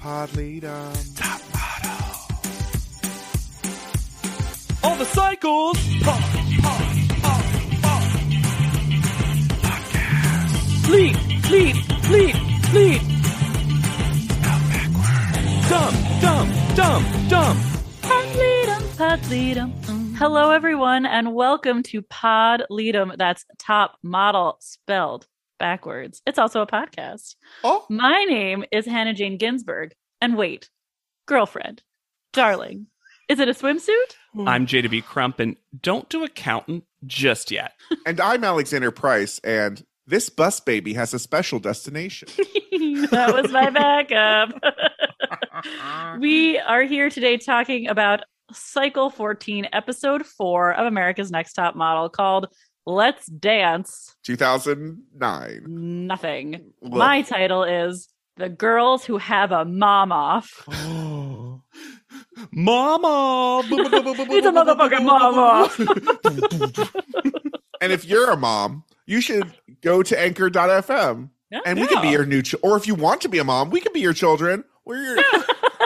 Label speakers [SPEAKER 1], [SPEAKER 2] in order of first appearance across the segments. [SPEAKER 1] pod leader.
[SPEAKER 2] Top model. All the cycles. Pod, pod, pod, pod. Podcast. Lead, lead, lead, lead. Dumb, dumb, dumb, dumb.
[SPEAKER 3] Pod Leadum, Pod Leadum. Hello, everyone, and welcome to Pod Leadum. That's top model spelled backwards. It's also a podcast.
[SPEAKER 1] Oh,
[SPEAKER 3] My name is Hannah Jane Ginsburg. And wait, girlfriend, darling, is it a swimsuit?
[SPEAKER 2] I'm Jada B. Crump, and don't do accountant just yet.
[SPEAKER 1] and I'm Alexander Price, and this bus baby has a special destination.
[SPEAKER 3] that was my backup. we are here today talking about Cycle 14, Episode 4 of America's Next Top Model called Let's Dance
[SPEAKER 1] 2009.
[SPEAKER 3] Nothing.
[SPEAKER 1] Look.
[SPEAKER 3] My title is The Girls Who Have a Mom Off.
[SPEAKER 2] Mama.
[SPEAKER 3] It's a motherfucking mom off.
[SPEAKER 1] and if you're a mom, you should go to anchor.fm
[SPEAKER 3] Yeah.
[SPEAKER 1] and we could be
[SPEAKER 2] Yeah.
[SPEAKER 1] your new, ch- or if you want to be a mom, we could be your children. We're your,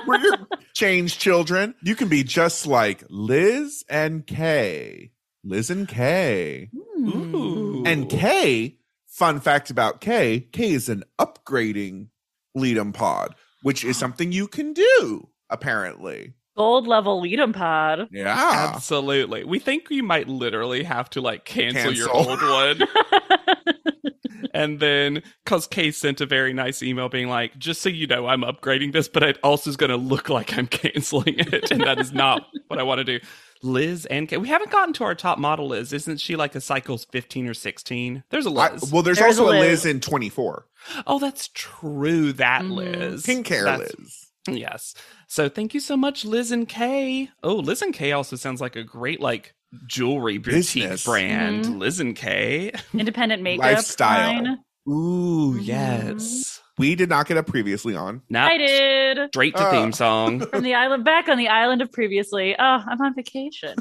[SPEAKER 1] we're your change children. You can be just like Liz and Kay. Liz and Kay.
[SPEAKER 2] Ooh.
[SPEAKER 1] And Kay, fun fact about Kay, Kay is an upgrading Leadum pod, which is something you can do, apparently.
[SPEAKER 3] Gold level lead 'em pod.
[SPEAKER 1] Yeah.
[SPEAKER 2] Absolutely. We think you might literally have to like cancel, your
[SPEAKER 1] Cancel.
[SPEAKER 2] old one. and then, because Kay sent a very nice email being like, just so you know, I'm upgrading this, but it also is going to look like I'm canceling it. And that is not what I want to do. Liz and Kay. We haven't gotten to our top model, Liz. Isn't she like a cycles 15 or 16? There's a
[SPEAKER 1] I-
[SPEAKER 2] Liz.
[SPEAKER 1] well, there's,
[SPEAKER 3] There's
[SPEAKER 1] also a
[SPEAKER 3] a
[SPEAKER 1] Liz
[SPEAKER 3] Liz.
[SPEAKER 1] in 24.
[SPEAKER 2] oh, that's true. That
[SPEAKER 3] Mhm.
[SPEAKER 2] Liz.
[SPEAKER 1] Mm-hmm. Pink hair
[SPEAKER 2] That's-
[SPEAKER 1] Liz.
[SPEAKER 2] Yes. So thank you so much, Liz and Kay. Oh, Liz and Kay also sounds like a great like jewelry boutique
[SPEAKER 1] Business.
[SPEAKER 2] brand.
[SPEAKER 3] Mhm.
[SPEAKER 2] Liz and Kay.
[SPEAKER 3] Independent makeup.
[SPEAKER 1] Lifestyle.
[SPEAKER 3] line.
[SPEAKER 2] Ooh,
[SPEAKER 3] Mhm.
[SPEAKER 2] yes.
[SPEAKER 1] We did not get up previously on.
[SPEAKER 2] Now
[SPEAKER 3] I did.
[SPEAKER 2] straight to
[SPEAKER 1] Uh.
[SPEAKER 2] theme song.
[SPEAKER 3] From the island, back on the island of previously. Oh, I'm on vacation.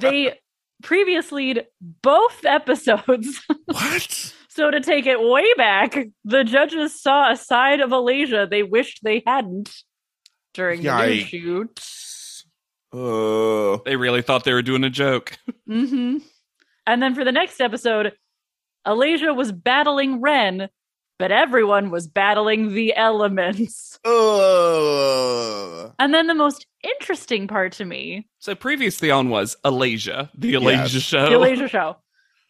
[SPEAKER 3] they previously both episodes.
[SPEAKER 1] what?
[SPEAKER 3] so to take it way back, the judges saw a side of Alasia they wished they hadn't during the new
[SPEAKER 1] Yikes.
[SPEAKER 3] shoot.
[SPEAKER 1] Uh,
[SPEAKER 2] they really thought they were doing a joke.
[SPEAKER 3] hmm And then for the next episode, Alasia was battling Ren, but everyone was battling the elements.
[SPEAKER 1] uh,
[SPEAKER 3] And then the most interesting part to me,
[SPEAKER 2] So previously on was Alasia, the Alasia
[SPEAKER 1] Yes.
[SPEAKER 2] show.
[SPEAKER 3] the Alasia show,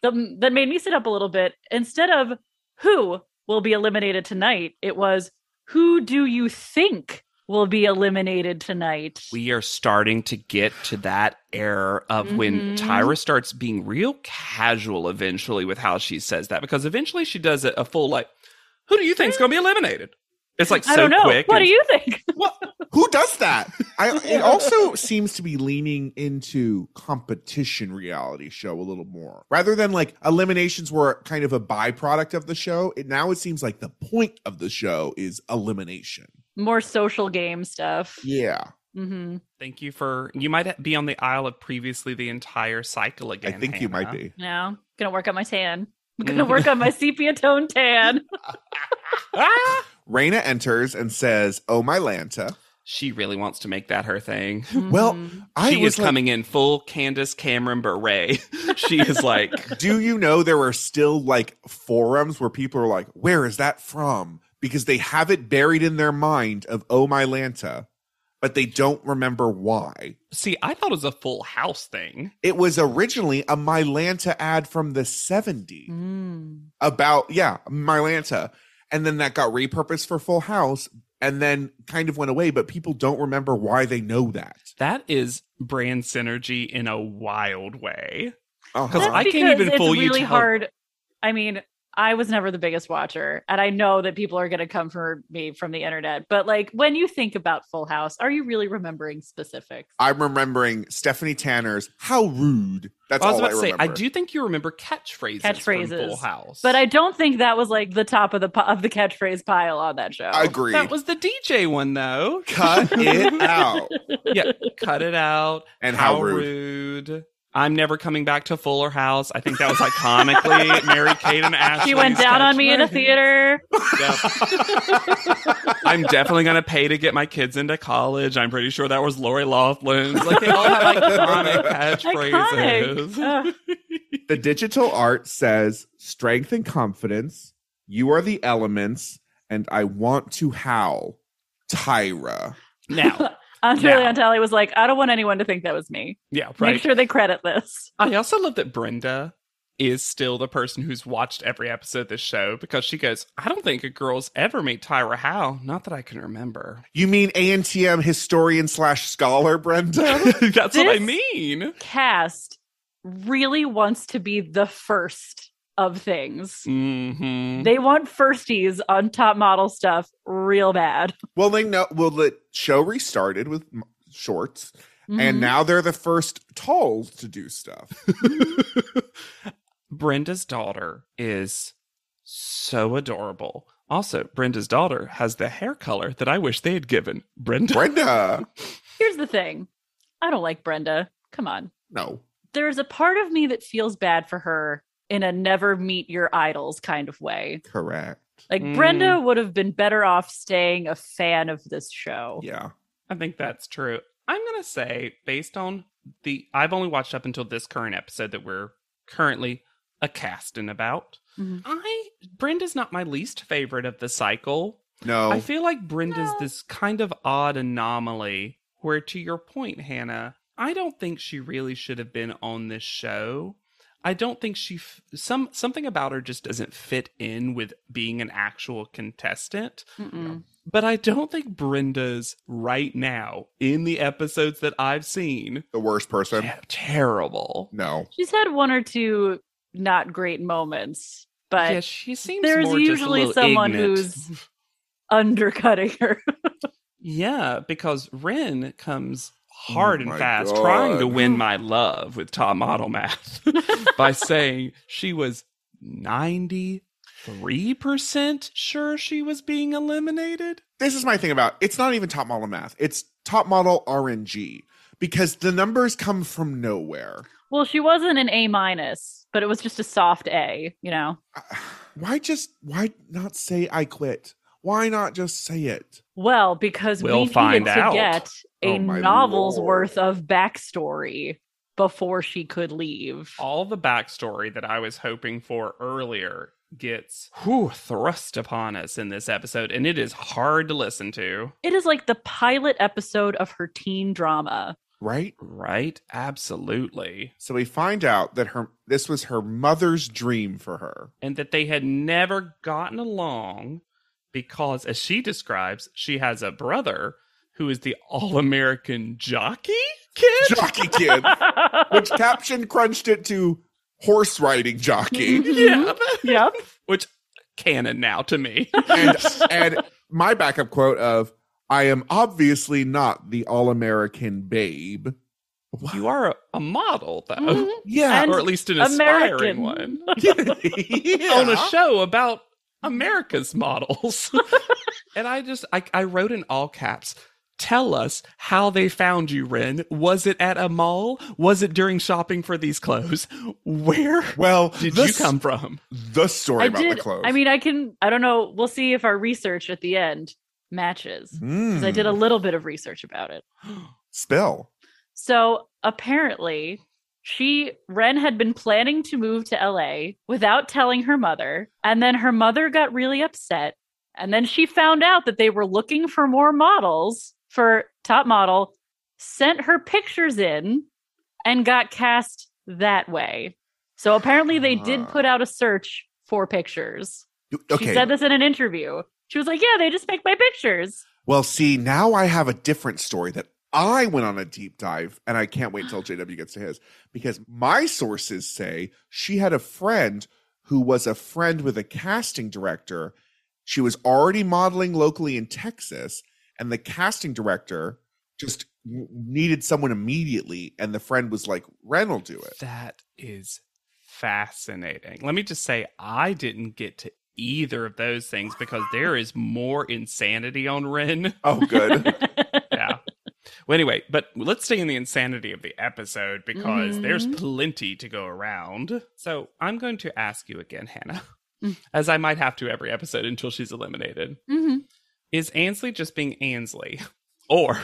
[SPEAKER 3] the, that made me sit up a little bit. Instead of who will be eliminated tonight, it was who do you think will be eliminated tonight?
[SPEAKER 2] we are starting to get to that era of when
[SPEAKER 3] Mhm.
[SPEAKER 2] Tyra starts being real casual eventually with how she says that because eventually she does a, a full like, who do you think's going to be eliminated? It's like so
[SPEAKER 3] Mm. I don't know.
[SPEAKER 2] quick.
[SPEAKER 3] What
[SPEAKER 2] and-
[SPEAKER 3] do you think?
[SPEAKER 1] who does that? I, it also seems to be leaning into competition reality show a little more rather than like eliminations were kind of a byproduct of the show. It now it seems like the point of the show is elimination.
[SPEAKER 3] More social game stuff.
[SPEAKER 1] Yeah,
[SPEAKER 3] hmm
[SPEAKER 2] Thank you for you might be on the aisle of previously the entire cycle again.
[SPEAKER 1] I think you might
[SPEAKER 2] Hannah.
[SPEAKER 1] be.
[SPEAKER 3] Yeah, gonna work on my tan. I'm
[SPEAKER 2] Mm.
[SPEAKER 3] gonna work on my sepia tone tan.
[SPEAKER 2] Ah!
[SPEAKER 1] Raina enters and says, "Oh my Lanta."
[SPEAKER 2] She really wants to make that her thing.
[SPEAKER 1] Well,
[SPEAKER 3] Mhm.
[SPEAKER 1] I
[SPEAKER 2] she
[SPEAKER 1] was
[SPEAKER 2] is
[SPEAKER 1] like,
[SPEAKER 2] coming in full Candace Cameron beret. she is like
[SPEAKER 1] Do you know there are still like forums where people are like, where is that from? Because they have it buried in their mind of Oh My Lanta, but they don't remember why.
[SPEAKER 2] See, I thought it was a full house thing.
[SPEAKER 1] It was originally a My Lanta ad from the 70s
[SPEAKER 3] Mm.
[SPEAKER 1] about, yeah, My Lanta. And then that got repurposed for Full House and then kind of went away, but people don't remember why they know that.
[SPEAKER 2] That is brand synergy in a wild way.
[SPEAKER 1] Uh-huh.
[SPEAKER 2] 'Cause
[SPEAKER 3] That's
[SPEAKER 2] I can't
[SPEAKER 3] because
[SPEAKER 2] even
[SPEAKER 3] it's
[SPEAKER 2] fool you
[SPEAKER 3] really
[SPEAKER 2] to how-
[SPEAKER 3] hard. I mean, I was never the biggest watcher, and I know that people are gonna come for me from the internet. But like, when you think about Full House, are you really remembering specifics?
[SPEAKER 1] I'm remembering Stephanie Tanner's How Rude. That's
[SPEAKER 2] I was
[SPEAKER 1] all
[SPEAKER 2] about
[SPEAKER 1] I
[SPEAKER 2] to say,
[SPEAKER 1] remember.
[SPEAKER 2] I do think you remember catchphrases, from
[SPEAKER 3] Catchphrases.
[SPEAKER 2] Full House,
[SPEAKER 3] But I don't think that was like the top of the pi- of the catchphrase pile on that show.
[SPEAKER 1] Agree.
[SPEAKER 2] that was the DJ one though.
[SPEAKER 1] Cut it out.
[SPEAKER 2] yeah, cut it out.
[SPEAKER 1] And how, rude.
[SPEAKER 2] rude. I'm never coming back to Fuller House. I think that was iconically Mary Kate and Ashley.
[SPEAKER 3] She went down on me in a theater.
[SPEAKER 2] I'm definitely gonna pay to get my kids into college. I'm pretty sure that was Lori Laughlin's. Oh, Like they all have iconic catchphrases.
[SPEAKER 3] Iconic. Ugh.
[SPEAKER 1] The digital art says strength and confidence. You are the elements, and I want to howl. Tyra.
[SPEAKER 2] Now,
[SPEAKER 3] Andre
[SPEAKER 2] Now.
[SPEAKER 3] Leontali was like, I don't want anyone to think that was me.
[SPEAKER 2] yeah,
[SPEAKER 3] Make
[SPEAKER 2] right.
[SPEAKER 3] sure they credit this.
[SPEAKER 2] I also love that Brenda is still the person who's watched every episode of this show because she goes, I don't think a girl's ever meet Tyra Howe. Not that I can remember.
[SPEAKER 1] You mean ANTM historian slash scholar, Brenda?
[SPEAKER 2] That's what I
[SPEAKER 3] This-
[SPEAKER 2] mean.
[SPEAKER 3] Cast really wants to be the first of things.
[SPEAKER 1] Mm-hmm.
[SPEAKER 2] hmm
[SPEAKER 3] They want firsties on top model stuff real bad.
[SPEAKER 1] well, they know. Well, the show restarted with m- shorts,
[SPEAKER 3] Mm-hmm.
[SPEAKER 1] and now they're the first talls to do stuff.
[SPEAKER 2] Brenda's daughter is so adorable. Also, Brenda's daughter has the hair color that I wish they had given Brenda.
[SPEAKER 1] Brenda.
[SPEAKER 3] here's the thing I don't like Brenda. Come on.
[SPEAKER 1] No.
[SPEAKER 3] There's a part of me that feels bad for her in a never meet your idols kind of way.
[SPEAKER 1] Correct.
[SPEAKER 3] Like
[SPEAKER 2] Mm.
[SPEAKER 3] Brenda would have been better off staying a fan of this show.
[SPEAKER 1] Yeah.
[SPEAKER 2] I think that's true. I'm going to say, based on the, I've only watched up until this current episode that we're currently a casting about.
[SPEAKER 3] Mhm.
[SPEAKER 2] I, Brenda's not my least favorite of the cycle.
[SPEAKER 1] No.
[SPEAKER 2] I feel like Brenda's
[SPEAKER 3] No.
[SPEAKER 2] this kind of odd anomaly where, to your point, Hannah, I don't think she really should have been on this show. I don't think she f- some something about her just doesn't fit in with being an actual contestant.
[SPEAKER 3] Mm-mm.
[SPEAKER 2] But I don't think Brenda's right now in the episodes that I've seen
[SPEAKER 1] the worst person.
[SPEAKER 2] te- terrible.
[SPEAKER 1] No.
[SPEAKER 3] She's had one or two not great moments, but
[SPEAKER 2] yeah, she seems
[SPEAKER 3] there's
[SPEAKER 2] more just a
[SPEAKER 3] usually
[SPEAKER 2] little
[SPEAKER 3] someone
[SPEAKER 2] ignorant.
[SPEAKER 3] who's- undercutting her.
[SPEAKER 2] Yeah, because Ren comes hard
[SPEAKER 1] Oh
[SPEAKER 2] and
[SPEAKER 1] my
[SPEAKER 2] fast
[SPEAKER 1] God.
[SPEAKER 2] trying to win my love with top model math by saying she was 93% sure she was being eliminated.
[SPEAKER 1] This is my thing about it's not even top model math. It's top model RNG because the numbers come from nowhere.
[SPEAKER 3] well, she wasn't an A minus, but it was just a soft A, you know?
[SPEAKER 1] Why just why not say I quit? Why not just say it?
[SPEAKER 3] Well, because
[SPEAKER 2] We'll
[SPEAKER 3] we
[SPEAKER 2] find
[SPEAKER 3] needed to
[SPEAKER 2] out.
[SPEAKER 3] get a
[SPEAKER 1] Oh, my
[SPEAKER 3] novel's
[SPEAKER 1] lord.
[SPEAKER 3] worth of backstory before she could leave.
[SPEAKER 2] All the backstory that I was hoping for earlier gets whew, thrust upon us in this episode, and it is hard to listen to.
[SPEAKER 3] It is like the pilot episode of her teen drama.
[SPEAKER 1] Right?
[SPEAKER 2] Right? Absolutely.
[SPEAKER 1] So we find out that her this was her mother's dream for her.
[SPEAKER 2] and that they had never gotten along because, as she describes, she has a brother who is the all American jockey kid.
[SPEAKER 1] Jockey kid, which caption crunched it to horse riding
[SPEAKER 2] mm-hmm.
[SPEAKER 1] jockey.
[SPEAKER 2] yeah.
[SPEAKER 3] yep.
[SPEAKER 2] Which canon now to me.
[SPEAKER 1] And and my backup quote of I am obviously not the all American babe.
[SPEAKER 2] you are a, a model, though,
[SPEAKER 3] Mhm.
[SPEAKER 1] Yeah.
[SPEAKER 3] And
[SPEAKER 2] or at least an aspiring
[SPEAKER 3] American.
[SPEAKER 2] one
[SPEAKER 1] yeah.
[SPEAKER 2] on a show about America's models. and I just, I, I wrote in all caps. Tell us how they found you, Ren. Was it at a mall? Was it during shopping for these clothes? Where
[SPEAKER 1] Well,
[SPEAKER 2] did
[SPEAKER 1] the
[SPEAKER 2] you come from?
[SPEAKER 1] s- The story
[SPEAKER 3] I
[SPEAKER 1] about
[SPEAKER 3] did.
[SPEAKER 1] the clothes.
[SPEAKER 3] I mean, I can. I don't know. We'll see if our research at the end matches.
[SPEAKER 2] Hmm.
[SPEAKER 3] 'Cause I did a
[SPEAKER 1] Mm.
[SPEAKER 3] little bit of research about it.
[SPEAKER 1] spill.
[SPEAKER 3] So apparently, she Ren had been planning to move to LA without telling her mother, and then her mother got really upset, and then she found out that they were looking for more models for top model, sent her pictures in, and got cast that way. So apparently, they did
[SPEAKER 1] Ah.
[SPEAKER 3] put out a search for pictures.
[SPEAKER 1] You- Okay.
[SPEAKER 3] She said this in an interview. She was like, "Yeah, they just make my pictures."
[SPEAKER 1] Well, see, now I have a different story that I went on a deep dive, and I can't wait till JW gets to his because my sources say she had a friend who was a friend with a casting director. She was already modeling locally in Texas, and the casting director just w- needed someone immediately, and the friend was like, "Ren will do it."
[SPEAKER 2] That is fascinating. Let me just say, I didn't get to either of those things because there is more insanity on Ren.
[SPEAKER 1] Oh, good.
[SPEAKER 2] Yeah. Well, anyway, but let's stay in the insanity of the episode because there's
[SPEAKER 3] Mhm.
[SPEAKER 2] plenty to go around. So I'm going to ask you again, Hannah,
[SPEAKER 3] Mm.
[SPEAKER 2] as I might have to every episode until she's eliminated.
[SPEAKER 3] Mm-hmm.
[SPEAKER 2] Is Ansley just being Ansley? Or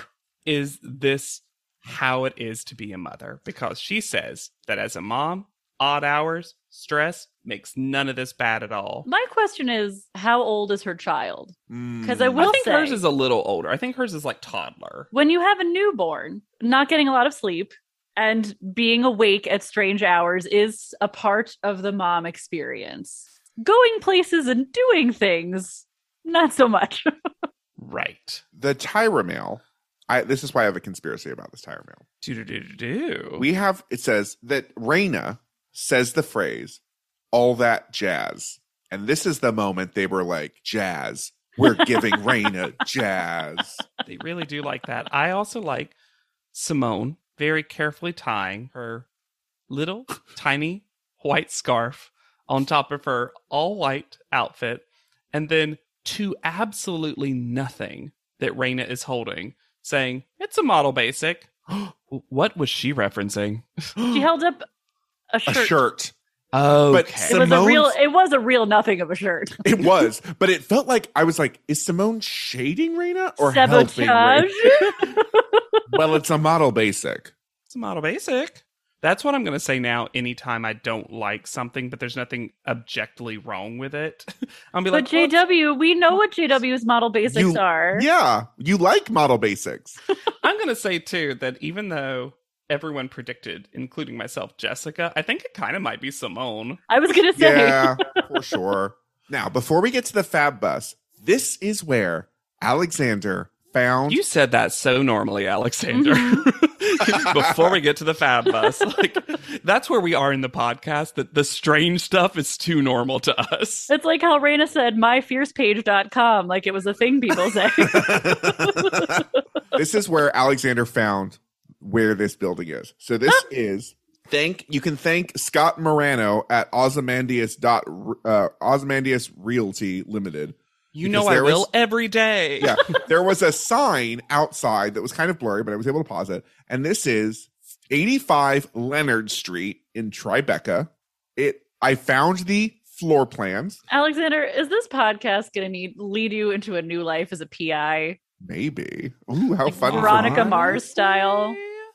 [SPEAKER 2] is this how it is to be a mother? Because she says that as a mom, odd hours, stress makes none of this bad at all.
[SPEAKER 3] My question is, how old is her child? I
[SPEAKER 1] Mm.
[SPEAKER 3] will-
[SPEAKER 2] I think
[SPEAKER 3] say-
[SPEAKER 2] hers is a little older. I think hers is like toddler.
[SPEAKER 3] When you have a newborn, not getting a lot of sleep and being awake at strange hours is a part of the mom experience. Going places and doing things, not so much.
[SPEAKER 2] Right.
[SPEAKER 1] the Tyra mail. I, this is why I have a conspiracy about this Tyra mail.
[SPEAKER 2] Do do do do do.
[SPEAKER 1] We have it says that Raina says the phrase "all that jazz," and this is the moment they were like, "Jazz, we're giving Raina jazz."
[SPEAKER 2] they really do like that. I also like Simone very carefully tying her little tiny white scarf on top of her all white outfit, and then to absolutely nothing that Raina is holding, saying, It's a model basic. what was she referencing?
[SPEAKER 3] she held up a
[SPEAKER 1] A
[SPEAKER 3] shirt.
[SPEAKER 1] shirt.
[SPEAKER 2] Okay.
[SPEAKER 1] But
[SPEAKER 3] It was a
[SPEAKER 1] Simone's-
[SPEAKER 3] real. It was a real nothing of a shirt.
[SPEAKER 1] It was, but it felt like I was like, "Is Simone shading Raina or helping?" Raina?
[SPEAKER 3] Sabotage.
[SPEAKER 1] Well, it's a model basic.
[SPEAKER 2] It's a model basic. That's what I'm going to say now anytime I don't like something, but there's nothing objectively wrong with it. I'll be
[SPEAKER 3] But
[SPEAKER 2] like, "Well, it's-
[SPEAKER 3] JW, we know what JW's model basics
[SPEAKER 1] You-
[SPEAKER 3] are.
[SPEAKER 1] Yeah, you like model basics.
[SPEAKER 2] I'm going to say too that even though everyone predicted, including myself, Jessica, I think it kind of might be Simone.
[SPEAKER 3] I was gonna say.
[SPEAKER 1] Yeah, for sure. Now, before we get to the Fab Bus, this is where Alexander found
[SPEAKER 2] You said that so normally, Alexander.
[SPEAKER 1] Mm-hmm.
[SPEAKER 2] Before we get to the fab bus, like that's where we are in the podcast. That the strange stuff is too normal to us.
[SPEAKER 3] It's like how Raina said myfiercepage.com, like it was a thing people say.
[SPEAKER 1] this is where Alexander found where this building is. So this is thank you can thank Scott Morano at Ozymandias dot uh, Ozymandias Realty Limited.
[SPEAKER 2] You
[SPEAKER 1] Because
[SPEAKER 2] know I
[SPEAKER 1] there was-
[SPEAKER 2] will every day.
[SPEAKER 1] Yeah, there was a sign outside that was kind of blurry, but I was able to pause it. And this is 85 Leonard Street in Tribeca. It I found the floor plans.
[SPEAKER 3] Alexander, is this podcast gonna need lead you into a new life as a PI?
[SPEAKER 1] Maybe. Ooh, how
[SPEAKER 3] Like
[SPEAKER 1] fun! is
[SPEAKER 3] Veronica
[SPEAKER 1] that?
[SPEAKER 3] Mars style.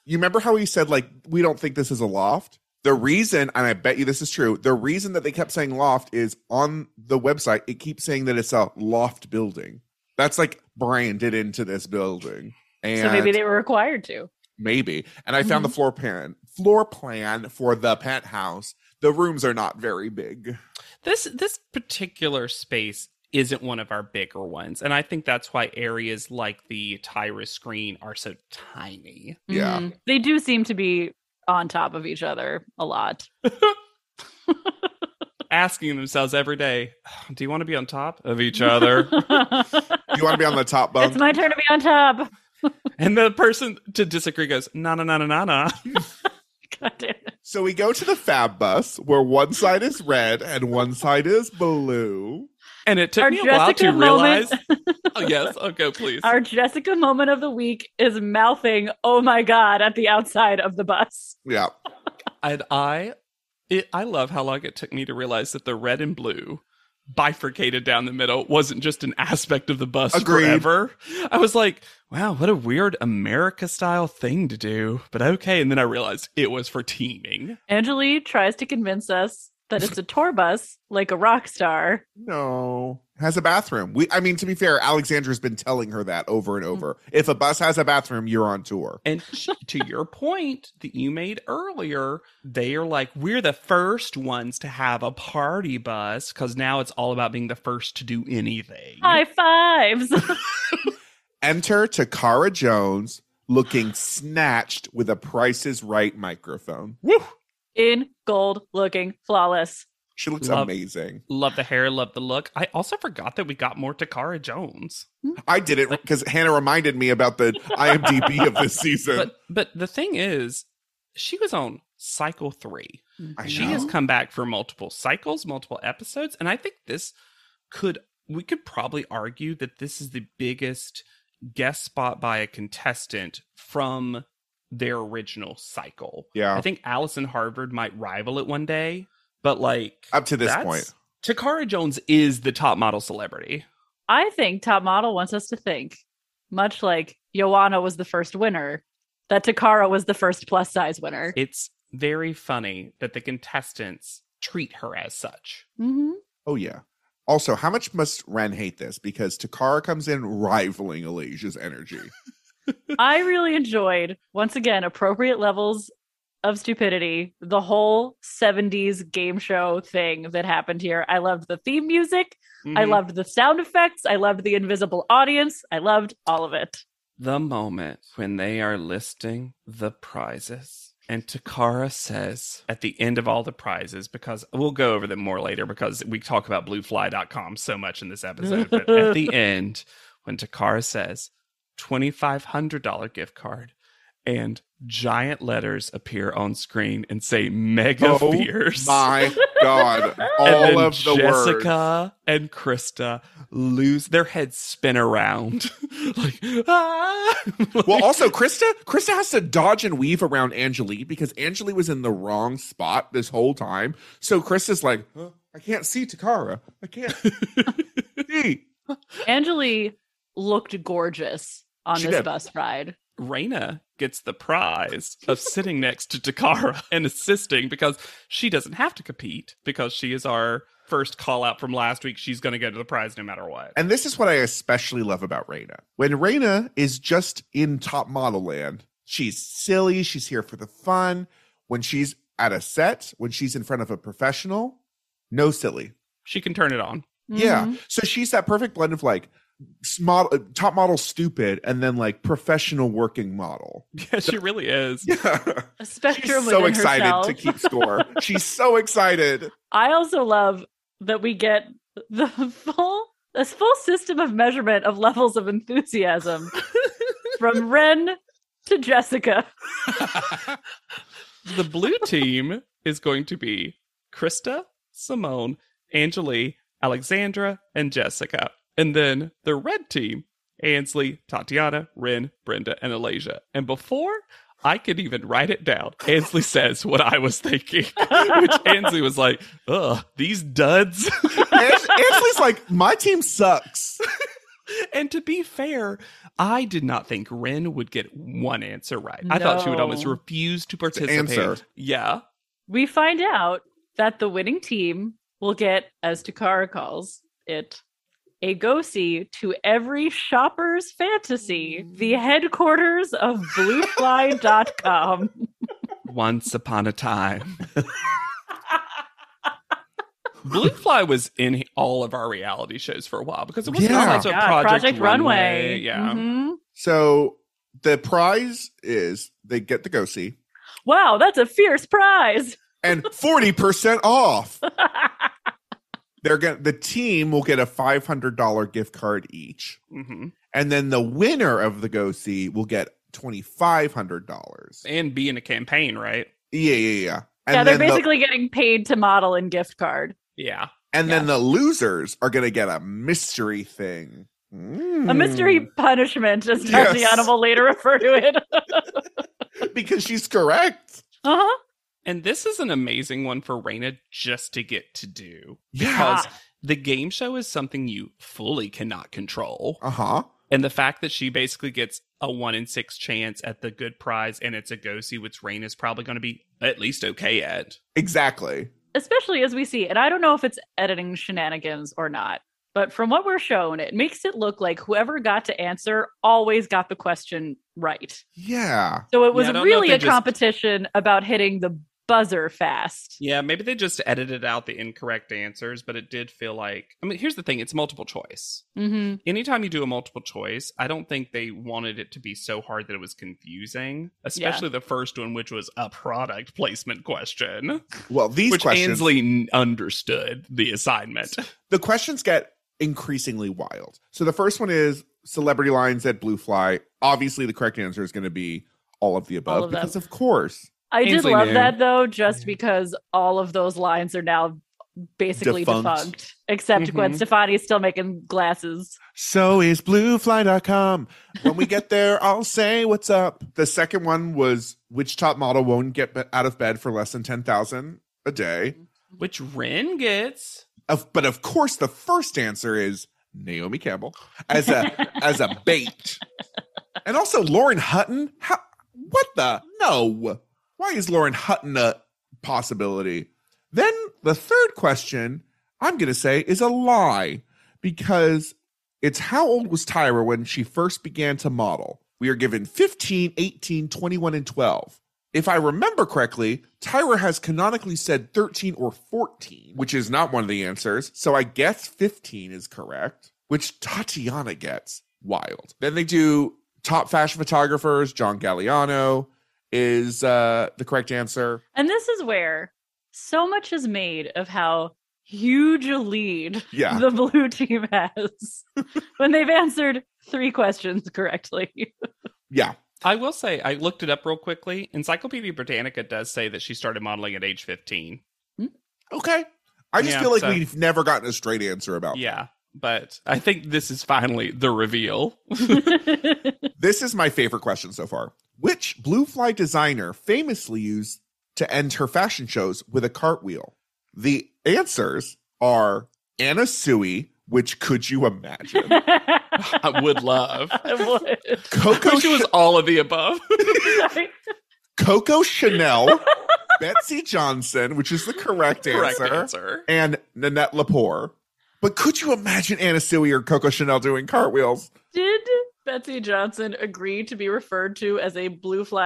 [SPEAKER 1] You remember how he said, like, we don't think this is a loft? The reason, and I bet you this is true, the reason that they kept saying loft is on the website, it keeps saying that it's a loft building. That's like branded into this building. And
[SPEAKER 3] So maybe they Mm-hmm. were required to.
[SPEAKER 1] maybe. And I found the floor plan floor plan for the penthouse. The rooms are not very big.
[SPEAKER 2] this this particular space isn't one of our bigger ones and i think that's why areas like the tyra screen are so tiny
[SPEAKER 1] Yeah.
[SPEAKER 3] Mhm. They do seem to be on top of each other a lot.
[SPEAKER 2] asking themselves every day do you want to be on top of each other
[SPEAKER 3] it's
[SPEAKER 1] You want to be on the top bunk?
[SPEAKER 3] my turn to be on top.
[SPEAKER 2] and the person to disagree goes na na na na na na
[SPEAKER 3] God damn it.
[SPEAKER 1] so we go to the fab bus where one side is red and one side is blue.
[SPEAKER 2] and it took
[SPEAKER 3] Our
[SPEAKER 2] me a while
[SPEAKER 3] Jessica
[SPEAKER 2] to
[SPEAKER 3] moment.
[SPEAKER 2] realize oh yes oh go please
[SPEAKER 3] Our Jessica moment of the week is mouthing, oh my God, at the outside of the bus.
[SPEAKER 1] Yeah.
[SPEAKER 2] and i it, i love how long it took me to realize that the red and blue bifurcated down the middle wasn't just an aspect of the bus
[SPEAKER 1] Agreed.
[SPEAKER 2] forever i was like wow what a weird america style thing to do but okay and then i realized it was for teaming
[SPEAKER 3] Angelique tries to convince us that it's a tour bus like a rock star.
[SPEAKER 1] No. Has a bathroom. We I mean to be fair, Alexandra's been telling her that over and
[SPEAKER 2] Mm.
[SPEAKER 1] over. If a bus has a bathroom, you're on tour.
[SPEAKER 2] and sh- to your point that you made earlier they are like we're the first ones to have a party bus because now it's all about being the first to do anything
[SPEAKER 3] High fives.
[SPEAKER 1] Enter Takara Jones looking snatched with a Price is Right microphone.
[SPEAKER 2] Woo!
[SPEAKER 3] In gold, looking flawless.
[SPEAKER 1] She looks
[SPEAKER 2] Love-
[SPEAKER 1] amazing.
[SPEAKER 2] Love the hair, love the look. I also forgot that we got more Takara Jones.
[SPEAKER 1] I did it because Hannah reminded me about the IMDb of this season.
[SPEAKER 2] But but the thing is, she was on cycle three.
[SPEAKER 1] I
[SPEAKER 2] She
[SPEAKER 1] know.
[SPEAKER 2] has come back for multiple cycles, multiple episodes, and I think this could we could probably argue that this is the biggest guest spot by a contestant from their original cycle.
[SPEAKER 1] Yeah.
[SPEAKER 2] I think Allison Harvard might rival it one day, but like
[SPEAKER 1] Up to this point.
[SPEAKER 2] Takara Jones is the top model celebrity.
[SPEAKER 3] I think Top Model wants us to think, much like Joanna was the first winner, that Takara was the first plus size winner.
[SPEAKER 2] It's very funny that the contestants treat her as such.
[SPEAKER 3] Mm-hmm.
[SPEAKER 1] Oh yeah. Also, how much must Ren hate this? Because Takara comes in rivaling Alasia's energy.
[SPEAKER 3] I really enjoyed, once again, appropriate levels of stupidity, the whole 70s game show thing that happened here. I loved the theme music. I
[SPEAKER 1] Mm-hmm.
[SPEAKER 2] Mhm.
[SPEAKER 3] loved the sound effects. I loved the invisible audience. I loved all of it.
[SPEAKER 2] the moment when they are listing the prizes. And Takara says at the end of all the prizes, because we'll go over them more later because we talk about bluefly.com so much in this episode. But at the end, when Takara says $2,500 gift card and giant letters appear on screen and say mega
[SPEAKER 1] Oh
[SPEAKER 2] fierce.
[SPEAKER 1] My God.
[SPEAKER 2] And
[SPEAKER 1] All
[SPEAKER 2] then
[SPEAKER 1] of the words.
[SPEAKER 2] Jessica and Krista lose their heads spin around. like, ah!
[SPEAKER 1] Well, also Krista, Krista has to dodge and weave around Angelique because Angelique was in the wrong spot this whole time. So Krista's like, huh, I can't see Takara. I can't see.
[SPEAKER 3] Angeli looked gorgeous on
[SPEAKER 1] She
[SPEAKER 3] this
[SPEAKER 1] did.
[SPEAKER 3] bus ride.
[SPEAKER 2] Raina gets the prize of sitting next to Takara and assisting because she doesn't have to compete because she is our first call out from last week. She's going to go to the prize no matter what.
[SPEAKER 1] And this is what I especially love about Raina. When Raina is just in top model land, she's silly, she's here for the fun. When she's at a set, when she's in front of a professional, no silly.
[SPEAKER 2] She can turn it on.
[SPEAKER 1] Yeah.
[SPEAKER 3] Mhm.
[SPEAKER 1] So she's that perfect blend of like s- model, uh, top model stupid and then like professional working model.
[SPEAKER 2] Yeah, she really is.
[SPEAKER 1] Yeah.
[SPEAKER 3] A
[SPEAKER 1] she's
[SPEAKER 3] spectrum
[SPEAKER 1] so
[SPEAKER 3] within
[SPEAKER 1] excited
[SPEAKER 3] herself.
[SPEAKER 1] to keep score. she's so excited.
[SPEAKER 3] I also love that we get the full this full system of measurement of levels of enthusiasm from Ren to Jessica.
[SPEAKER 2] The blue team is going to be Krista, Simone, Angeli, Alexandra, and Jessica. And then the red team, Ansley, Tatiana, Rin, Brenda, and Alasia. And before I could even write it down, Ansley says what I was thinking, which Ansley was like, ugh, these duds.
[SPEAKER 1] Ash- Ashley's like, my team sucks.
[SPEAKER 2] and to be fair, I did not think Rin would get one answer right. I thought she would
[SPEAKER 3] No.
[SPEAKER 2] almost refuse to participate.
[SPEAKER 1] answer.
[SPEAKER 2] Yeah.
[SPEAKER 3] We find out that the winning team will get, as Takara calls it, a go-see to every shopper's fantasy, the
[SPEAKER 2] Mm.
[SPEAKER 3] headquarters of bluefly.com.
[SPEAKER 2] Once upon a time. Blue Fly was in all of our reality shows for a while because it was
[SPEAKER 3] Oh
[SPEAKER 1] Yeah.
[SPEAKER 2] yeah. also
[SPEAKER 3] Yeah,
[SPEAKER 2] Project, Runway. Yeah.
[SPEAKER 3] Mhm.
[SPEAKER 1] So the prize is they get the go see
[SPEAKER 3] Wow, that's a fierce prize.
[SPEAKER 1] and 40% off. They're going to the team will get a $500 gift card each.
[SPEAKER 2] Mhm.
[SPEAKER 1] And then the winner of the go see will get $2,500. Yeah,
[SPEAKER 2] And be in a campaign, right?
[SPEAKER 1] yeah, yeah. And
[SPEAKER 3] yeah, they're
[SPEAKER 1] then the-
[SPEAKER 3] basically getting paid to model and gift card.
[SPEAKER 2] Yeah.
[SPEAKER 1] and then the losers are going to get a mystery thing.
[SPEAKER 3] A mystery punishment, as
[SPEAKER 1] Hmm. Yes.
[SPEAKER 3] Tatiana will later refer to it.
[SPEAKER 1] Mm, because she's correct.
[SPEAKER 3] uh-huh.
[SPEAKER 2] And this is an amazing one for Raina just to get to do.
[SPEAKER 1] Yeah.
[SPEAKER 2] Because the game show is something you fully cannot control.
[SPEAKER 1] Uh huh.
[SPEAKER 2] And the fact that she basically gets a one in six chance at the good prize and it's a go see, which Rain is probably going to be at least okay at.
[SPEAKER 1] Exactly.
[SPEAKER 3] Especially as we see, and I don't know if it's editing shenanigans or not, but from what we're shown, it makes it look like whoever got to answer always got the question right.
[SPEAKER 1] Yeah.
[SPEAKER 3] So it
[SPEAKER 2] Yeah,
[SPEAKER 3] was
[SPEAKER 2] I don't know if
[SPEAKER 3] really
[SPEAKER 2] they
[SPEAKER 3] a
[SPEAKER 2] just-
[SPEAKER 3] competition about hitting the buzzer fast.
[SPEAKER 2] Yeah, maybe they just edited out the incorrect answers, but it did feel like. I mean, here's the thing it's multiple choice.
[SPEAKER 3] Mm-hmm.
[SPEAKER 2] Anytime you do a multiple choice, I don't think they wanted it to be so hard that it was confusing, especially the first one, which was a product placement question,
[SPEAKER 1] Well, these
[SPEAKER 2] which
[SPEAKER 1] questions.
[SPEAKER 2] Ansley n- understood the assignment.
[SPEAKER 1] the questions get increasingly wild. So the first one is celebrity lines at Blue Fly. Obviously, the correct answer is going to be all of the above
[SPEAKER 3] All of them.
[SPEAKER 1] because, of course,
[SPEAKER 3] I did
[SPEAKER 2] Ainsley
[SPEAKER 3] love
[SPEAKER 2] knew.
[SPEAKER 3] that though, just
[SPEAKER 2] Yeah.
[SPEAKER 3] because all of those lines are now basically defunct,
[SPEAKER 1] Defunct.
[SPEAKER 3] except Gwen
[SPEAKER 2] Mhm.
[SPEAKER 3] Stefani's still making glasses.
[SPEAKER 1] So is bluefly.com. When we get there, I'll say what's up. The second one was which top model won't get be- out of bed for less than 10,000 a day.
[SPEAKER 2] Which Ren gets.
[SPEAKER 1] Of, but of course the first answer is Naomi Campbell as a as a bait. And also Lauren Hutton? How what the no. Why is Lauren Hutton a possibility? Then the third question I'm going to say is a lie because it's how old was Tyra when she first began to model? We are given 15, 18, 21, and 12. If I remember correctly, Tyra has canonically said 13 or 14, which is not one of the answers. So I guess 15 is correct, which Tatiana gets wild. Then they do top fashion photographers. John Galliano is uh, the correct answer.
[SPEAKER 3] And this is where so much is made of how huge a lead
[SPEAKER 1] Yeah.
[SPEAKER 3] the blue team has when they've answered three questions correctly.
[SPEAKER 1] Yeah.
[SPEAKER 2] I will say, I looked it up real quickly. Encyclopedia Britannica does say that she started modeling at age 15.
[SPEAKER 1] Okay. I just
[SPEAKER 2] Yeah,
[SPEAKER 1] feel like
[SPEAKER 2] so-
[SPEAKER 1] we've never gotten a straight answer about
[SPEAKER 2] Yeah, but I think this is finally the reveal.
[SPEAKER 1] This is my favorite question so far. Which blue fly designer famously used to end her fashion shows with a cartwheel? The answers are Anna Sui, which could you imagine?
[SPEAKER 3] I
[SPEAKER 2] I would love.
[SPEAKER 3] would.
[SPEAKER 1] Coco,
[SPEAKER 2] Wish it was all of the above.
[SPEAKER 3] Sorry.
[SPEAKER 1] Coco Chanel, Betsy Johnson, which is the correct answer,
[SPEAKER 2] Correct answer.
[SPEAKER 1] and Nanette Lepore. But could you imagine Anna Sui or Coco Chanel doing cartwheels?
[SPEAKER 3] Did Betsy Johnson agree to be referred to as a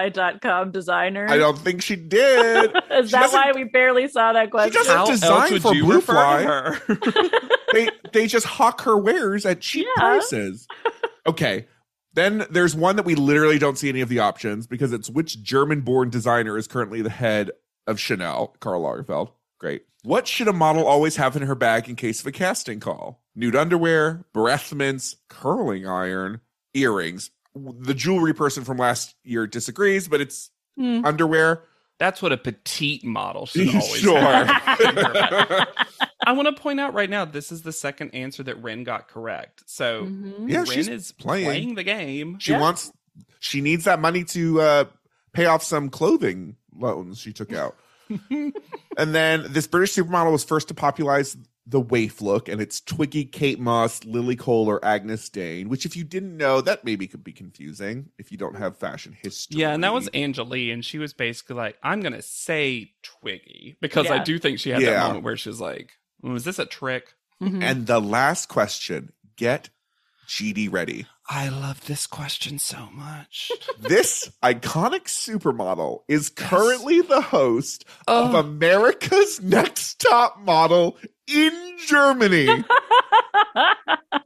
[SPEAKER 3] bluefly.com designer?
[SPEAKER 1] I don't think she did.
[SPEAKER 3] Is
[SPEAKER 1] she
[SPEAKER 3] that
[SPEAKER 1] doesn't-
[SPEAKER 3] why we barely saw that question?
[SPEAKER 1] doesn't- designed for blue fly.
[SPEAKER 2] her?
[SPEAKER 1] they they just hawk her wares at cheap
[SPEAKER 3] Yeah.
[SPEAKER 1] prices. Okay. Then there's one that we literally don't see any of the options because it's which German born designer is currently the head of Chanel, Karl Lagerfeld. Great. What should a model always have in her bag in case of a casting call? Nude underwear, breath mints, curling iron, earrings. The jewelry person from last year disagrees, but it's
[SPEAKER 3] Hmm.
[SPEAKER 1] underwear.
[SPEAKER 2] That's what a petite model should always
[SPEAKER 1] Sure.
[SPEAKER 2] have. I want to point out right now, this is the second answer that Ren got correct. So
[SPEAKER 3] Mhm.
[SPEAKER 1] Yeah,
[SPEAKER 2] Ren
[SPEAKER 1] she's
[SPEAKER 2] is
[SPEAKER 1] playing.
[SPEAKER 2] the game.
[SPEAKER 1] She
[SPEAKER 3] Yeah.
[SPEAKER 1] wants she needs that money to uh pay off some clothing loans she took out. and then this British supermodel was first to popularize the waif look, and it's Twiggy, Kate Moss, Lily Cole, or Agnes Dane, which if you didn't know, that maybe could be confusing if you don't have fashion history.
[SPEAKER 2] Yeah, and that was Angelie, and she was basically like, I'm going to say Twiggy because I
[SPEAKER 3] Yeah.
[SPEAKER 2] do think she had that
[SPEAKER 1] Yeah.
[SPEAKER 2] moment where she was like, "Mm, Is this a trick?
[SPEAKER 3] Mhm.
[SPEAKER 1] And the last question, get GD ready.
[SPEAKER 2] I love this question so much.
[SPEAKER 1] This iconic supermodel is currently the host of
[SPEAKER 2] oh,
[SPEAKER 1] America's Next Top Model in Germany.
[SPEAKER 3] Oh,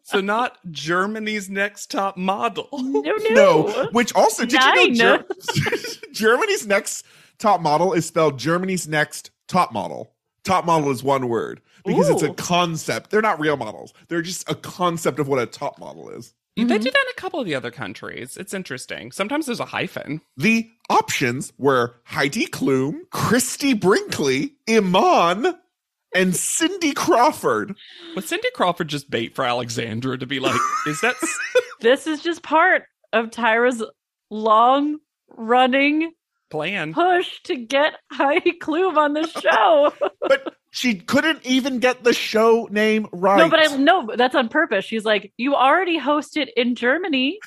[SPEAKER 2] so, not Germany's next top model.
[SPEAKER 3] no, no.
[SPEAKER 1] No, which also did you
[SPEAKER 3] Nine.
[SPEAKER 1] know Ger- Germany's next top model is spelled Germany's next top model. Top model is one word because it's a
[SPEAKER 3] Ooh.
[SPEAKER 1] concept. They're not real models. They're just a concept of what a top model is.
[SPEAKER 2] They
[SPEAKER 3] Mhm.
[SPEAKER 2] do that in a couple of the other countries. It's interesting. Sometimes there's a hyphen.
[SPEAKER 1] The options were Heidi Klum, Christy Brinkley, Iman, and Cindy Crawford.
[SPEAKER 2] Was Cindy Crawford just bait for Alexandra to be like, is that s-
[SPEAKER 3] This is just part of Tyra's long running
[SPEAKER 2] plan?
[SPEAKER 3] push to get Heidi Klum on the show.
[SPEAKER 1] But she couldn't even get the show name right.
[SPEAKER 3] No, but I no, but that's on purpose. She's like, you already hosted in Germany.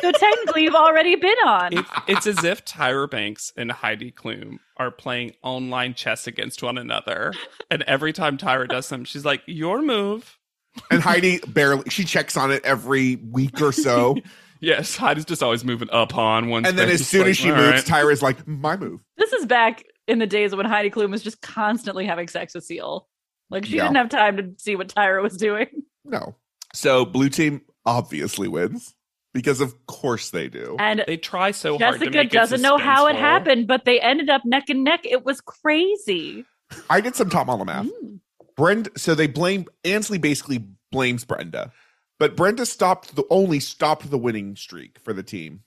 [SPEAKER 3] so technically you've already been on.
[SPEAKER 2] It, it's as if Tyra Banks and Heidi Klum are playing online chess against one another. And every time Tyra does something, she's like, your move.
[SPEAKER 1] and Heidi barely she checks on it every week or so.
[SPEAKER 2] Yes, Heidi's just always moving up on one
[SPEAKER 1] and then
[SPEAKER 2] space.
[SPEAKER 1] as
[SPEAKER 2] It's
[SPEAKER 1] soon
[SPEAKER 2] like,
[SPEAKER 1] as she
[SPEAKER 2] "All
[SPEAKER 1] moves,
[SPEAKER 2] right."
[SPEAKER 1] Tyra's like, my move.
[SPEAKER 3] This is back in the days when Heidi Klum was just constantly having sex with Seal. Like she
[SPEAKER 1] Yeah.
[SPEAKER 3] didn't have time to see what Tyra was doing.
[SPEAKER 1] No. So blue team obviously wins because of course they do.
[SPEAKER 3] And
[SPEAKER 2] they try so hard to
[SPEAKER 3] Jessica
[SPEAKER 2] make it
[SPEAKER 3] doesn't know how it
[SPEAKER 2] suspenseful.
[SPEAKER 3] happened, but they ended up neck and neck. It was crazy.
[SPEAKER 1] I did some top model math.
[SPEAKER 3] Mm.
[SPEAKER 1] Brenda, so they blame Ansley basically blames Brenda, but Brenda stopped the only stopped the winning streak for the team,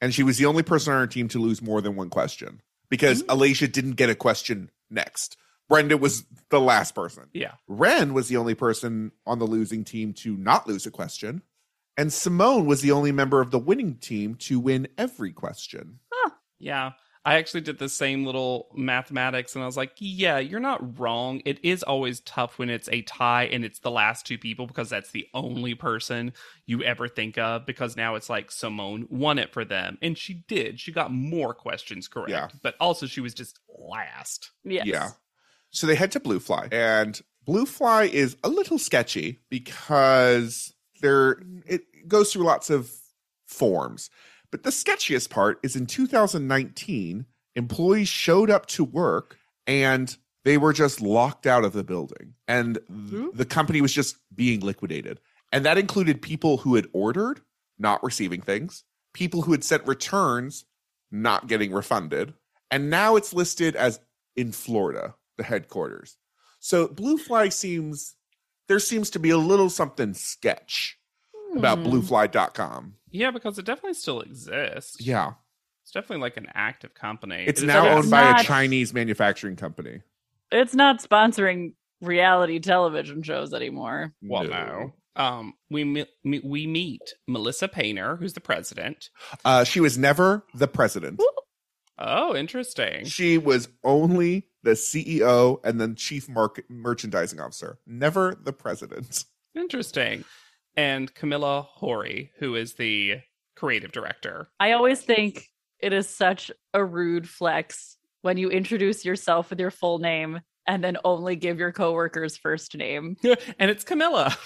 [SPEAKER 1] and she was the only person on her team to lose more than one question because Alicia didn't get a question next, Brenda was the last person.
[SPEAKER 2] Yeah.
[SPEAKER 1] Ren was the only person on the losing team to not lose a question. And Simone was the only member of the winning team to win every question.
[SPEAKER 2] Yeah. I actually did the same little mathematics and I was like, yeah, you're not wrong. It is always tough when it's a tie and it's the last two people because that's the only person you ever think of because now it's like Simone won it for them. And she did. She got more questions correct.
[SPEAKER 1] Yeah.
[SPEAKER 2] But also she was just last.
[SPEAKER 3] Yes.
[SPEAKER 1] Yeah. So they head to Blue Fly, and Blue Fly is a little sketchy because there it goes through lots of forms. But the sketchiest part is in 2019, employees showed up to work and they were just locked out of the building, and th-
[SPEAKER 2] Who?
[SPEAKER 1] the company was just being liquidated. And that included people who had ordered not receiving things, people who had sent returns not getting refunded, and now it's listed as in Florida, the headquarters. So Blue Fly seems there seems to be a little something sketch about
[SPEAKER 3] Hmm.
[SPEAKER 1] bluefly.com.
[SPEAKER 2] Yeah, because it definitely still exists.
[SPEAKER 1] Yeah.
[SPEAKER 2] It's definitely like an active company.
[SPEAKER 1] It's
[SPEAKER 2] It is
[SPEAKER 1] now
[SPEAKER 2] like a-
[SPEAKER 1] owned by a
[SPEAKER 3] not-
[SPEAKER 1] Chinese manufacturing company.
[SPEAKER 3] It's not sponsoring reality television shows anymore.
[SPEAKER 2] Well, no. Um, we me- me- we meet Melissa Painter, who's the president.
[SPEAKER 1] Uh, she was never the president.
[SPEAKER 2] Oh, interesting.
[SPEAKER 1] She was only the CEO and then chief market merchandising officer. Never the president.
[SPEAKER 2] Interesting. And Camilla Hori, who is the creative director.
[SPEAKER 3] I always think it is such a rude flex when you introduce yourself with your full name and then only give your coworker's first name.
[SPEAKER 2] and it's Camilla.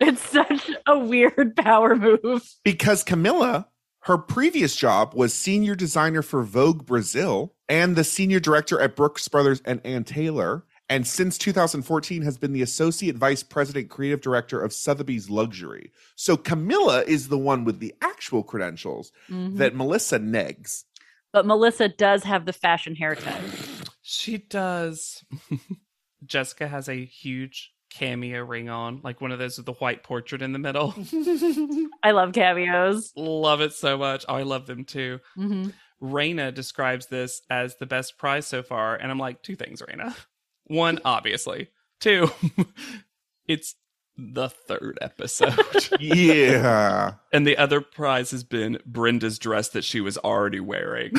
[SPEAKER 3] It's such a weird power move.
[SPEAKER 1] Because Camilla, her previous job was senior designer for Vogue Brazil and the senior director at Brooks Brothers and Ann Taylor. And since 2014 has been the associate vice president creative director of Sotheby's Luxury. So Camilla is the one with the actual credentials
[SPEAKER 3] Mm-hmm.
[SPEAKER 1] that Melissa negs.
[SPEAKER 3] but Melissa does have the fashion haircut.
[SPEAKER 2] she does. Jessica has a huge cameo ring on, like one of those with the white portrait in the middle.
[SPEAKER 3] I love cameos.
[SPEAKER 2] love it so much. Oh, I love them too.
[SPEAKER 3] Mhm.
[SPEAKER 2] Raina describes this as the best prize so far, and I'm like, two things, Raina. One, obviously. Two, it's the third episode.
[SPEAKER 1] Yeah.
[SPEAKER 2] and the other prize has been Brenda's dress that she was already wearing.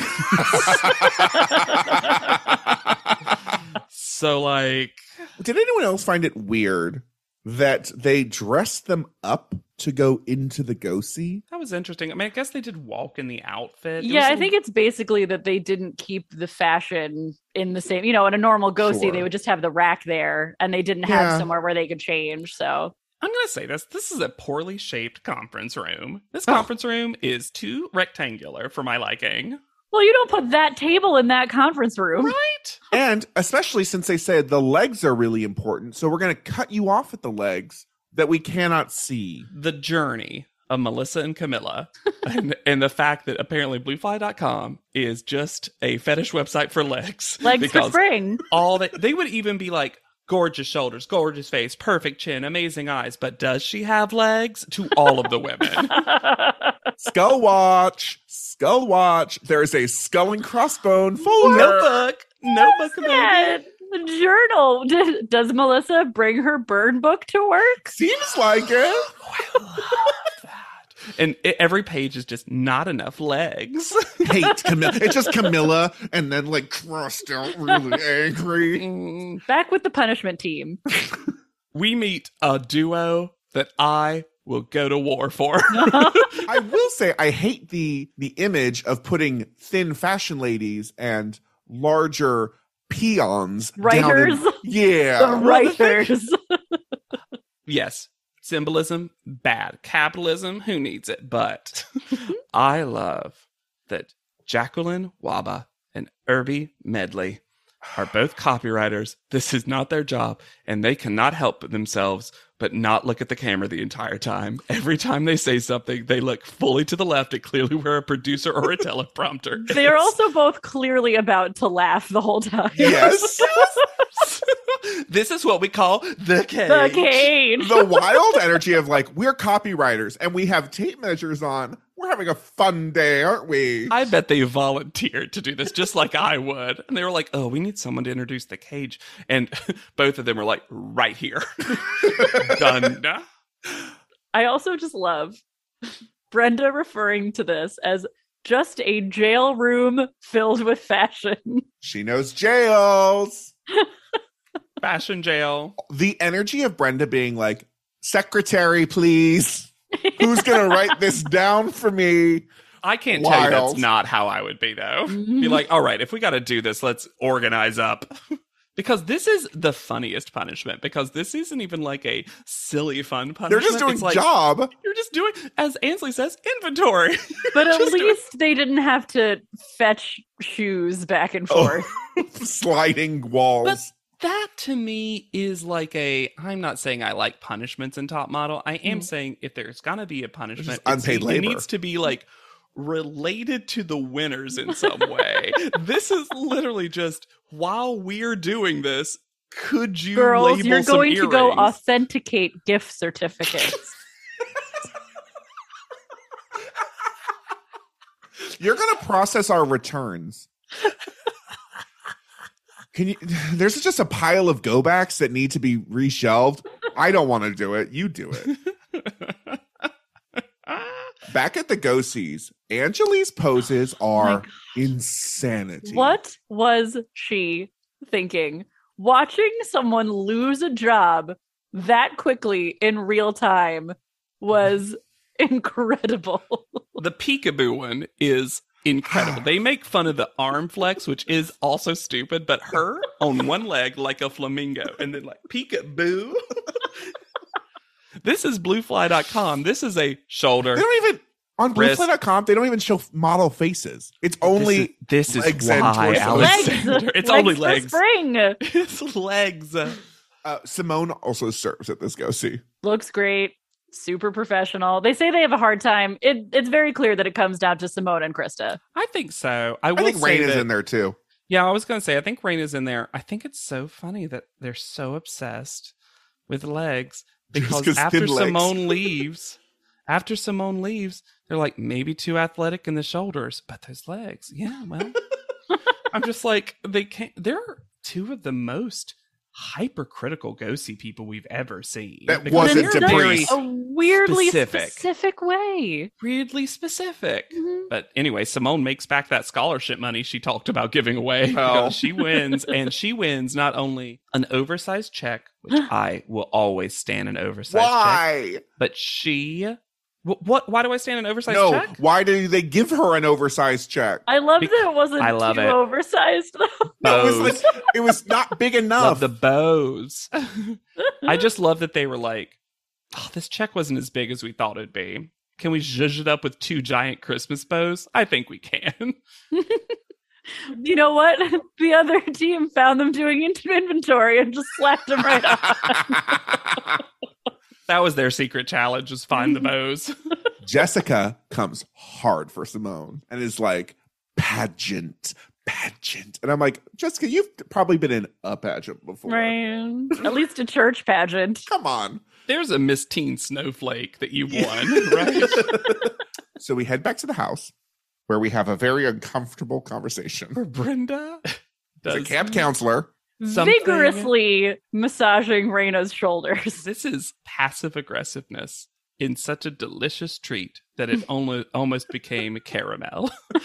[SPEAKER 2] so like
[SPEAKER 1] Did anyone else find it weird that they dressed them up to go into the go see?
[SPEAKER 2] that was interesting. I mean, I guess they did walk in the outfit. It
[SPEAKER 3] Yeah,
[SPEAKER 2] was
[SPEAKER 3] I
[SPEAKER 2] a-
[SPEAKER 3] think it's basically that they didn't keep the fashion in the same, you know, in a normal go see,
[SPEAKER 1] Sure.
[SPEAKER 3] they would just have the rack there and they didn't have
[SPEAKER 1] Yeah.
[SPEAKER 3] somewhere where they could change. So
[SPEAKER 2] I'm going to say this. This is a poorly shaped conference room. This
[SPEAKER 1] Oh.
[SPEAKER 2] conference room is too rectangular for my liking.
[SPEAKER 3] Well, you don't put that table in that conference room.
[SPEAKER 2] Right?
[SPEAKER 1] And especially since they said the legs are really important, so we're going to cut you off at the legs that we cannot see.
[SPEAKER 2] The journey of Melissa and Camilla and, and the fact that apparently bluefly.com is just a fetish website for legs.
[SPEAKER 3] Legs for
[SPEAKER 2] Because
[SPEAKER 3] spring.
[SPEAKER 2] all that they would even be like gorgeous shoulders, gorgeous face, perfect chin, amazing eyes, but does she have legs? To all of the women.
[SPEAKER 1] Skull watch, skull watch. There is a skull and crossbone
[SPEAKER 2] Oh,
[SPEAKER 1] folder.
[SPEAKER 2] notebook, notebook
[SPEAKER 3] Yeah,
[SPEAKER 2] emoji.
[SPEAKER 3] the journal. Did- Does Melissa bring her burn book to work?
[SPEAKER 1] Seems like it.
[SPEAKER 2] I love that. And i every page is just not enough legs.
[SPEAKER 1] Hate Camilla. It's just Camilla, and then like crossed out, really angry.
[SPEAKER 3] Back with the punishment team.
[SPEAKER 2] we meet a duo that I will go to war for.
[SPEAKER 1] I will say I hate the the image of putting thin fashion ladies and larger peons down in-
[SPEAKER 3] Writers.
[SPEAKER 1] yeah.
[SPEAKER 3] the writers.
[SPEAKER 2] yes, symbolism, bad. Capitalism, who needs it? But I love that Jacqueline Waba and Irby Medley are both copywriters. This is not their job, and they cannot help themselves but not look at the camera the entire time. Every time they say something, they look fully to the left at clearly where a producer or a teleprompter.
[SPEAKER 3] They are
[SPEAKER 2] is.
[SPEAKER 3] also both clearly about to laugh the whole time.
[SPEAKER 1] Yes.
[SPEAKER 2] this is what we call the cage.
[SPEAKER 3] The cage.
[SPEAKER 1] the wild energy of like we're copywriters and we have tape measures on We're having a fun day, aren't we?
[SPEAKER 2] I bet they volunteered to do this just like I would. And they were like, oh, we need someone to introduce the cage. And both of them were like, right here. Done.
[SPEAKER 3] I also just love Brenda referring to this as just a jail room filled with fashion.
[SPEAKER 1] She knows jails.
[SPEAKER 2] Fashion jail.
[SPEAKER 1] The energy of Brenda being like, Secretary, please. Who's going to write this down for me?
[SPEAKER 2] I can't
[SPEAKER 1] Wild.
[SPEAKER 2] tell you that's not how I would be though. Be like, all right, if we got to do this, let's organize up. because this is the funniest punishment because this isn't even like a silly fun punishment.
[SPEAKER 1] They're just doing
[SPEAKER 2] It's like,
[SPEAKER 1] job.
[SPEAKER 2] You're just doing as Ansley says, inventory.
[SPEAKER 3] But at
[SPEAKER 2] Just a-
[SPEAKER 3] least they didn't have to fetch shoes back and
[SPEAKER 2] Oh,
[SPEAKER 3] forth.
[SPEAKER 1] Sliding walls.
[SPEAKER 2] But- that to me is like a I'm not saying I like punishments in top model. I am
[SPEAKER 3] Mhm.
[SPEAKER 2] saying if there's going to be a punishment,
[SPEAKER 1] Mm-hmm. It's just
[SPEAKER 2] it's-
[SPEAKER 1] unpaid labor.
[SPEAKER 2] it needs to be like related to the winners in some way. this is literally just while we're doing this, could you
[SPEAKER 3] Girls,
[SPEAKER 2] label
[SPEAKER 3] you're
[SPEAKER 2] some
[SPEAKER 3] going to go
[SPEAKER 2] earrings?
[SPEAKER 3] authenticate gift certificates.
[SPEAKER 1] You're gonna process our returns. Can you? There's just a pile of go backs that need to be reshelved. I don't want to do it. You do it.
[SPEAKER 2] Ah.
[SPEAKER 1] Back at the go sees, Angelique's poses
[SPEAKER 2] Oh
[SPEAKER 1] are insanity.
[SPEAKER 3] What was she thinking? Watching someone lose a job that quickly in real time was incredible.
[SPEAKER 2] the peekaboo one is incredible. they make fun of the arm flex, which is also stupid, but her on one leg like a flamingo and then like peekaboo. this is bluefly.com. This is a shoulder.
[SPEAKER 1] They don't even on
[SPEAKER 2] Wrist.
[SPEAKER 1] bluefly.com. They don't even show model faces. It's only
[SPEAKER 2] this is,
[SPEAKER 1] legs
[SPEAKER 2] this is
[SPEAKER 1] and
[SPEAKER 2] why
[SPEAKER 1] torso.
[SPEAKER 3] legs.
[SPEAKER 2] Alexander. It's
[SPEAKER 3] Legs
[SPEAKER 2] only
[SPEAKER 3] for
[SPEAKER 2] legs.
[SPEAKER 3] Spring
[SPEAKER 2] It's legs.
[SPEAKER 1] uh, Simone also serves at this go see.
[SPEAKER 3] looks great. Super professional. They say they have a hard time. It, it's very clear that it comes down to Simone and Krista.
[SPEAKER 2] I think so. I,
[SPEAKER 1] I
[SPEAKER 2] will
[SPEAKER 1] think
[SPEAKER 2] say
[SPEAKER 1] Rain is
[SPEAKER 2] that-
[SPEAKER 1] in there too.
[SPEAKER 2] Yeah, I was gonna say. I think Rain is in there. I think it's so funny that they're so obsessed with legs
[SPEAKER 1] Just
[SPEAKER 2] because
[SPEAKER 1] 'cause
[SPEAKER 2] after
[SPEAKER 1] thin legs.
[SPEAKER 2] Simone leaves, after Simone leaves, they're like maybe too athletic in the shoulders, but those legs, yeah. Well, I'm just like they can't. They're two of the most hypercritical go see people we've ever seen.
[SPEAKER 1] That
[SPEAKER 2] because
[SPEAKER 1] wasn't
[SPEAKER 2] they're
[SPEAKER 3] Debris.
[SPEAKER 2] very
[SPEAKER 1] Debris.
[SPEAKER 3] A weirdly
[SPEAKER 2] Specific.
[SPEAKER 3] specific, way.
[SPEAKER 2] Weirdly specific.
[SPEAKER 3] Mhm.
[SPEAKER 2] But anyway, Simone makes back that scholarship money she talked about giving away.
[SPEAKER 1] Well.
[SPEAKER 2] because She wins, and she wins not only an oversized check, which I will always stand an oversized check,
[SPEAKER 1] Why?
[SPEAKER 2] but she. Wh- What? Why do I stand an oversized
[SPEAKER 1] No.
[SPEAKER 2] check?
[SPEAKER 1] Why do they give her an oversized check?
[SPEAKER 3] I love
[SPEAKER 2] Bec-
[SPEAKER 3] that it wasn't
[SPEAKER 2] I love
[SPEAKER 3] too
[SPEAKER 2] it.
[SPEAKER 3] oversized. though.
[SPEAKER 1] No, it
[SPEAKER 2] Bows.
[SPEAKER 1] was, like, it was not big enough.
[SPEAKER 2] Love the bows. I just love that they were like, oh, this check wasn't as big as we thought it'd be. Can we zhuzh it up with two giant Christmas bows? I think we can.
[SPEAKER 3] you know what? The other team found them doing in- inventory and just slapped them right off.
[SPEAKER 2] That was their secret challenge: is find the bows.
[SPEAKER 1] Jessica comes hard for Simone and is like, pageant, pageant. And I'm like, Jessica, you've probably been in a pageant before.
[SPEAKER 3] Right. At least a church pageant.
[SPEAKER 1] Come on.
[SPEAKER 2] There's a Miss Teen Snowflake that you won, right?
[SPEAKER 1] So we head back to the house where we have a very uncomfortable conversation.
[SPEAKER 2] For Brenda?
[SPEAKER 1] As a camp counselor,
[SPEAKER 2] Something-
[SPEAKER 3] Vigorously massaging Raina's shoulders.
[SPEAKER 2] This is passive aggressiveness in such a delicious treat that it almost almost became caramel.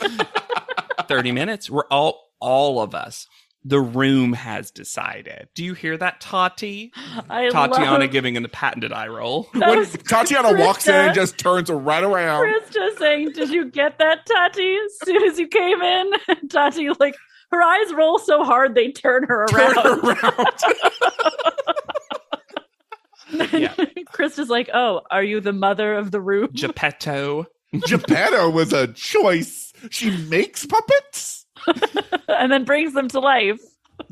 [SPEAKER 2] 30 minutes. We're all all of us. The room has decided. Do you hear that, Tati?
[SPEAKER 3] I
[SPEAKER 2] Tatiana
[SPEAKER 3] love
[SPEAKER 2] giving in the patented eye roll.
[SPEAKER 3] That
[SPEAKER 1] when
[SPEAKER 3] was
[SPEAKER 1] Tatiana walks in and
[SPEAKER 3] Krista.
[SPEAKER 1] just turns right around.
[SPEAKER 3] Krista saying, Did you get that, Tati? As soon as you came in, Tati, like, her eyes roll so hard they turn her
[SPEAKER 1] turn
[SPEAKER 3] around.
[SPEAKER 1] around.
[SPEAKER 2] Yeah.
[SPEAKER 3] Krista's like, Oh, are you the mother of the room?
[SPEAKER 2] Geppetto.
[SPEAKER 1] Geppetto was a choice. She makes puppets
[SPEAKER 3] and then brings them to life.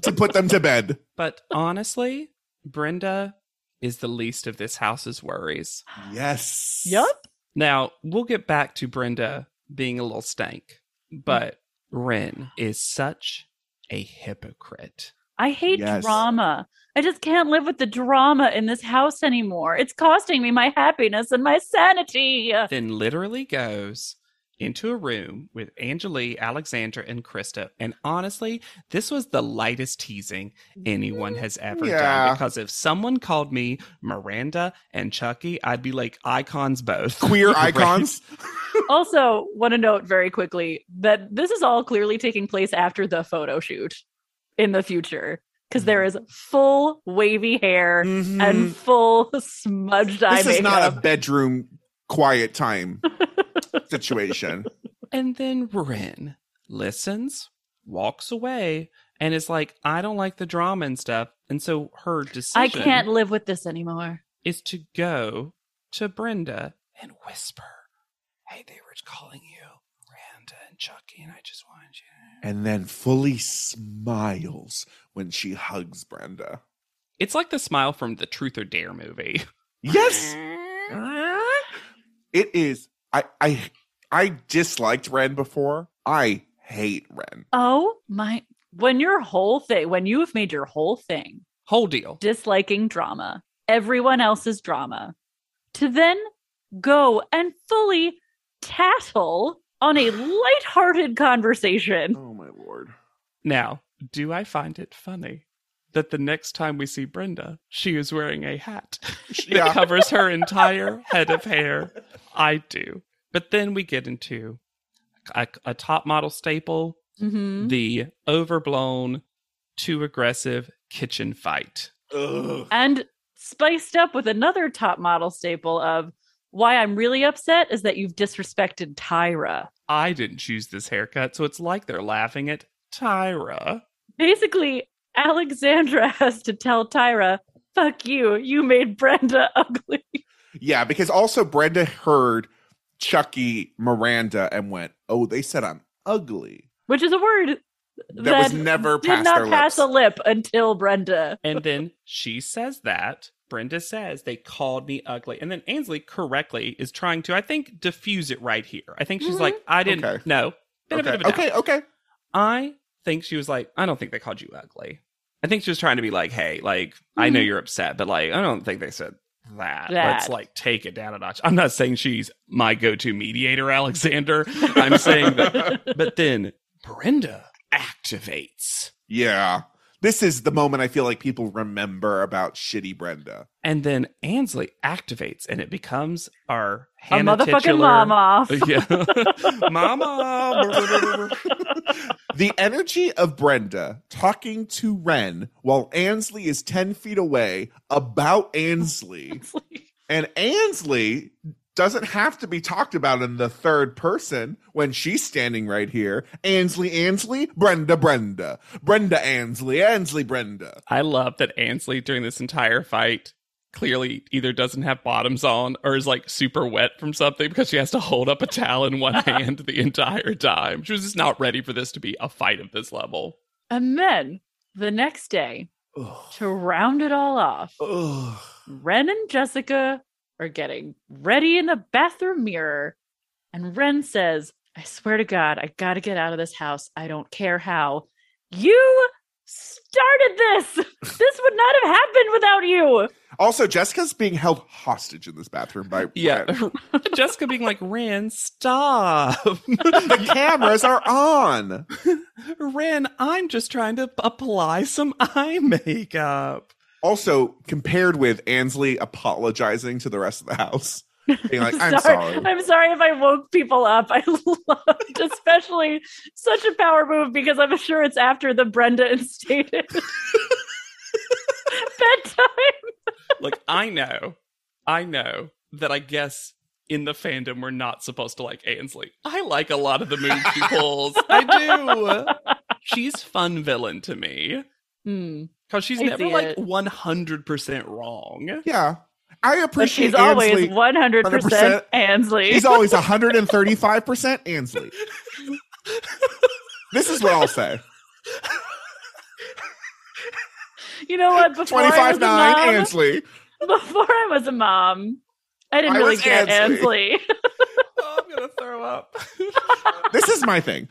[SPEAKER 1] to put them to bed.
[SPEAKER 2] But honestly, Brenda is the least of this house's worries.
[SPEAKER 1] Yes.
[SPEAKER 3] Yup.
[SPEAKER 2] Now, we'll get back to Brenda being a little stank,
[SPEAKER 1] Mm-hmm.
[SPEAKER 2] but Ren is such a hypocrite.
[SPEAKER 3] I hate
[SPEAKER 1] Yes.
[SPEAKER 3] drama. I I just can't live with the drama in this house anymore. It's costing me my happiness and my sanity.
[SPEAKER 2] then literally goes into a room with Angelie, Alexandra, and Krista. And honestly, this was the lightest teasing anyone has ever
[SPEAKER 1] Yeah.
[SPEAKER 2] done. Because if someone called me Miranda and Chucky, I'd be like icons both.
[SPEAKER 1] Queer
[SPEAKER 2] Right?
[SPEAKER 1] icons.
[SPEAKER 3] also, want to note very quickly that this is all clearly taking place after the photo shoot in the future because
[SPEAKER 1] Mm.
[SPEAKER 3] there is full wavy hair
[SPEAKER 1] Mhm.
[SPEAKER 3] and full smudged eye
[SPEAKER 1] this is
[SPEAKER 3] makeup.
[SPEAKER 1] not a bedroom quiet time situation.
[SPEAKER 2] And then Ren listens, walks away, and is like, I don't like the drama and stuff. And so her decision
[SPEAKER 3] I can't live with this anymore.
[SPEAKER 2] is to go to Brenda and whisper, Hey, they were calling you Miranda and Chucky, and I just wanted you. to-"
[SPEAKER 1] And then fully smiles when she hugs Brenda.
[SPEAKER 2] It's like the smile from the Truth or Dare movie.
[SPEAKER 1] Yes. It is. I I I disliked Ren before. I hate Ren.
[SPEAKER 3] Oh my. When your whole thing, when you have made your whole thing
[SPEAKER 2] Whole deal.
[SPEAKER 3] disliking drama, everyone else's drama, to then go and fully tattle on a lighthearted conversation.
[SPEAKER 1] Oh my lord.
[SPEAKER 2] Now, do I find it funny that the next time we see Brenda, she is wearing a hat that
[SPEAKER 1] Yeah.
[SPEAKER 2] covers her entire head of hair? I do. But then we get into a, a top model staple
[SPEAKER 3] Mm-hmm.
[SPEAKER 2] the overblown, too aggressive kitchen fight.
[SPEAKER 1] Ugh.
[SPEAKER 3] And spiced up with another top model staple of why I'm really upset is that you've disrespected Tyra.
[SPEAKER 2] I didn't choose this haircut, so it's like they're laughing at Tyra.
[SPEAKER 3] Basically, Alexandra has to tell Tyra, fuck you, you made Brenda ugly.
[SPEAKER 1] Yeah, because also Brenda heard Chucky Miranda and went, "Oh, they said I'm ugly."
[SPEAKER 3] Which is a word
[SPEAKER 1] That, was never
[SPEAKER 3] did
[SPEAKER 1] past
[SPEAKER 3] not
[SPEAKER 1] their
[SPEAKER 3] pass a
[SPEAKER 1] lips.
[SPEAKER 3] lip until Brenda.
[SPEAKER 2] And then she says that. Brenda says they called me ugly. And then Ansley correctly is trying to, I think, diffuse it right here. I think she's
[SPEAKER 3] Mhm.
[SPEAKER 2] like, I didn't
[SPEAKER 1] Okay.
[SPEAKER 2] know. Bit of a- bit
[SPEAKER 1] okay,
[SPEAKER 2] of a doubt.
[SPEAKER 1] okay, okay.
[SPEAKER 2] I think she was like, I don't think they called you ugly. I think she was trying to be like, hey, like, I know
[SPEAKER 3] Mhm.
[SPEAKER 2] you're upset, but like, I don't think they said that. Let's
[SPEAKER 3] That.
[SPEAKER 2] like take it down a notch. I'm not saying she's my go to mediator, Alexander. I'm saying that. But then Brenda activates.
[SPEAKER 1] Yeah. This is the moment I feel like people remember about shitty Brenda.
[SPEAKER 2] And then Ansley activates and it becomes our
[SPEAKER 3] A
[SPEAKER 2] Hannah
[SPEAKER 3] motherfucking
[SPEAKER 2] Titular-
[SPEAKER 3] mom off.
[SPEAKER 2] Yeah. mama.
[SPEAKER 1] The energy of Brenda talking to Ren while Ansley is 10 feet away about Ansley. And Ansley doesn't have to be talked about in the third person when she's standing right here. Ansley, Ansley, Brenda, Brenda, Brenda, Ansley, Ansley, Brenda.
[SPEAKER 2] I love that Ansley during this entire fight clearly either doesn't have bottoms on or is like super wet from something because she has to hold up a towel in one hand the entire time. She was just not ready for this to be a fight of this level.
[SPEAKER 3] and then the next day, to round it all off,
[SPEAKER 1] Ugh.
[SPEAKER 3] Ren and Jessica are getting ready in the bathroom mirror. And Ren says, I swear to God, I got to get out of this house. I don't care how. You started this. this would not have happened without you.
[SPEAKER 1] Also, Jessica's being held hostage in this bathroom by Ren.
[SPEAKER 2] Jessica being like, Ren, stop.
[SPEAKER 1] the cameras are on.
[SPEAKER 2] Ren, I'm just trying to apply some eye makeup.
[SPEAKER 1] Also, compared with Ansley apologizing to the rest of the house, being like, "I'm sorry."
[SPEAKER 3] I'm sorry if I woke people up. I loved, especially such a power move because I'm sure it's after the Brenda instated bedtime.
[SPEAKER 2] like I know, I know that I guess in the fandom we're not supposed to like Ainsley. I like a lot of the moves she pulls. I do. She's fun villain to me
[SPEAKER 3] Hmm.
[SPEAKER 2] because she's
[SPEAKER 3] I
[SPEAKER 2] never
[SPEAKER 3] see
[SPEAKER 2] like
[SPEAKER 3] it.
[SPEAKER 2] one hundred percent wrong.
[SPEAKER 1] Yeah, I
[SPEAKER 3] But
[SPEAKER 1] appreciate.
[SPEAKER 3] she's always
[SPEAKER 1] Ansley.
[SPEAKER 3] 100%,
[SPEAKER 1] 100%
[SPEAKER 3] Ansley.
[SPEAKER 1] He's always 135 percent Ansley. This is what I'll say:
[SPEAKER 3] You know what? Before I
[SPEAKER 1] 25
[SPEAKER 3] was a
[SPEAKER 1] 9
[SPEAKER 3] mom,
[SPEAKER 1] Ansley.
[SPEAKER 3] before I was a mom, I didn't
[SPEAKER 1] I
[SPEAKER 3] really
[SPEAKER 1] was
[SPEAKER 3] get
[SPEAKER 1] Ansley.
[SPEAKER 3] Ansley.
[SPEAKER 2] Oh, I'm gonna throw up.
[SPEAKER 1] This is my thing.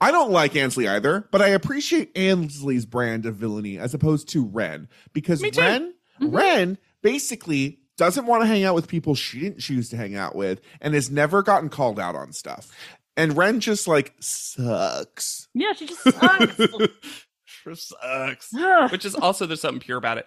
[SPEAKER 1] I don't like Ansley either, but I appreciate Ansley's brand of villainy as opposed to Ren because
[SPEAKER 2] Me too. Mm-hmm.
[SPEAKER 1] Ren,
[SPEAKER 3] Mhm.
[SPEAKER 1] Ren basically doesn't want to hang out with people she didn't choose to hang out with and has never gotten called out on stuff. And Ren just like sucks.
[SPEAKER 3] Yeah, she just sucks.
[SPEAKER 2] Sure sucks.
[SPEAKER 3] Ugh.
[SPEAKER 2] Which is also there's something pure about it.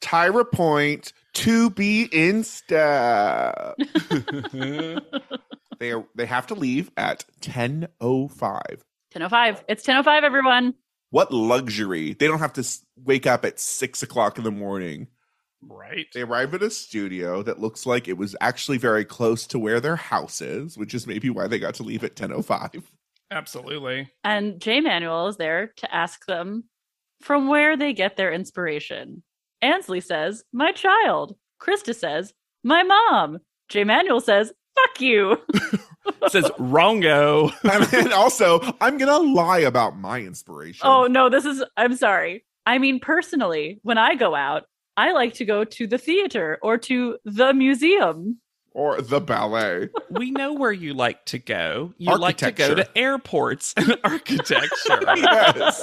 [SPEAKER 1] Tyra Point to be in step. they are, they have to leave at 10:05.
[SPEAKER 3] 10.05. It's 10.05, everyone.
[SPEAKER 1] What luxury. They don't have to s- wake up at six o'clock in the morning.
[SPEAKER 2] Right.
[SPEAKER 1] They arrive at a studio that looks like it was actually very close to where their house is, which is maybe why they got to leave at 10.05.
[SPEAKER 2] Absolutely.
[SPEAKER 3] And J. Manuel is there to ask them from where they get their inspiration. Ansley says, My child. Krista says, My mom. J. Manuel says, Fuck you.
[SPEAKER 2] says wrongo.
[SPEAKER 1] and then also, I'm going to lie about my inspiration.
[SPEAKER 3] Oh, no, this is, I'm sorry. I mean, personally, when I go out, I like to go to the theater or to the museum.
[SPEAKER 1] Or the ballet.
[SPEAKER 2] We know where you like to go. You like to go to
[SPEAKER 1] Architecture.
[SPEAKER 2] airports and architecture.
[SPEAKER 1] yes.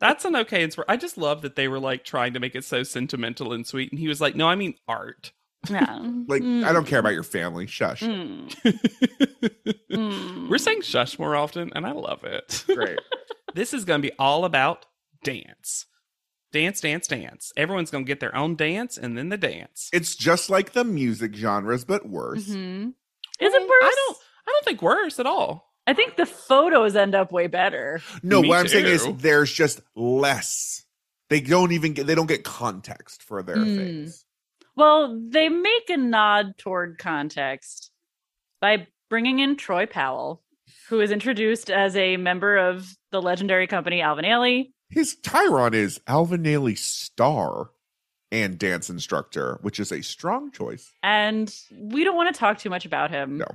[SPEAKER 2] That's an okay inspiration. I just love that they were like trying to make it so sentimental and sweet. And he was like, no, I mean art.
[SPEAKER 3] Yeah.
[SPEAKER 1] Like, I don't care about your family. Shush.
[SPEAKER 3] Mm. Mm.
[SPEAKER 2] We're saying shush more often, and I love it.
[SPEAKER 1] Great.
[SPEAKER 2] this is going to be all about dance. Dance, dance, dance. Everyone's going to get their own dance and then the dance.
[SPEAKER 1] It's just like the music genres, but worse.
[SPEAKER 3] Mhm. Is it worse?
[SPEAKER 2] I don't I don't think worse at all.
[SPEAKER 3] I think the photos end up way better.
[SPEAKER 1] No,
[SPEAKER 2] Me
[SPEAKER 1] what I'm saying is
[SPEAKER 2] too.
[SPEAKER 1] there's just less. They don't even get, they don't get context for their
[SPEAKER 3] Mm.
[SPEAKER 1] things.
[SPEAKER 3] Well, they make a nod toward context by bringing in Troy Powell, who is introduced as a member of the legendary company Alvin Ailey.
[SPEAKER 1] His Tyron is Alvin Ailey star and dance instructor, which is a strong choice.
[SPEAKER 3] And we don't want to talk too much about him
[SPEAKER 1] No.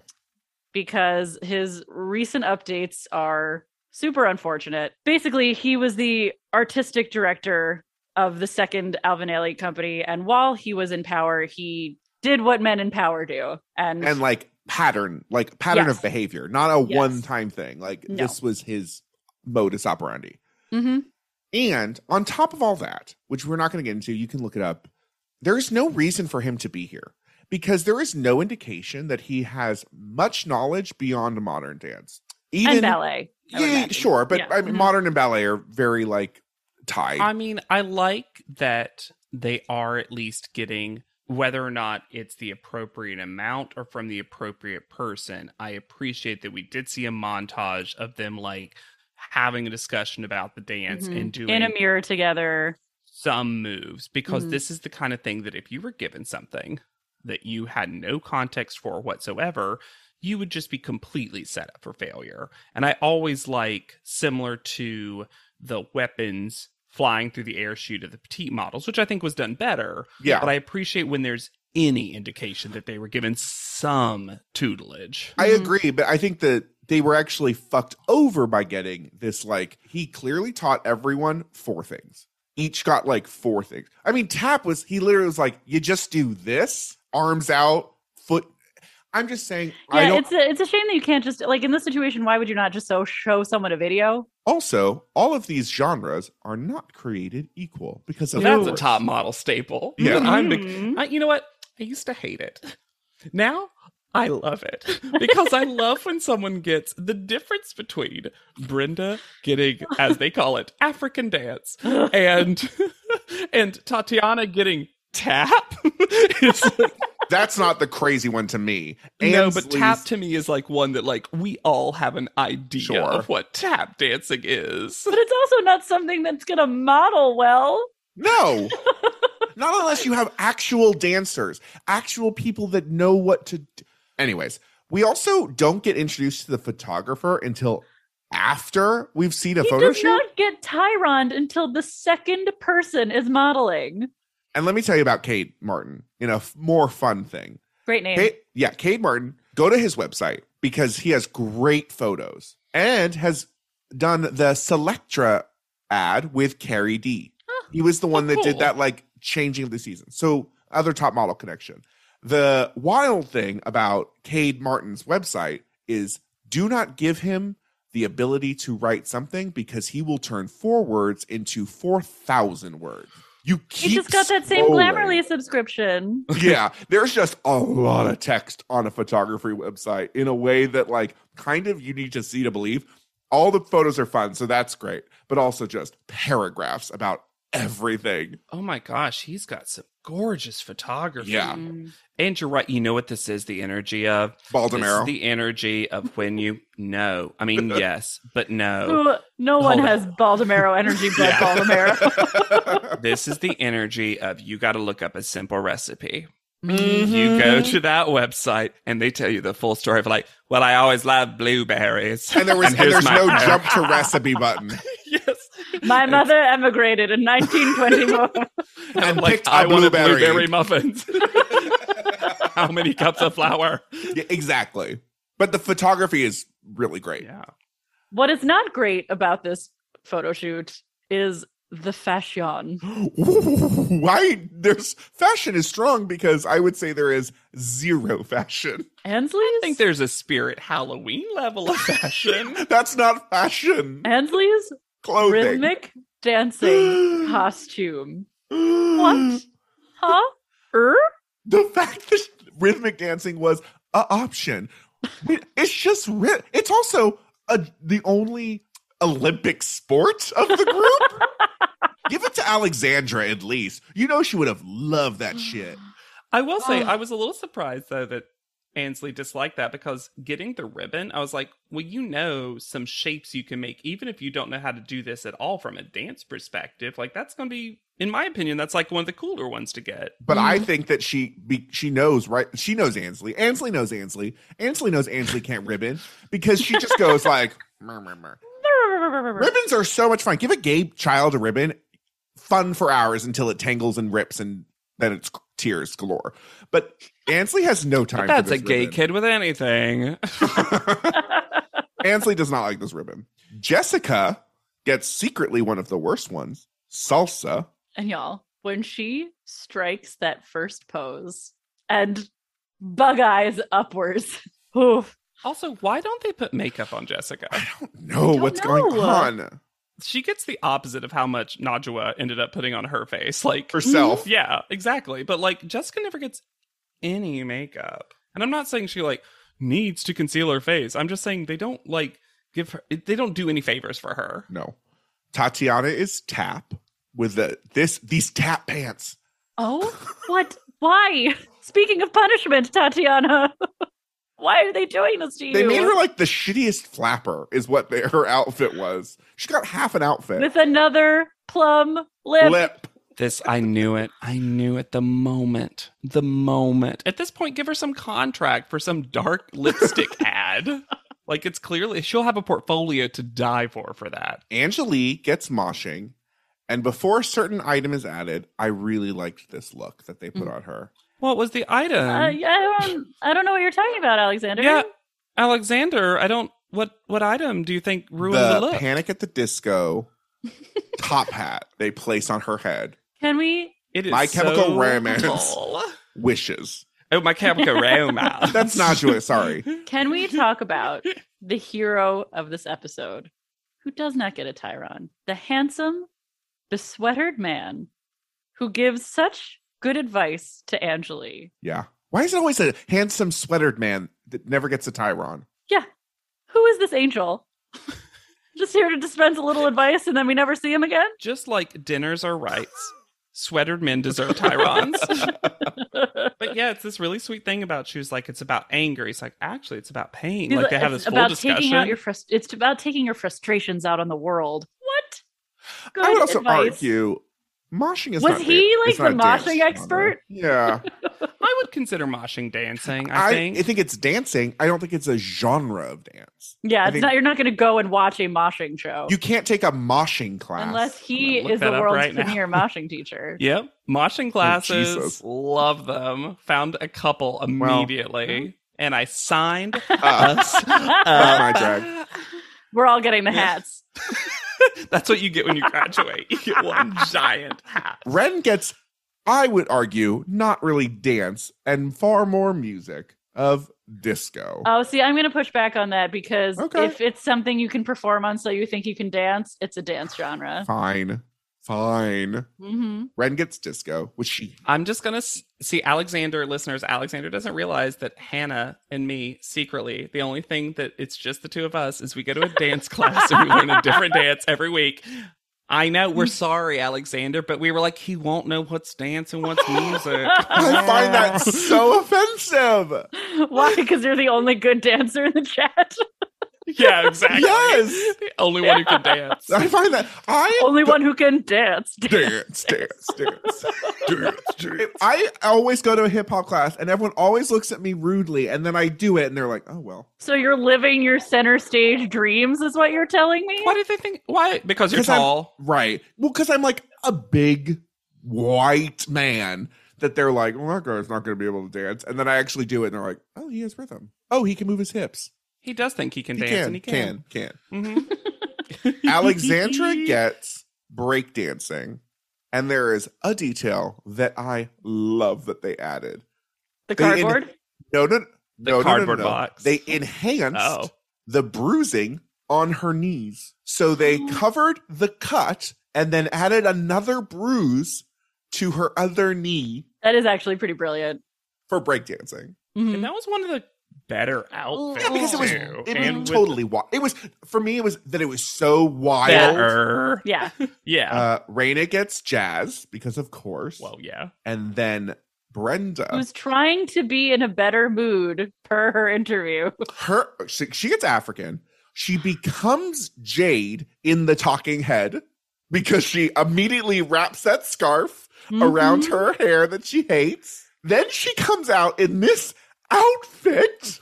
[SPEAKER 3] because his recent updates are super unfortunate. Basically, he was the artistic director of the second Alvin Ailey company. And while he was in power, he did what men in power do. And,
[SPEAKER 1] And like pattern, like pattern
[SPEAKER 3] Yes.
[SPEAKER 1] of behavior, not a
[SPEAKER 3] Yes.
[SPEAKER 1] one time thing. Like
[SPEAKER 3] No.
[SPEAKER 1] this was his modus operandi.
[SPEAKER 3] Mhm.
[SPEAKER 1] And on top of all that, which we're not going to get into, you can look it up. There is no reason for him to be here because there is no indication that he has much knowledge beyond modern dance. Even
[SPEAKER 3] and ballet. I would
[SPEAKER 1] Yeah,
[SPEAKER 3] imagine.
[SPEAKER 1] sure, but
[SPEAKER 3] Yeah.
[SPEAKER 1] I mean,
[SPEAKER 3] Mhm.
[SPEAKER 1] modern and ballet are very like tied.
[SPEAKER 2] I mean, I like that they are at least getting whether or not it's the appropriate amount or from the appropriate person. I appreciate that we did see a montage of them like having a discussion about the dance
[SPEAKER 3] Mhm.
[SPEAKER 2] and doing
[SPEAKER 3] in a mirror together.
[SPEAKER 2] some moves because
[SPEAKER 3] Mhm.
[SPEAKER 2] this is the kind of thing that if you were given something that you had no context for whatsoever, you would just be completely set up for failure. And I always like similar to the weapons flying through the air shoot of the petite models, which I think was done better.
[SPEAKER 1] yeah.
[SPEAKER 2] But I appreciate when there's any indication that they were given some tutelage.
[SPEAKER 1] I
[SPEAKER 3] Mhm.
[SPEAKER 1] agree, but I think that they were actually fucked over by getting this. Like, he clearly taught everyone four things. Each got like four things. I mean, Tap was, he literally was like, you just do this, arms out, foot. I'm just saying, I
[SPEAKER 3] Yeah,
[SPEAKER 1] don't.
[SPEAKER 3] it's a, it's a shame that you can't just like in this situation. Why would you not just so show someone a video?
[SPEAKER 1] Also, all of these genres are not created equal because of
[SPEAKER 2] So that's a
[SPEAKER 1] course.
[SPEAKER 2] top model staple.
[SPEAKER 1] Yeah.
[SPEAKER 2] I'm big,
[SPEAKER 3] Mhm.
[SPEAKER 1] Hmm?
[SPEAKER 2] I, you know what? I used to hate it. Now I love it because I love when someone gets the difference between Brenda getting, as they call it, African dance, and and Tatiana getting tap. it's like,
[SPEAKER 1] That's not the crazy one to me.
[SPEAKER 2] no, but
[SPEAKER 1] Ansley's-
[SPEAKER 2] tap to me is like one that like we all have an idea
[SPEAKER 1] Sure.
[SPEAKER 2] of what tap dancing is.
[SPEAKER 3] But it's also not something that's gonna model well.
[SPEAKER 1] No. Not unless you have actual dancers, actual people that know what to do. Anyways, we also don't get introduced to the photographer until after we've seen a
[SPEAKER 3] he
[SPEAKER 1] photo
[SPEAKER 3] does
[SPEAKER 1] shoot.
[SPEAKER 3] not get Tyroned until the second person is modeling.
[SPEAKER 1] and let me tell you about Cade Martin in a f- more fun thing.
[SPEAKER 3] Great name.
[SPEAKER 1] Cade, yeah, Cade Martin, go to his website because he has great photos and has done the Selectra ad with Carrie D.
[SPEAKER 3] Huh. Oh,
[SPEAKER 1] He was the one that
[SPEAKER 2] cool.
[SPEAKER 1] did that like changing of the season. So other top model connection. The wild thing about Cade Martin's website is do not give him the ability to write something because he will turn four words into 4,000 words. You keep
[SPEAKER 3] He just got that same
[SPEAKER 1] scrolling
[SPEAKER 3] Glammarly subscription.
[SPEAKER 1] yeah, there's just a lot of text on a photography website in a way that, like, kind of you need to see to believe. All the photos are fun, so that's great, but also just paragraphs about everything.
[SPEAKER 2] Oh my gosh, he's got some gorgeous photography.
[SPEAKER 1] Yeah.
[SPEAKER 2] Mm. And you're right. You know what this is the energy of? This is
[SPEAKER 1] Baldomero.
[SPEAKER 2] the energy of when you know. I mean, yes, but no.
[SPEAKER 3] Who,
[SPEAKER 1] Oh.
[SPEAKER 3] no one
[SPEAKER 2] Hold on.
[SPEAKER 3] has Baldomero energy but Baldomero.
[SPEAKER 2] This is the energy of you got to look up a simple recipe. You go to that website and they tell you the full story of like, well, I always love blueberries.
[SPEAKER 1] and there was
[SPEAKER 2] And
[SPEAKER 1] and
[SPEAKER 2] here's
[SPEAKER 1] there's
[SPEAKER 2] my
[SPEAKER 1] no
[SPEAKER 2] pair.
[SPEAKER 1] jump to recipe button.
[SPEAKER 2] yes.
[SPEAKER 3] My mother emigrated in 1921.
[SPEAKER 2] And,
[SPEAKER 1] And
[SPEAKER 2] like,
[SPEAKER 1] picked a
[SPEAKER 2] I wanted
[SPEAKER 1] blueberry.
[SPEAKER 2] blueberry muffins. How many cups of flour?
[SPEAKER 1] Yeah, exactly. But the photography is really great.
[SPEAKER 2] Yeah.
[SPEAKER 3] what is not great about this photo shoot is the fashion.
[SPEAKER 1] Why there's fashion is strong because I would say there is zero fashion.
[SPEAKER 3] Ansley's?
[SPEAKER 2] I think there's a spirit Halloween level of fashion.
[SPEAKER 1] That's not fashion.
[SPEAKER 3] Ansley's
[SPEAKER 1] Clothing.
[SPEAKER 3] rhythmic dancing costume. What? Huh? Er?
[SPEAKER 1] the fact that rhythmic dancing was a option it- it's just ri- it's also a, the only olympic sport of the group give it to alexandra at least you know she would have loved that shit
[SPEAKER 2] I will say,
[SPEAKER 3] Oh.
[SPEAKER 2] I was a little surprised though that Ansley disliked that because getting the ribbon, I was like, well, you know, some shapes you can make, even if you don't know how to do this at all from a dance perspective. Like, that's going to be, in my opinion, that's like one of the cooler ones to get.
[SPEAKER 1] but i think that she be, she knows right she knows ansley ansley knows ansley ansley knows ansley can't ribbon because she just goes like "Mer, mer, mer." ribbons are so much fun give a gay child a ribbon fun for hours until it tangles and rips and then it's tears galore but ansley has no time
[SPEAKER 2] But that's
[SPEAKER 1] for
[SPEAKER 2] a
[SPEAKER 1] this
[SPEAKER 2] gay
[SPEAKER 1] ribbon.
[SPEAKER 2] kid with anything.
[SPEAKER 1] ansley does not like this ribbon jessica gets secretly one of the worst ones salsa
[SPEAKER 3] And y'all, when she strikes that first pose and bug eyes upwards, oof,
[SPEAKER 2] also, why don't they put makeup on Jessica?
[SPEAKER 1] no
[SPEAKER 3] don't
[SPEAKER 1] what's going
[SPEAKER 3] know.
[SPEAKER 1] on
[SPEAKER 2] She gets the opposite of how much Najwa ended up putting on her face. Like,
[SPEAKER 1] herself
[SPEAKER 3] Mm-hmm.
[SPEAKER 2] Yeah, exactly. But like Jessica never gets any makeup. And I'm not saying she like needs to conceal her face. I'm just saying they don't like give her they don't do any favors for her.
[SPEAKER 1] no tatiana is tap with the this these tap pants
[SPEAKER 3] oh, what? Why? Speaking of punishment, Tatiana, why are they doing this to you?
[SPEAKER 1] they made her like the shittiest flapper is what they, her outfit was she got half an outfit
[SPEAKER 3] with another plum lip.
[SPEAKER 1] lip.
[SPEAKER 2] This I knew it. I knew it the moment. The moment. At this point give her some contract for some dark lipstick ad. Like it's clearly she'll have a portfolio to die for for that.
[SPEAKER 1] Angelique gets moshing, and before a certain item is added, I really liked this look that they
[SPEAKER 2] Mm.
[SPEAKER 1] put on her.
[SPEAKER 2] What was the item?
[SPEAKER 3] Uh, yeah, I don't, I don't know what you're talking about, Alexander.
[SPEAKER 2] yeah. Alexander, I don't what what item do you think ruined the,
[SPEAKER 1] the
[SPEAKER 2] look?
[SPEAKER 1] Panic at the Disco top hat they place on her head.
[SPEAKER 3] Can we?
[SPEAKER 2] It is
[SPEAKER 1] My Chemical
[SPEAKER 2] so
[SPEAKER 1] Romance.
[SPEAKER 2] dull.
[SPEAKER 1] Wishes.
[SPEAKER 2] Oh, my Chemical Romance.
[SPEAKER 1] That's Najua. Sorry.
[SPEAKER 3] Can we talk about the hero of this episode, who does not get a Tyron, the handsome, besweatered man, who gives such good advice to Angeli?
[SPEAKER 1] Yeah. Why is it always a handsome sweatered man that never gets a Tyron?
[SPEAKER 3] Who is this angel? Just here to dispense a little advice, and then we never see him again.
[SPEAKER 2] Just like dinners are rights, sweatered men deserve Tyrons. but yeah, it's this really sweet thing about she was like, it's about anger. He's like, actually, it's about pain.
[SPEAKER 3] He's
[SPEAKER 2] like they have
[SPEAKER 3] "It's
[SPEAKER 2] this full
[SPEAKER 3] about
[SPEAKER 2] discussion.
[SPEAKER 3] taking out your frust- It's about taking your frustrations out on the world. What? Good
[SPEAKER 1] I would also
[SPEAKER 3] advice.
[SPEAKER 1] argue Moshing is
[SPEAKER 3] Was
[SPEAKER 1] not
[SPEAKER 3] he,
[SPEAKER 1] dan-
[SPEAKER 3] like,
[SPEAKER 1] it's
[SPEAKER 3] the
[SPEAKER 1] not a dance
[SPEAKER 3] moshing
[SPEAKER 1] genre.
[SPEAKER 3] expert?
[SPEAKER 1] Yeah,
[SPEAKER 2] I would consider moshing dancing. I,
[SPEAKER 1] I
[SPEAKER 2] think
[SPEAKER 1] I think it's dancing. I don't think it's a genre of dance.
[SPEAKER 3] Yeah,
[SPEAKER 1] I
[SPEAKER 3] it's
[SPEAKER 1] think-
[SPEAKER 3] not. You're not going to go and watch a moshing show
[SPEAKER 1] You can't take a moshing class
[SPEAKER 3] unless he
[SPEAKER 2] I'm gonna look
[SPEAKER 3] is the
[SPEAKER 2] that up
[SPEAKER 3] world's
[SPEAKER 2] right now.
[SPEAKER 3] premier moshing teacher.
[SPEAKER 2] Yep. Moshing glasses.
[SPEAKER 1] Jesus.
[SPEAKER 2] love them. Found a couple immediately. And I signed
[SPEAKER 1] Uh,
[SPEAKER 2] us.
[SPEAKER 1] That's my
[SPEAKER 2] up.
[SPEAKER 1] drag.
[SPEAKER 3] We're all getting the hats.
[SPEAKER 2] That's what you get when you graduate. You get one giant hat.
[SPEAKER 1] Ren gets, I would argue, not really dance and far more music of disco.
[SPEAKER 3] Oh, see, I'm going to push back on that because
[SPEAKER 1] Okay.
[SPEAKER 3] if it's something you can perform on, so you think you can dance, it's a dance genre.
[SPEAKER 1] fine, fine.
[SPEAKER 3] hmm
[SPEAKER 1] Ren gets disco, which she
[SPEAKER 2] I'm just gonna s- see Alexander listeners. Alexander doesn't realize that Hannah and me secretly, the only thing that it's just the two of us is we go to a dance class and we learn a different dance every week. I know we're sorry, Alexander, but we were like, he won't know what's dance and what's music.
[SPEAKER 1] I find that so offensive.
[SPEAKER 3] Why? Because you're the only good dancer in the chat.
[SPEAKER 2] yeah, exactly.
[SPEAKER 1] Yes.
[SPEAKER 2] the only one who can dance.
[SPEAKER 1] I find that I
[SPEAKER 3] only one who can dance.
[SPEAKER 1] dance, dance, dance, dance, dance. I always go to a hip hop class and everyone always looks at me rudely and then I do it and they're like, oh, well.
[SPEAKER 3] So you're living your center stage dreams, is what you're telling me?
[SPEAKER 2] Why do they think? Why? Because you're
[SPEAKER 1] 'Cause I'm-
[SPEAKER 2] tall.
[SPEAKER 1] Right. Well, because I'm like a big white man that they're like, well, that guy's not going to be able to dance. And then I actually do it and they're like, oh, he has rhythm. Oh, he can move his hips.
[SPEAKER 2] He does think he can
[SPEAKER 1] He
[SPEAKER 2] dance,
[SPEAKER 1] can,
[SPEAKER 2] and he can.
[SPEAKER 1] can, can.
[SPEAKER 2] Mhm.
[SPEAKER 1] Alexandra gets breakdancing. And there is a detail that I love that they added.
[SPEAKER 3] the
[SPEAKER 1] They- in-
[SPEAKER 3] cardboard?
[SPEAKER 1] No, no, no.
[SPEAKER 2] The
[SPEAKER 1] no, no, no,
[SPEAKER 2] cardboard
[SPEAKER 1] no.
[SPEAKER 2] box.
[SPEAKER 1] They enhanced
[SPEAKER 2] Oh,
[SPEAKER 1] the bruising on her knees. So they
[SPEAKER 2] Oh.
[SPEAKER 1] covered the cut and then added another bruise to her other knee
[SPEAKER 3] That is actually pretty brilliant.
[SPEAKER 1] for breakdancing.
[SPEAKER 2] and
[SPEAKER 4] Mm-hmm.
[SPEAKER 2] that was one of the better outfits.
[SPEAKER 1] Yeah, because it was
[SPEAKER 2] too.
[SPEAKER 1] it
[SPEAKER 2] Oh, and with
[SPEAKER 1] was totally wild. It was for me. It was that it was so wild.
[SPEAKER 2] better.
[SPEAKER 3] Yeah.
[SPEAKER 2] Yeah.
[SPEAKER 1] Uh, Raina gets jazz because of course,
[SPEAKER 2] well, yeah.
[SPEAKER 1] and then Brenda,
[SPEAKER 3] Who's trying to be in a better mood per her interview.
[SPEAKER 1] her she, she gets African. She becomes Jade in the Talking Head because she immediately wraps that scarf around
[SPEAKER 3] Mhm.
[SPEAKER 1] her hair that she hates. Then she comes out in this outfit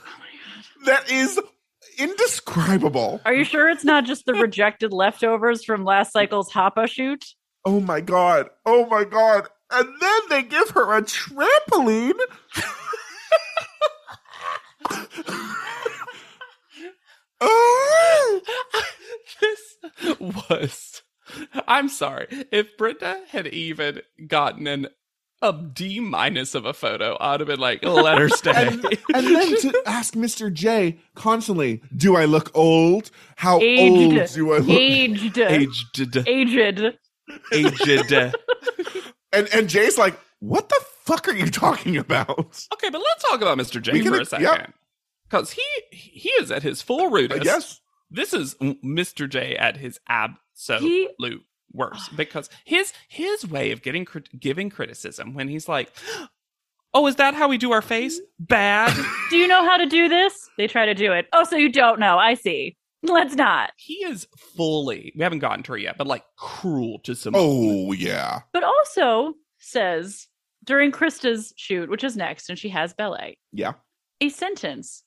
[SPEAKER 1] that is indescribable.
[SPEAKER 3] Are you sure it's not just the rejected leftovers from last cycle's Hoppa shoot?
[SPEAKER 1] Oh my god. Oh my god. And then they give her a trampoline. Oh,
[SPEAKER 2] this was. I'm sorry. If Brenda had even gotten an a D minus of a photo, I'd have been like, let her stay.
[SPEAKER 1] and, and then to ask Mr. J constantly, do I look old?
[SPEAKER 2] Oh,
[SPEAKER 1] How
[SPEAKER 3] Aged.
[SPEAKER 1] old do I look?
[SPEAKER 3] Aged.
[SPEAKER 2] Aged.
[SPEAKER 3] Aged.
[SPEAKER 2] Aged. okay,
[SPEAKER 1] And and Jay's like, what the fuck are you talking about?
[SPEAKER 2] but let's talk about Mr. J
[SPEAKER 1] We can-
[SPEAKER 2] for a
[SPEAKER 1] yeah.
[SPEAKER 2] second. Because he he is at his full
[SPEAKER 1] I
[SPEAKER 2] rudest.
[SPEAKER 1] guess.
[SPEAKER 2] this is Mr. J at his absolute worst because his his way of getting crit- giving criticism when he's like, "Oh, is that how we do our face?
[SPEAKER 3] Mm-hmm.
[SPEAKER 2] Bad."
[SPEAKER 3] Do you know how to do this? They try to do it. Oh, so you don't know. I see. Let's not.
[SPEAKER 2] he is fully. We haven't gotten to her yet, but like cruel to some.
[SPEAKER 1] Oh yeah.
[SPEAKER 3] But also says during Krista's shoot, which is next, and she has ballet,
[SPEAKER 1] Yeah.
[SPEAKER 3] a sentence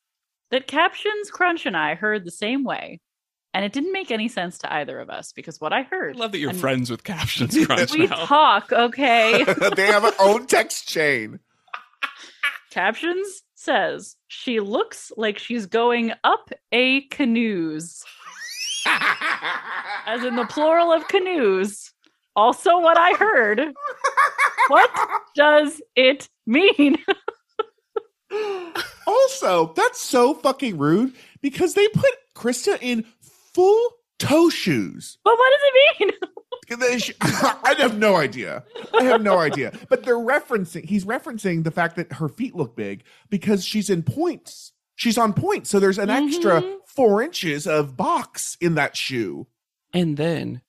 [SPEAKER 3] that captions Crunch and I heard the same way. And it didn't make any sense to either of us because what I
[SPEAKER 2] I
[SPEAKER 3] heard.
[SPEAKER 2] love that you're
[SPEAKER 3] And-
[SPEAKER 2] friends with captions crunch
[SPEAKER 3] we
[SPEAKER 2] now.
[SPEAKER 3] talk, okay?
[SPEAKER 1] they have an own text chain.
[SPEAKER 3] captions says she looks like she's going up a canoes, as in the plural of canoes. Also, what I heard. What does it mean?
[SPEAKER 1] also, that's so fucking rude because they put Krista in full toe shoes.
[SPEAKER 3] But what does it mean?
[SPEAKER 1] They sh- I have no idea. I have no idea. But they're referencing he's referencing the fact that her feet look big because she's in points. She's on points. So there's an extra
[SPEAKER 3] Mhm.
[SPEAKER 1] four inches of box in that shoe.
[SPEAKER 2] And then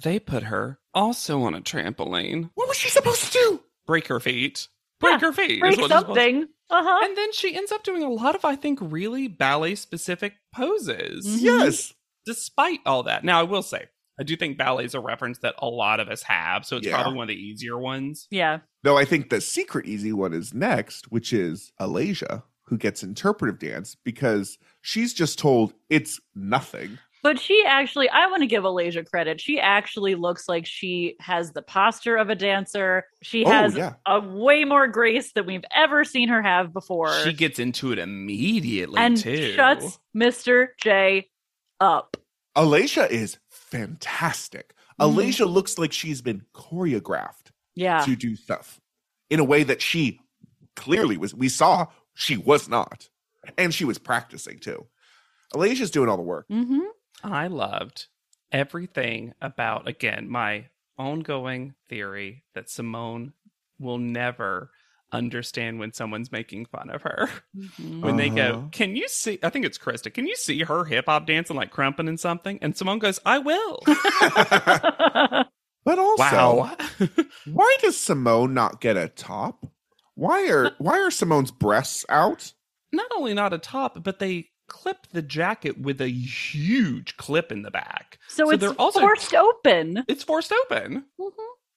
[SPEAKER 2] they put her also on a trampoline.
[SPEAKER 1] What was she supposed to do?
[SPEAKER 2] Break her feet. Break
[SPEAKER 3] Yeah,
[SPEAKER 2] her feet. is
[SPEAKER 3] Break
[SPEAKER 2] what it's supposed to-
[SPEAKER 3] something. Uh huh.
[SPEAKER 2] And then she ends up doing a lot of, I think, really ballet specific poses.
[SPEAKER 3] Mhm.
[SPEAKER 1] Yes.
[SPEAKER 2] despite all that. Now, I will say, I do think ballet's a reference that a lot of us have, so it's
[SPEAKER 1] Yeah.
[SPEAKER 2] probably one of the easier ones.
[SPEAKER 3] Yeah.
[SPEAKER 1] Though I think the secret easy one is next, which is Alasia, who gets interpretive dance because she's just told it's nothing.
[SPEAKER 3] But she actually, I want to give Alasia credit. She actually looks like she has the posture of a dancer. She has
[SPEAKER 1] oh, yeah.
[SPEAKER 3] a way more grace than we've ever seen her have before.
[SPEAKER 2] She gets into it immediately
[SPEAKER 3] and
[SPEAKER 2] too.
[SPEAKER 3] shuts Mr. J up.
[SPEAKER 1] Alasia is fantastic.
[SPEAKER 3] Mhm.
[SPEAKER 1] Alasia looks like she's been choreographed
[SPEAKER 3] Yeah.
[SPEAKER 1] to do stuff in a way that she clearly was. We saw she was not. And she was practicing too. Alasia's doing all the work.
[SPEAKER 3] mm-hmm.
[SPEAKER 2] I loved everything about, again, my ongoing theory that Simone will never understand when someone's making fun of her.
[SPEAKER 3] Mm-hmm.
[SPEAKER 2] When they
[SPEAKER 1] Uh-huh.
[SPEAKER 2] go, Can you see? I think it's Krista. Can you see her hip hop dancing like crumping and something? And Simone goes, I will.
[SPEAKER 1] but also,
[SPEAKER 2] wow.
[SPEAKER 1] why does Simone not get a top? Why are why are Simone's breasts out?
[SPEAKER 2] not only not a top, but they clip the jacket with a huge clip in the back.
[SPEAKER 3] so,
[SPEAKER 2] So
[SPEAKER 3] it's
[SPEAKER 2] they're also-
[SPEAKER 3] forced open.
[SPEAKER 2] It's forced open.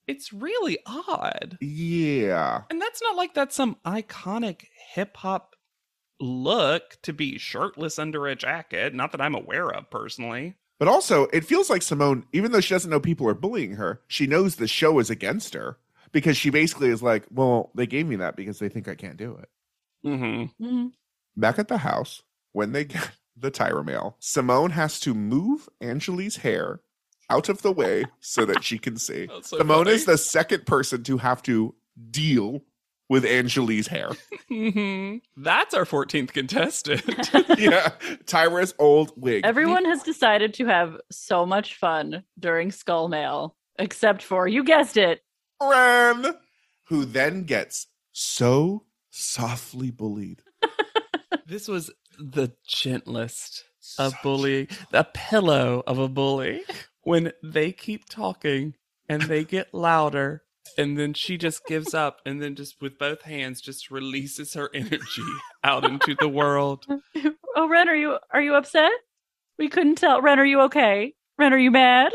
[SPEAKER 2] It's really odd.
[SPEAKER 1] Yeah.
[SPEAKER 2] And that's not like that's some iconic hip hop look to be shirtless under a jacket. Not that I'm aware of personally.
[SPEAKER 1] But also, it feels like Simone, even though she doesn't know people are bullying her, she knows the show is against her because she basically is like, well, they gave me that because they think I can't do it.
[SPEAKER 2] Mm-hmm.
[SPEAKER 3] Mhm.
[SPEAKER 1] Back at the house, when they get the Tyra mail, Simone has to move Angelie's hair out of the way so that she can see.
[SPEAKER 2] so
[SPEAKER 1] Simone is the second person to have to deal with Angelie's hair.
[SPEAKER 2] hmm That's our 14th contestant.
[SPEAKER 1] yeah. Tyra's old wig.
[SPEAKER 3] Everyone has decided to have so much fun during Skull Mail, except for, you guessed it,
[SPEAKER 1] Ren, who then gets so softly bullied.
[SPEAKER 2] this was the gentlest
[SPEAKER 1] So
[SPEAKER 2] of bullying, the pillow of a bully. When they keep talking and they get louder, and then she just gives up, and then just with both hands, just releases her energy out into the world.
[SPEAKER 3] Oh, Ren, are you are you upset? We couldn't tell. Ren, are you okay? Ren, are you mad?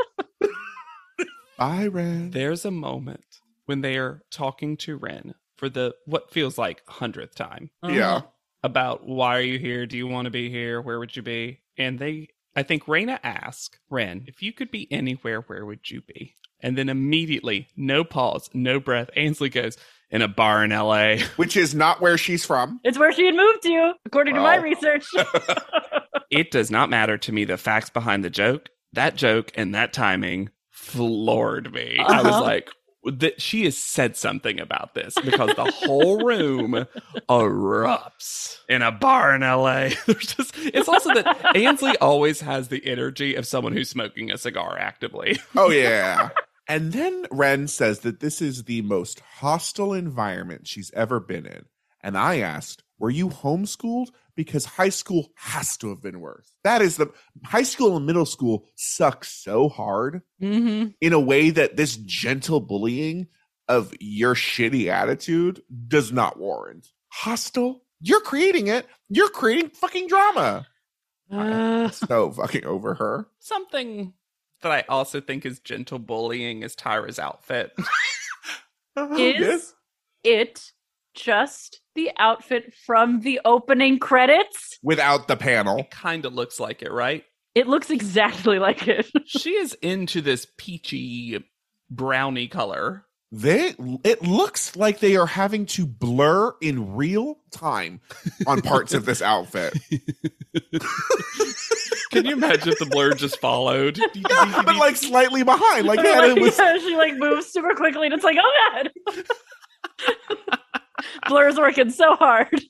[SPEAKER 1] Bye, Ren.
[SPEAKER 2] There's a moment when they are talking to Ren for the what feels like hundredth time
[SPEAKER 1] Mm-hmm. Yeah.
[SPEAKER 2] about why are you here? Do you want to be here? Where would you be? And they, I think Raina asked Ren, if you could be anywhere, where would you be? And then immediately, no pause, no breath, Ainsley goes, in a bar in LA.
[SPEAKER 1] Which is not where she's from.
[SPEAKER 3] It's where she had moved to, according to my
[SPEAKER 1] Wow.
[SPEAKER 3] research.
[SPEAKER 2] it does not matter to me the facts behind the joke. That joke and that timing floored me. I was
[SPEAKER 3] Uh-huh.
[SPEAKER 2] like, that she has said something about this because the whole room erupts in a bar in LA. There's just it's also that Ansley always has the energy of someone who's smoking a cigar actively.
[SPEAKER 1] Oh, yeah. and then Ren says that this is the most hostile environment she's ever been in. And I asked, were you homeschooled? Because high school has to have been worse. That is the high school and middle school suck so hard
[SPEAKER 3] mm-hmm.
[SPEAKER 1] in a way that this gentle bullying of your shitty attitude does not warrant. Hostile? You're creating it. You're creating fucking drama.
[SPEAKER 3] Uh.
[SPEAKER 1] So fucking over her.
[SPEAKER 2] Something that I also think is gentle bullying is Tyra's outfit.
[SPEAKER 3] is it just the outfit from the opening credits?
[SPEAKER 1] Without the panel.
[SPEAKER 2] It kind of looks like it, right?
[SPEAKER 3] It looks exactly like it.
[SPEAKER 2] she is into this peachy browny color.
[SPEAKER 1] They it looks like they are having to blur in real time on parts of this outfit.
[SPEAKER 2] Can you imagine if the blur just followed?
[SPEAKER 1] Yeah, but like slightly behind. Like they had it was
[SPEAKER 3] yeah, she like moves super quickly, and it's like, oh god, Blur's working so hard.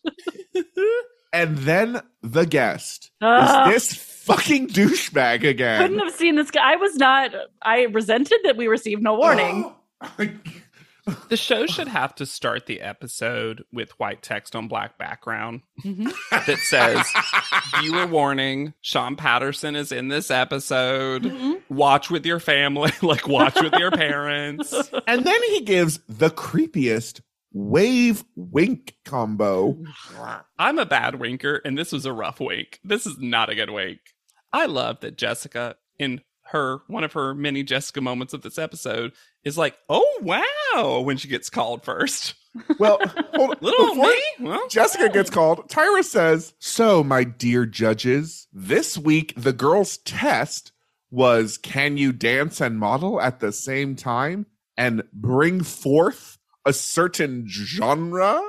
[SPEAKER 1] and then the guest. Is
[SPEAKER 3] Ah.
[SPEAKER 1] this fucking douchebag again?
[SPEAKER 3] couldn't have seen this guy. I was not. I resented that we received no warning.
[SPEAKER 2] the show should have to start the episode with white text on black background
[SPEAKER 1] Mm-hmm.
[SPEAKER 2] that says viewer warning, Sean Patterson is in this episode.
[SPEAKER 3] Mhm.
[SPEAKER 2] Watch with your family, like watch with your parents.
[SPEAKER 1] And then he gives the creepiest wave wink combo.
[SPEAKER 2] I'm a bad winker, and this was a rough wink. This is not a good wink. I love that Jessica, in her one of her many Jessica moments of this episode is like, oh wow, when she gets called first.
[SPEAKER 1] Well, hold on.
[SPEAKER 2] Little old
[SPEAKER 1] Before
[SPEAKER 2] me. Well,
[SPEAKER 1] Jessica gets called. Tyra says, So, my dear judges, this week the girls' test was can you dance and model at the same time and bring forth a certain genre?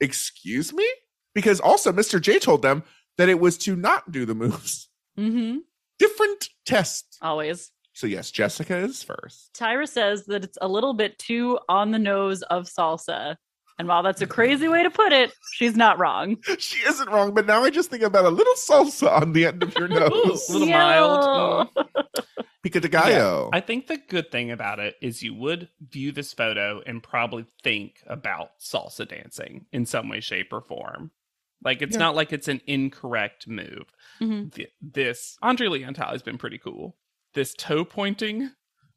[SPEAKER 1] Excuse me? Because also, Mr. J told them that it was to not do the moves.
[SPEAKER 3] Mm-hmm.
[SPEAKER 1] Different tests.
[SPEAKER 3] Always.
[SPEAKER 1] So, yes, Jessica is first.
[SPEAKER 3] Tyra says that it's a little bit too on the nose of salsa. And while that's a crazy way to put it, she's not wrong.
[SPEAKER 1] She isn't wrong, but now I just think about a little salsa on the end of your
[SPEAKER 2] Ooh,
[SPEAKER 1] nose.
[SPEAKER 2] a little mild.
[SPEAKER 3] Yo.
[SPEAKER 2] Mm.
[SPEAKER 1] Pico de gallo.
[SPEAKER 5] I think the good thing about it is you would view this photo and probably think about salsa dancing in some way, shape, or form. Like it's
[SPEAKER 1] Yeah.
[SPEAKER 5] not like it's an incorrect move.
[SPEAKER 3] Mhm.
[SPEAKER 5] Th-
[SPEAKER 2] This Andre Leontile has been pretty cool. This toe pointing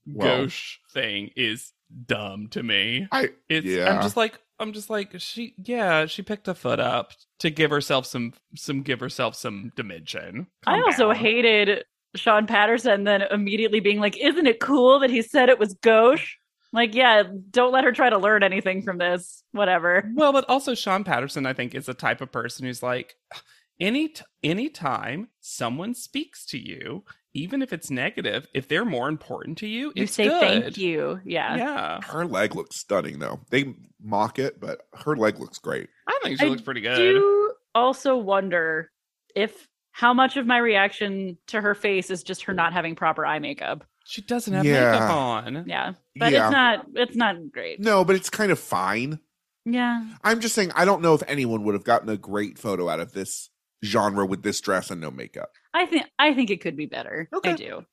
[SPEAKER 1] Well.
[SPEAKER 2] gauche thing is dumb to me.
[SPEAKER 1] I
[SPEAKER 2] It's
[SPEAKER 1] Yeah.
[SPEAKER 2] I'm just like I'm just like she yeah, she picked a foot up to give herself some some give herself some dimension.
[SPEAKER 3] I
[SPEAKER 2] Calm
[SPEAKER 3] also
[SPEAKER 2] down.
[SPEAKER 3] hated Sean Patterson then immediately being like, Isn't it cool that he said it was gauche? Like, yeah, don't let her try to learn anything from this. Whatever.
[SPEAKER 2] Well, but also Sean Patterson I think is the type of person who's like any t- any time someone speaks to you, even if it's negative, if they're more important to you,
[SPEAKER 3] You
[SPEAKER 2] it's
[SPEAKER 3] say
[SPEAKER 2] good.
[SPEAKER 3] thank you. Yeah.
[SPEAKER 2] Yeah.
[SPEAKER 1] Her leg looks stunning though. They mock it, but her leg looks great.
[SPEAKER 2] I think she
[SPEAKER 3] I
[SPEAKER 2] looks pretty good.
[SPEAKER 3] do also wonder if how much of my reaction to her face is just her not having proper eye makeup.
[SPEAKER 2] She doesn't have
[SPEAKER 1] Yeah.
[SPEAKER 2] makeup on.
[SPEAKER 3] Yeah. But
[SPEAKER 1] yeah.
[SPEAKER 3] it's not it's not great.
[SPEAKER 1] no, but it's kind of fine.
[SPEAKER 3] Yeah.
[SPEAKER 1] I'm just saying I don't know if anyone would have gotten a great photo out of this genre with this dress and no makeup.
[SPEAKER 3] I think I think it could be better.
[SPEAKER 1] Okay.
[SPEAKER 3] I do.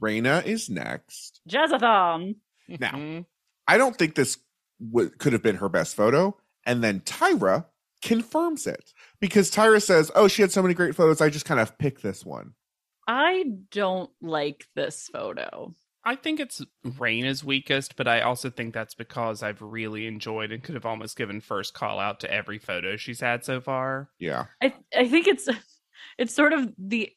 [SPEAKER 1] Raina is next.
[SPEAKER 3] Jezzathon.
[SPEAKER 1] Now.
[SPEAKER 2] Mhm.
[SPEAKER 1] I don't think this w- could have been her best photo. And then Tyra confirms it because Tyra says, "Oh, she had so many great photos. I just kind of picked this one."
[SPEAKER 3] I don't like this photo.
[SPEAKER 5] I think it's rain is weakest, but I also think that's because I've really enjoyed and could have almost given first call out to every photo she's had so far.
[SPEAKER 1] Yeah,
[SPEAKER 3] I I think it's it's sort of the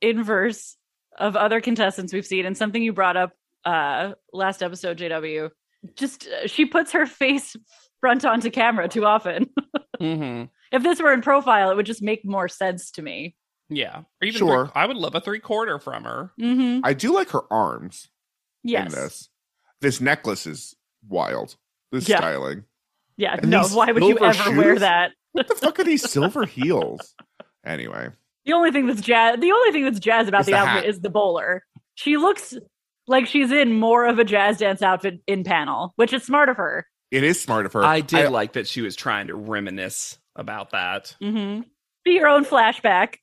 [SPEAKER 3] inverse of other contestants we've seen and something you brought up uh last episode JW. Just uh, she puts her face front onto camera too often.
[SPEAKER 2] Mhm.
[SPEAKER 3] if this were in profile, it would just make more sense to me.
[SPEAKER 2] Yeah. Or even
[SPEAKER 1] Sure.
[SPEAKER 2] three- I would love a three quarter from her.
[SPEAKER 3] Mm-hmm.
[SPEAKER 1] I do like her arms
[SPEAKER 3] Yes.
[SPEAKER 1] in this. This necklace is wild. This
[SPEAKER 3] Yeah.
[SPEAKER 1] styling.
[SPEAKER 3] Yeah.
[SPEAKER 1] And
[SPEAKER 3] No.
[SPEAKER 1] these
[SPEAKER 3] Why would you
[SPEAKER 1] silver
[SPEAKER 3] ever wear
[SPEAKER 1] shoes?
[SPEAKER 3] that?
[SPEAKER 1] What the fuck are these silver heels? Anyway,
[SPEAKER 3] The only thing that's jazz. The only thing that's jazz about
[SPEAKER 1] It's
[SPEAKER 3] the,
[SPEAKER 1] the
[SPEAKER 3] outfit
[SPEAKER 1] hat.
[SPEAKER 3] is the bowler. She looks like she's in more of a jazz dance outfit in panel, which is smart of her.
[SPEAKER 1] it is smart of her.
[SPEAKER 2] I did like that she was trying to reminisce about that.
[SPEAKER 3] Mm-hmm. Be your own flashback.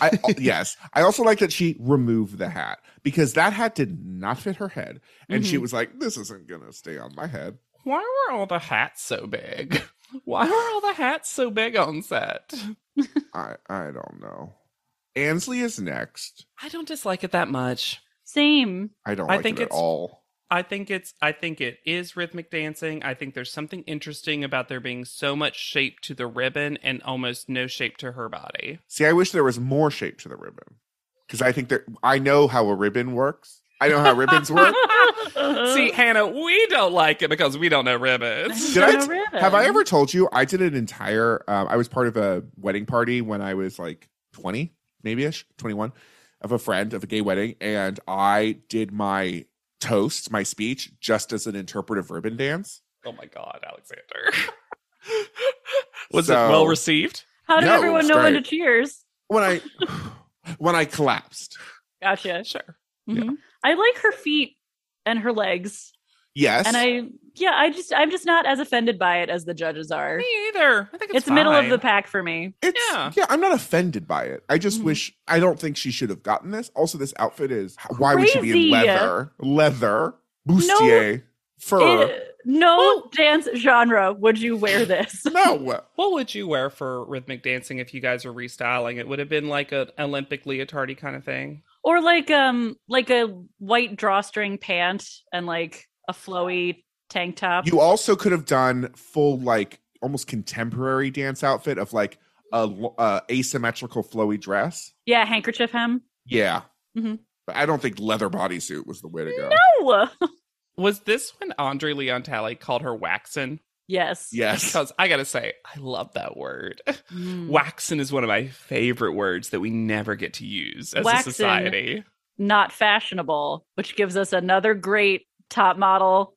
[SPEAKER 1] I, yes. I also like that she removed the hat because that hat did not fit her head. And she
[SPEAKER 3] Mhm.
[SPEAKER 1] was like, this isn't going to stay on my head.
[SPEAKER 2] Why were all the hats so big? Why were all the hats so big on set?
[SPEAKER 1] I, I don't know. Ansley is next.
[SPEAKER 2] I don't dislike it that much.
[SPEAKER 3] Same.
[SPEAKER 1] I don't
[SPEAKER 5] I
[SPEAKER 1] like
[SPEAKER 5] think
[SPEAKER 1] it at
[SPEAKER 5] it's-
[SPEAKER 1] all.
[SPEAKER 5] I think it's I think it is rhythmic dancing. I think there's something interesting about there being so much shape to the ribbon and almost no shape to her body.
[SPEAKER 1] See, I wish there was more shape to the ribbon because I think that I know how a ribbon works. I know how ribbons work.
[SPEAKER 2] See, Hannah, we don't like it because we don't know ribbons.
[SPEAKER 1] Did I
[SPEAKER 3] Don't
[SPEAKER 1] t-
[SPEAKER 3] know
[SPEAKER 1] Have I
[SPEAKER 3] ribbon.
[SPEAKER 1] ever told you I did an entire? Um, I was part of a wedding party when I was like twenty, maybe ish, twenty one, of a friend of a gay wedding, and I did my toast, my speech, just as an interpretive ribbon dance.
[SPEAKER 2] Oh my god, Alexander. Was
[SPEAKER 1] So-
[SPEAKER 2] it well received?
[SPEAKER 3] How did
[SPEAKER 1] No,
[SPEAKER 3] everyone
[SPEAKER 1] it's
[SPEAKER 3] know when to
[SPEAKER 1] great.
[SPEAKER 3] cheers?
[SPEAKER 1] When I when I collapsed,
[SPEAKER 3] Gotcha.
[SPEAKER 2] Sure.
[SPEAKER 3] Mhm. I like her feet and her legs,
[SPEAKER 1] yes,
[SPEAKER 3] and I yeah, I just I'm just not as offended by it as the judges are.
[SPEAKER 2] Me either. I think it's,
[SPEAKER 3] It's middle of the
[SPEAKER 2] fine.
[SPEAKER 3] pack for me.
[SPEAKER 1] It's yeah.
[SPEAKER 2] Yeah.
[SPEAKER 1] I'm not offended by it. I just
[SPEAKER 3] Mhm.
[SPEAKER 1] wish I don't think she should have gotten this. Also, this outfit is why would she be
[SPEAKER 3] Crazy.
[SPEAKER 1] in leather? Leather, bustier, fur.
[SPEAKER 3] It- no dance genre would you wear this?
[SPEAKER 1] no.
[SPEAKER 5] What would you wear for rhythmic dancing if you guys were restyling? It would have been like an Olympic leotardy kind of thing.
[SPEAKER 3] or like um like a white drawstring pant and like a flowy tank top.
[SPEAKER 1] You also could have done full like almost contemporary dance outfit of like a l- uh, asymmetrical flowy dress.
[SPEAKER 3] yeah, handkerchief hem.
[SPEAKER 1] Yeah.
[SPEAKER 3] Mhm.
[SPEAKER 1] But I don't think leather bodysuit was the way to go.
[SPEAKER 3] No.
[SPEAKER 2] Was this when Andre Leon Talley called her waxen?
[SPEAKER 3] Yes.
[SPEAKER 1] Yes.
[SPEAKER 2] Because I gotta say, I love that word.
[SPEAKER 3] Mm.
[SPEAKER 2] Waxen is one of my favorite words that we never get to use as
[SPEAKER 3] Waxen.
[SPEAKER 2] a society.
[SPEAKER 3] Not fashionable, which gives us another great top model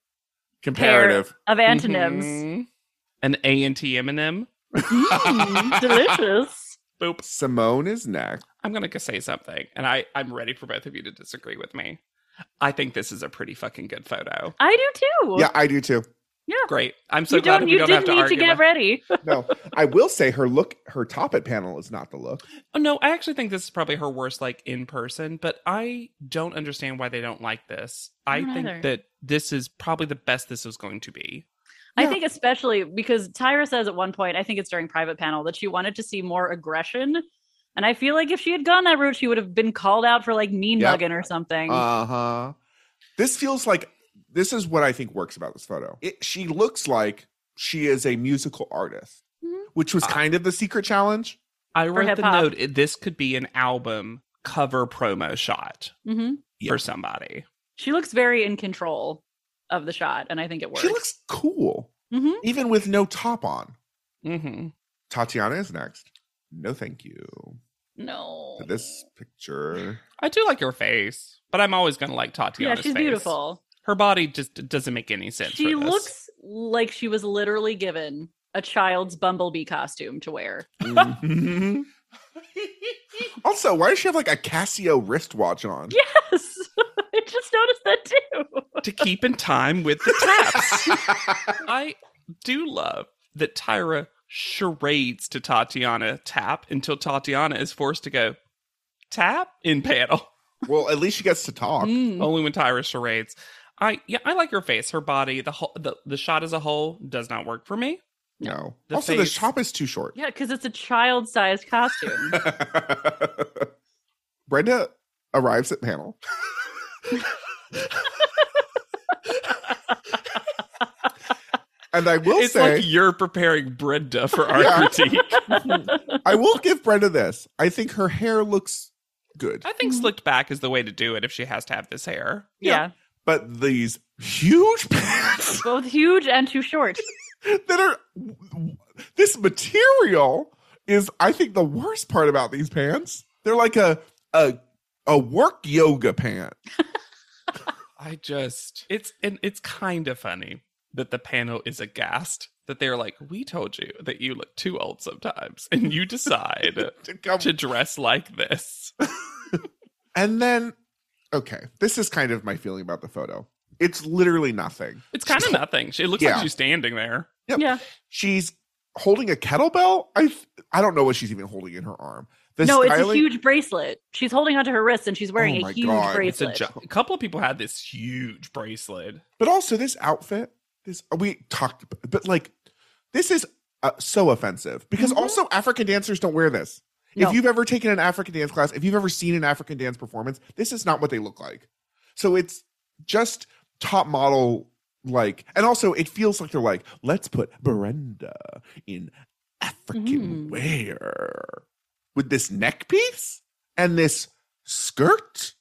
[SPEAKER 1] Comparative.
[SPEAKER 3] of antonyms.
[SPEAKER 2] Mhm. An A and T M. Mm-hmm.
[SPEAKER 3] Mm, delicious.
[SPEAKER 2] Boop.
[SPEAKER 1] Simone is next.
[SPEAKER 2] I'm gonna go say something, and I I'm ready for both of you to disagree with me. I think this is a pretty fucking good photo.
[SPEAKER 3] I do too.
[SPEAKER 1] Yeah, I do too.
[SPEAKER 2] Great. I'm so
[SPEAKER 3] You
[SPEAKER 2] glad
[SPEAKER 3] don't.
[SPEAKER 2] we
[SPEAKER 3] You
[SPEAKER 2] don't have
[SPEAKER 3] didn't
[SPEAKER 2] to
[SPEAKER 3] need to
[SPEAKER 2] argue.
[SPEAKER 3] get
[SPEAKER 2] about-
[SPEAKER 3] ready.
[SPEAKER 1] No, I will say her look, her top at panel is not the look.
[SPEAKER 2] Oh, no, I actually think this is probably her worst like in person, but I don't understand why they don't like this. I,
[SPEAKER 3] don't
[SPEAKER 2] think
[SPEAKER 3] either.
[SPEAKER 2] that this is probably the best this was going to be.
[SPEAKER 3] I
[SPEAKER 1] Yeah.
[SPEAKER 3] think especially because Tyra says at one point, I think it's during private panel, that she wanted to see more aggression. And I feel like if she had gone that route, she would have been called out for like mean
[SPEAKER 1] Yep.
[SPEAKER 3] mugging or something.
[SPEAKER 1] Uh huh. This feels like this is what I think works about this photo. It, she looks like she is a musical artist,
[SPEAKER 3] Mhm.
[SPEAKER 1] which was kind of the secret challenge.
[SPEAKER 2] I wrote the
[SPEAKER 3] hip-hop.
[SPEAKER 2] note it- this could be an album cover promo shot
[SPEAKER 3] hmm
[SPEAKER 1] Yep.
[SPEAKER 2] for somebody.
[SPEAKER 3] She looks very in control of the shot, and I think it works.
[SPEAKER 1] She looks cool,
[SPEAKER 3] Mhm.
[SPEAKER 1] even with no top on.
[SPEAKER 2] hmm
[SPEAKER 1] Tatiana is next. No, thank you.
[SPEAKER 3] no.
[SPEAKER 1] To this picture.
[SPEAKER 2] I do like her face, but I'm always going to like
[SPEAKER 3] yeah,
[SPEAKER 2] Tatiana's
[SPEAKER 3] she's
[SPEAKER 2] face.
[SPEAKER 3] beautiful.
[SPEAKER 2] Her body just d- doesn't make any sense.
[SPEAKER 3] She
[SPEAKER 2] for this.
[SPEAKER 3] looks like she was literally given a child's bumblebee costume to wear.
[SPEAKER 1] Mhm. also, why does she have like a Casio wristwatch on?
[SPEAKER 3] Yes. I just noticed that too.
[SPEAKER 2] to keep in time with the taps. I do love that Tyra charades to Tatiana tap until Tatiana is forced to go tap in panel.
[SPEAKER 1] well, at least she gets to talk.
[SPEAKER 3] Mm.
[SPEAKER 2] Only when Tyra charades. I yeah, I like her face, her body, the whole the, the shot as a whole does not work for me.
[SPEAKER 1] No.
[SPEAKER 2] The
[SPEAKER 1] also,
[SPEAKER 2] face.
[SPEAKER 1] the top is too short.
[SPEAKER 3] Yeah, because it's a child sized costume.
[SPEAKER 1] Brenda arrives at panel. and I will
[SPEAKER 2] it's
[SPEAKER 1] say,
[SPEAKER 2] like you're preparing Brenda for our
[SPEAKER 1] Yeah.
[SPEAKER 2] critique.
[SPEAKER 1] I will give Brenda this. I think her hair looks good,
[SPEAKER 2] I think slicked back is the way to do it if she has to have this hair.
[SPEAKER 3] yeah.
[SPEAKER 1] but these huge pants
[SPEAKER 3] Both huge and too short.
[SPEAKER 1] that are this material is, I think, the worst part about these pants. They're like a a a work yoga pant.
[SPEAKER 2] I just it's and it's kind of funny that the panel is aghast that they're like, we told you that you look too old sometimes, and you decide
[SPEAKER 1] to come
[SPEAKER 2] to dress like this.
[SPEAKER 1] And then, okay, this is kind of my feeling about the photo. It's literally nothing.
[SPEAKER 2] It's kind of nothing. She- It looks
[SPEAKER 1] Yeah.
[SPEAKER 2] like she's standing there.
[SPEAKER 1] Yep.
[SPEAKER 3] Yeah.
[SPEAKER 1] She's holding a kettlebell. I I don't know what she's even holding in her arm. The
[SPEAKER 3] no, it's a
[SPEAKER 1] styling-
[SPEAKER 3] huge bracelet. She's holding onto her wrist and she's wearing
[SPEAKER 1] Oh my
[SPEAKER 3] a huge
[SPEAKER 1] God.
[SPEAKER 2] It's a,
[SPEAKER 3] bracelet.
[SPEAKER 2] ju- a couple of people had this huge bracelet.
[SPEAKER 1] But also this outfit. This we talked, about, but like this is uh, so offensive because
[SPEAKER 3] Mhm.
[SPEAKER 1] also African dancers don't wear this.
[SPEAKER 3] No.
[SPEAKER 1] If you've ever taken an African dance class, if you've ever seen an African dance performance, this is not what they look like. So it's just top model like, and also it feels like they're like, let's put Brenda in African
[SPEAKER 3] Mhm.
[SPEAKER 1] wear with this neck piece and this skirt.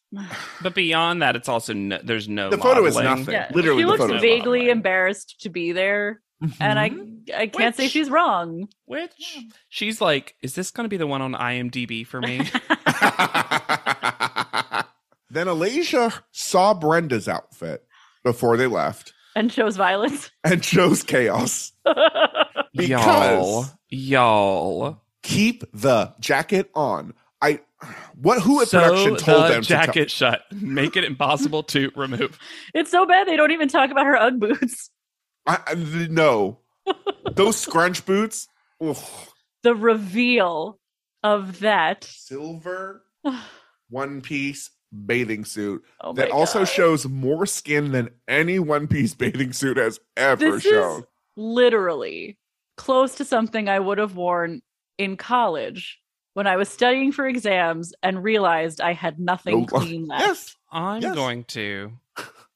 [SPEAKER 2] But beyond that, it's also no, there's no.
[SPEAKER 1] The photo is
[SPEAKER 2] modeling.
[SPEAKER 1] nothing. Literally,
[SPEAKER 3] she
[SPEAKER 1] the
[SPEAKER 3] looks
[SPEAKER 1] photo's
[SPEAKER 3] vaguely
[SPEAKER 2] online.
[SPEAKER 3] embarrassed to be there, and
[SPEAKER 1] Hmm?
[SPEAKER 3] I I can't say
[SPEAKER 2] Which-
[SPEAKER 3] she's wrong.
[SPEAKER 2] Which she's like, is this going to be the one on IMDb for me?
[SPEAKER 1] then Alasia saw Brenda's outfit before they left
[SPEAKER 3] And shows violence.
[SPEAKER 1] and chose chaos.
[SPEAKER 2] y'all,
[SPEAKER 1] Because-
[SPEAKER 2] y'all.
[SPEAKER 1] Keep the jacket on. I what who at production
[SPEAKER 2] Sew
[SPEAKER 1] told
[SPEAKER 2] the
[SPEAKER 1] them
[SPEAKER 2] jacket
[SPEAKER 1] to
[SPEAKER 2] shut. Make it impossible to remove.
[SPEAKER 3] It's so bad they don't even talk about her UGG boots.
[SPEAKER 1] tell, I, I- no. Those scrunch boots. oof.
[SPEAKER 3] The reveal of that.
[SPEAKER 1] Silver
[SPEAKER 3] Oh
[SPEAKER 1] one piece bathing suit
[SPEAKER 3] my
[SPEAKER 1] that also
[SPEAKER 3] God.
[SPEAKER 1] shows more skin than any one piece bathing suit has ever
[SPEAKER 3] This is-
[SPEAKER 1] shown.
[SPEAKER 3] literally close to something I would have worn in college when I was studying for exams and realized I had nothing
[SPEAKER 1] No-
[SPEAKER 3] clean left.
[SPEAKER 1] yes.
[SPEAKER 2] I'm
[SPEAKER 1] Yes.
[SPEAKER 2] going to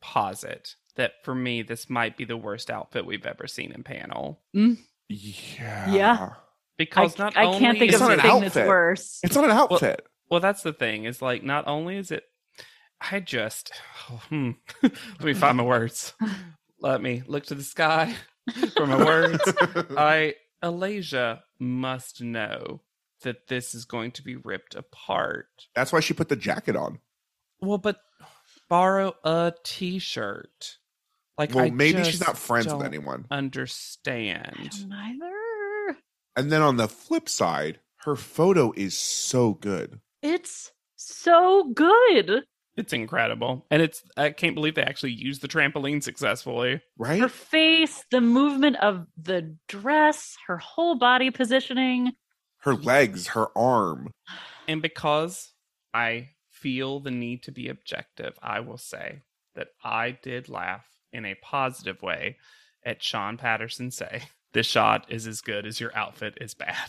[SPEAKER 2] posit that for me, this might be the worst outfit we've ever seen in panel
[SPEAKER 1] Yeah.
[SPEAKER 3] Yeah. I,
[SPEAKER 2] because not
[SPEAKER 3] I
[SPEAKER 2] only
[SPEAKER 3] can't think
[SPEAKER 2] is
[SPEAKER 3] of
[SPEAKER 1] It's not an
[SPEAKER 3] something
[SPEAKER 2] it,
[SPEAKER 1] out-
[SPEAKER 3] that's
[SPEAKER 1] outfit.
[SPEAKER 3] worse.
[SPEAKER 1] It's not an outfit.
[SPEAKER 2] well, that's the thing is like not only is it I just, oh, hmm. let me find my words. Let me look to the sky for my words. I, Alasia must know that this is going to be ripped apart.
[SPEAKER 1] That's why she put the jacket on.
[SPEAKER 2] Well, but borrow a t shirt. Like,
[SPEAKER 1] Well,
[SPEAKER 2] I
[SPEAKER 1] maybe she's
[SPEAKER 2] just
[SPEAKER 1] not friends
[SPEAKER 2] don't
[SPEAKER 1] with anyone.
[SPEAKER 2] Understand.
[SPEAKER 3] Neither.
[SPEAKER 1] And then on the flip side, her photo is so good.
[SPEAKER 3] It's so good.
[SPEAKER 2] It's incredible. And it's, I can't believe they actually used the trampoline successfully.
[SPEAKER 1] Right?
[SPEAKER 3] Her face, the movement of the dress, her whole body positioning.
[SPEAKER 1] Her legs, her arm.
[SPEAKER 2] And because I feel the need to be objective, I will say that I did laugh in a positive way at Sean Patterson say, This shot is as good as your outfit is bad.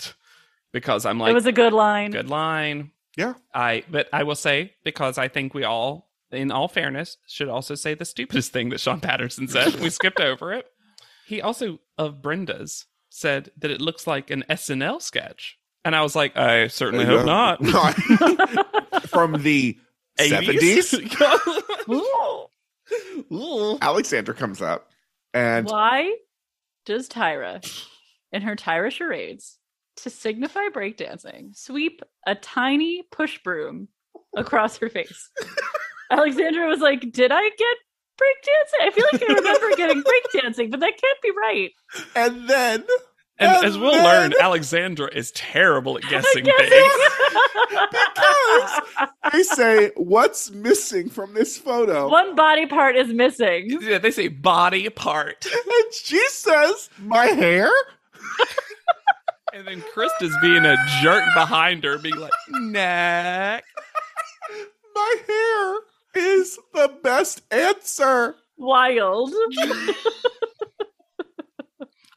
[SPEAKER 2] Because I'm
[SPEAKER 3] it
[SPEAKER 2] like,
[SPEAKER 3] was a good line.
[SPEAKER 2] good line.
[SPEAKER 1] Yeah.
[SPEAKER 2] I but I will say, because I think we all, in all fairness, should also say the stupidest thing that Sean Patterson said. we skipped over it. He also of Brenda's said that it looks like an SNL sketch. And I was like, I certainly
[SPEAKER 1] There
[SPEAKER 2] hope
[SPEAKER 1] you
[SPEAKER 2] not.
[SPEAKER 1] go. From the 70s,
[SPEAKER 2] 70s? Oh,
[SPEAKER 1] Alexander comes up and
[SPEAKER 3] Why does Tyra, in her Tyra charades, to signify breakdancing, sweep a tiny push broom across her face? Alexandra was like, Did I get breakdancing? I feel like I remember getting breakdancing, but that can't be right.
[SPEAKER 1] and then
[SPEAKER 2] and
[SPEAKER 1] And
[SPEAKER 2] as we'll
[SPEAKER 1] then-
[SPEAKER 2] learn, Alexandra is terrible at guessing things.
[SPEAKER 3] Guessing.
[SPEAKER 1] they say, What's missing from this photo?
[SPEAKER 3] One body part is missing.
[SPEAKER 2] Yeah, they say body part.
[SPEAKER 1] And she says, My hair?
[SPEAKER 2] And then Krista's being a jerk behind her, being like, neck.
[SPEAKER 1] My hair is the best answer.
[SPEAKER 3] Wild.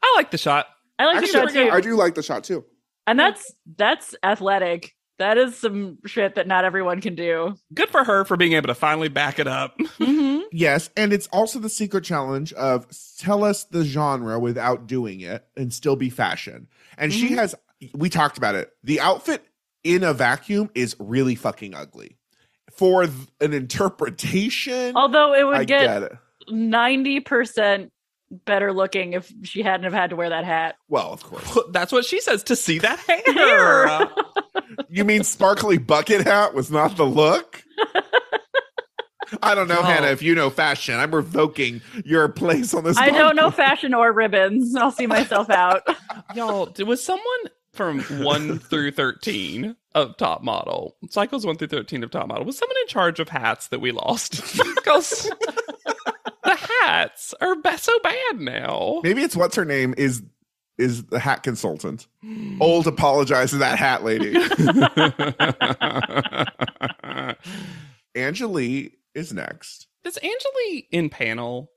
[SPEAKER 2] I like the shot.
[SPEAKER 3] I like the shot
[SPEAKER 1] Actually,
[SPEAKER 3] too.
[SPEAKER 1] I do like the shot too.
[SPEAKER 3] and that's that's athletic. That is some shit that not everyone can do.
[SPEAKER 2] Good for her for being able to finally back it up.
[SPEAKER 3] Mm-hmm.
[SPEAKER 1] Yes, and it's also the secret challenge of tell us the genre without doing it and still be fashion. And
[SPEAKER 3] Mm-hmm.
[SPEAKER 1] she has we talked about it. The outfit in a vacuum is really fucking ugly. For th- an interpretation,
[SPEAKER 3] Although it would
[SPEAKER 1] I
[SPEAKER 3] get
[SPEAKER 1] get it.
[SPEAKER 3] ninety percent better looking if she hadn't have had to wear that hat.
[SPEAKER 1] Well, of course.
[SPEAKER 2] That's what she says to see that
[SPEAKER 3] Hair.
[SPEAKER 2] hair.
[SPEAKER 1] you mean sparkly bucket hat was not the look? I don't know,
[SPEAKER 2] No.
[SPEAKER 1] Hannah, if you know fashion. I'm revoking your place on this
[SPEAKER 3] I don't know
[SPEAKER 1] podcast.
[SPEAKER 3] fashion or ribbons. I'll see myself out.
[SPEAKER 2] Y'all, d- was someone from 1 through 13 of Top Model, cycles 1 through 13 of Top Model, was someone in charge of hats that we lost? Because the hats are ba- so bad now.
[SPEAKER 1] Maybe it's what's her name is is the hat consultant.
[SPEAKER 3] Hmm.
[SPEAKER 1] Old apologize to that hat lady. Angelique is next.
[SPEAKER 2] Does Angeli in panel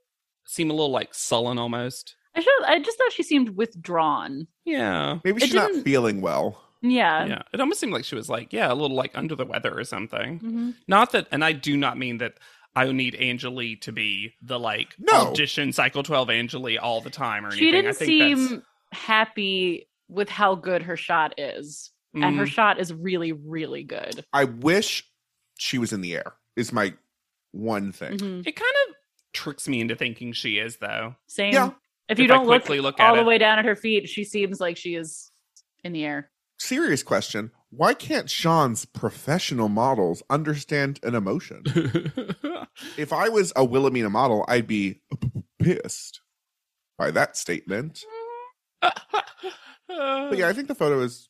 [SPEAKER 2] seem a little like sullen almost?
[SPEAKER 3] I should. I just thought she seemed withdrawn.
[SPEAKER 2] Yeah.
[SPEAKER 1] Maybe
[SPEAKER 3] It
[SPEAKER 1] she's not
[SPEAKER 3] didn't-
[SPEAKER 1] feeling well.
[SPEAKER 3] Yeah.
[SPEAKER 2] Yeah. It almost seemed like she was like, yeah, a little like under the weather or something.
[SPEAKER 3] Mhm.
[SPEAKER 2] Not that, and I do not mean that I need Angeli to be the like
[SPEAKER 1] No.
[SPEAKER 2] audition cycle 12 Angeli all the time or
[SPEAKER 3] She
[SPEAKER 2] anything.
[SPEAKER 3] didn't
[SPEAKER 2] I think
[SPEAKER 3] seem happy with how good her shot is,
[SPEAKER 2] that's,
[SPEAKER 3] and her
[SPEAKER 2] Mhm.
[SPEAKER 3] shot is really, really good.
[SPEAKER 1] I wish she was in the air. Is my one thing.
[SPEAKER 3] Mhm.
[SPEAKER 2] it kind of tricks me into thinking she is, though.
[SPEAKER 3] Same.
[SPEAKER 1] Yeah.
[SPEAKER 3] If you
[SPEAKER 2] If I
[SPEAKER 3] don't look,
[SPEAKER 2] quickly look at
[SPEAKER 3] all the
[SPEAKER 2] it.
[SPEAKER 3] way down at her feet, she seems like she is in the air.
[SPEAKER 1] Serious question. Why can't Sean's professional models understand an emotion? if I was a Wilhelmina model, I'd be p- pissed by that statement. But yeah, I think the photo is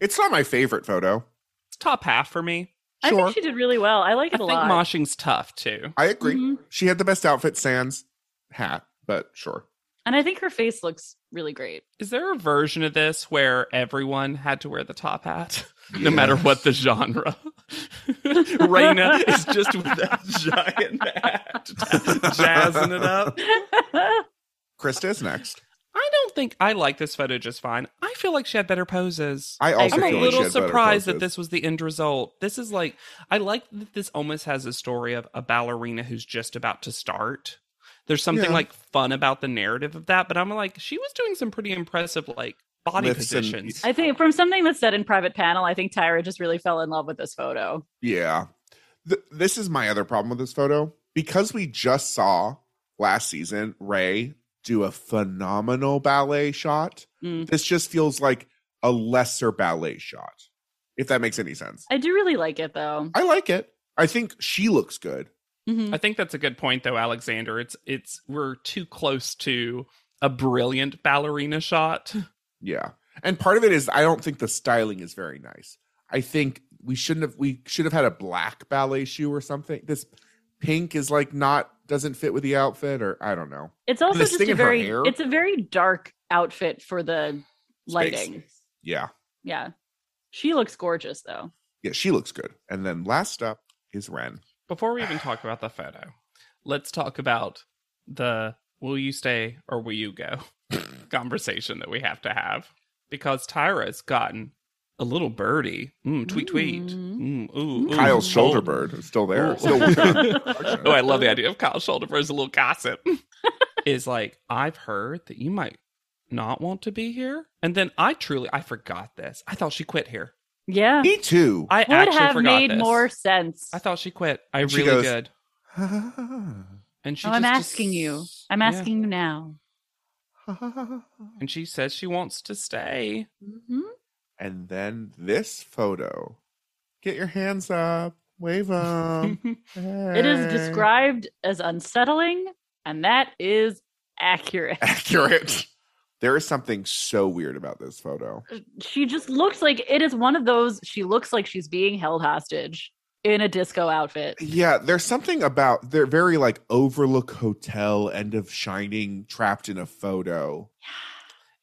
[SPEAKER 1] it's not my favorite photo.
[SPEAKER 2] It's top half for me.
[SPEAKER 3] I
[SPEAKER 1] Sure.
[SPEAKER 3] think she did really well. I like
[SPEAKER 2] I
[SPEAKER 3] it a
[SPEAKER 2] think
[SPEAKER 3] lot.
[SPEAKER 2] moshing's tough too.
[SPEAKER 1] I agree.
[SPEAKER 3] Mhm.
[SPEAKER 1] She had the best outfit, sans hat, but sure.
[SPEAKER 3] And I think her face looks really great.
[SPEAKER 2] Is there a version of this where everyone had to wear the top hat, no matter what the genre? Raina is just with that giant hat, jazzing it up.
[SPEAKER 1] Krista is next.
[SPEAKER 2] I don't think I like this photo just fine. I feel like she had better poses.
[SPEAKER 1] I also
[SPEAKER 2] I'm
[SPEAKER 3] agree.
[SPEAKER 2] a
[SPEAKER 1] feel like she
[SPEAKER 2] little
[SPEAKER 1] had better
[SPEAKER 2] surprised that
[SPEAKER 1] poses.
[SPEAKER 2] this was the end result. This is like I like that this almost has a story of a ballerina who's just about to start. There's something
[SPEAKER 1] Yeah.
[SPEAKER 2] like fun about the narrative of that, but I'm like she was doing some pretty impressive like body
[SPEAKER 1] Lifts and-
[SPEAKER 2] positions.
[SPEAKER 3] I think from something that's said in private panel, I think Tyra just really fell in love with this photo.
[SPEAKER 1] Yeah. th- this is my other problem with this photo because we just saw last season Ray do a phenomenal ballet shot.
[SPEAKER 3] Mm.
[SPEAKER 1] This just feels like a lesser ballet shot, if that makes any sense.
[SPEAKER 3] I do really like it though.
[SPEAKER 1] I like it. I think she looks good.
[SPEAKER 3] Mhm.
[SPEAKER 2] I think that's a good point though, Alexander. It's it's we're too close to a brilliant ballerina shot.
[SPEAKER 1] Yeah. And part of it is I don't think the styling is very nice. I think we shouldn't have we should have had a black ballet shoe or something. This pink is like not doesn't fit with the outfit or I don't know.
[SPEAKER 3] It's also
[SPEAKER 1] this
[SPEAKER 3] just
[SPEAKER 1] thing
[SPEAKER 3] a
[SPEAKER 1] in her
[SPEAKER 3] very
[SPEAKER 1] hair?
[SPEAKER 3] it's a very dark outfit for the
[SPEAKER 1] Space.
[SPEAKER 3] lighting.
[SPEAKER 1] Yeah.
[SPEAKER 3] Yeah. She looks gorgeous though.
[SPEAKER 1] Yeah, she looks good. And then last up is Ren.
[SPEAKER 2] Before we even talk about the photo, let's talk about the will you stay or will you go conversation that we have to have because Tyra's gotten a little birdie. Mm, tweet, tweet. Mm, ooh, ooh,
[SPEAKER 1] Kyle's shoulder
[SPEAKER 2] bold.
[SPEAKER 1] bird is still there.
[SPEAKER 2] Ooh.
[SPEAKER 1] Still
[SPEAKER 2] oh, I love the idea of Kyle Schulderberg's little gossip. is like, I've heard that you might not want to be here. And then I truly, I forgot this. I thought she quit here.
[SPEAKER 3] Yeah.
[SPEAKER 1] Me too.
[SPEAKER 2] I
[SPEAKER 3] Would
[SPEAKER 2] actually
[SPEAKER 3] have
[SPEAKER 2] forgot
[SPEAKER 3] made
[SPEAKER 2] this.
[SPEAKER 3] more sense.
[SPEAKER 2] I thought she quit. I
[SPEAKER 1] And she
[SPEAKER 2] really
[SPEAKER 1] goes,
[SPEAKER 2] did. And she
[SPEAKER 3] Oh, I'm
[SPEAKER 2] just-
[SPEAKER 3] asking you. I'm
[SPEAKER 2] Yeah.
[SPEAKER 3] asking you now.
[SPEAKER 2] And she says she wants to stay.
[SPEAKER 3] Mhm.
[SPEAKER 1] Mm-hmm. and then this photo. Get your hands up. Wave them.
[SPEAKER 3] It is described as unsettling, and that is accurate.
[SPEAKER 1] accurate. There is something so weird about this photo.
[SPEAKER 3] She just looks like it is one of those. She looks like she's being held hostage in a disco outfit.
[SPEAKER 1] Yeah, there's something about they're very like overlook hotel end of shining trapped in a photo.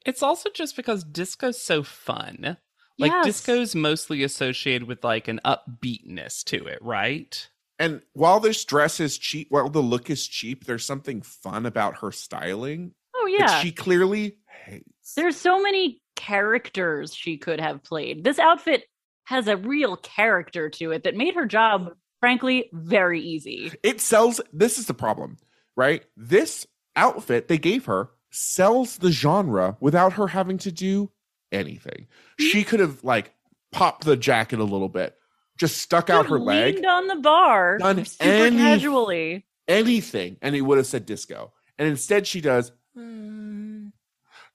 [SPEAKER 2] It's also just because disco's so fun. Like
[SPEAKER 3] Yes.
[SPEAKER 2] disco's mostly associated with like an upbeatness to it, right?
[SPEAKER 1] And while this dress is cheap, while the look is cheap, there's something fun about her styling
[SPEAKER 3] Oh
[SPEAKER 1] that
[SPEAKER 3] yeah,
[SPEAKER 1] she clearly hates.
[SPEAKER 3] there's so many characters she could have played. This outfit has a real character to it that made her job, frankly, very easy.
[SPEAKER 1] It sells. This is the problem, right? This outfit they gave her sells the genre without her having to do anything.
[SPEAKER 3] Hmm?
[SPEAKER 1] She could have like popped the jacket a little bit, just stuck out
[SPEAKER 3] Just
[SPEAKER 1] her leg,
[SPEAKER 3] leaned on the bar,
[SPEAKER 1] Done
[SPEAKER 3] super
[SPEAKER 1] any-
[SPEAKER 3] casually.
[SPEAKER 1] anything, and it would have said disco. And instead, she does.
[SPEAKER 3] Hmm.
[SPEAKER 1] "I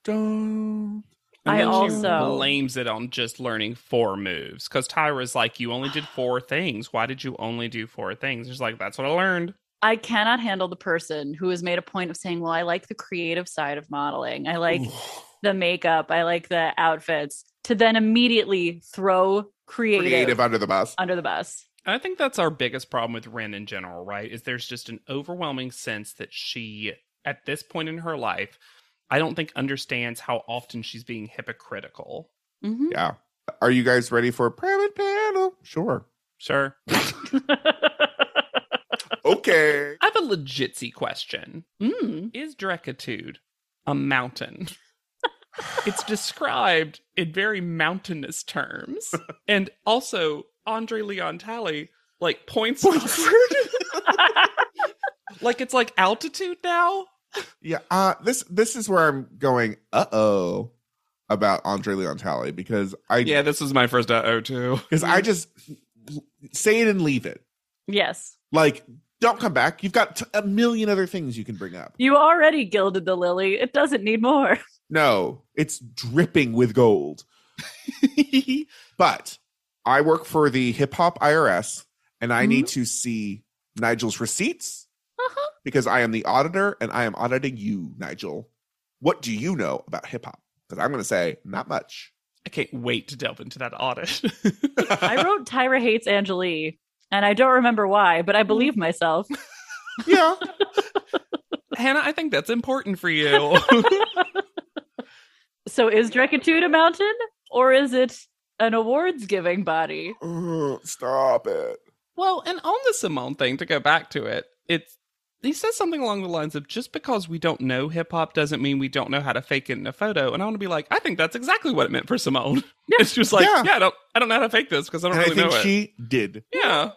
[SPEAKER 1] Don't.
[SPEAKER 2] And
[SPEAKER 3] I
[SPEAKER 2] then she
[SPEAKER 3] also-
[SPEAKER 2] blames it on just learning four moves because Tyra's like, "You only did four things. Why did you only do four things?" She's like, "That's what I learned."
[SPEAKER 3] I cannot handle the person who has made a point of saying, "Well, I like the creative side of modeling. I like the makeup. I like the outfits." To then immediately throw creative, Um,
[SPEAKER 1] creative under the bus.
[SPEAKER 3] under the bus.
[SPEAKER 2] And I think that's our biggest problem with Ren in general, right? Is there's just an overwhelming sense that she, at this point in her life, I don't think understands how often she's being hypocritical.
[SPEAKER 3] Mhm.
[SPEAKER 1] Yeah. Are you guys ready for a private panel? Sure.
[SPEAKER 2] Sure.
[SPEAKER 1] Okay.
[SPEAKER 2] I have a legitsy question.
[SPEAKER 3] Mm.
[SPEAKER 2] Is Drekatude a mountain? it's described in very mountainous terms. And also, Andre Leon Talley like points like it's like altitude now.
[SPEAKER 1] Yeah, uh, this this is where I'm going. Uh oh, about Andre Leon Talley because I
[SPEAKER 2] Yeah, this is my first oh too.
[SPEAKER 1] because I just say it and leave it.
[SPEAKER 3] yes,
[SPEAKER 1] Like, don't come back. You've got t- a million other things you can bring up.
[SPEAKER 3] you already gilded the lily. It doesn't need more.
[SPEAKER 1] No, it's dripping with gold. but I work for the hip hop IRS, and I need to see Nigel's receipts
[SPEAKER 3] Uh-huh.
[SPEAKER 1] because I am the auditor, and I am auditing you, Nigel. What do you know about hip hop? Because I'm going to say not much.
[SPEAKER 2] I can't wait to delve into that audit.
[SPEAKER 3] I wrote Tyra hates Angelie, and I don't remember why, but I believe myself.
[SPEAKER 1] Yeah.
[SPEAKER 2] Hannah, I think that's important for you.
[SPEAKER 3] So, is Drekatude a mountain, or is it an awards giving body?
[SPEAKER 1] Ugh, Uh, Stop it.
[SPEAKER 2] well, and on the Simone thing, to go back to it, it's he says something along the lines of just because we don't know hip hop doesn't mean we don't know how to fake it in a photo. And I want to be like, I think that's exactly what it meant for Simone. It's just like,
[SPEAKER 1] Yeah.
[SPEAKER 2] yeah, I don't I don't know how to fake this because I don't
[SPEAKER 1] And I
[SPEAKER 2] really
[SPEAKER 1] think
[SPEAKER 2] know it.
[SPEAKER 1] she did.
[SPEAKER 2] Yeah.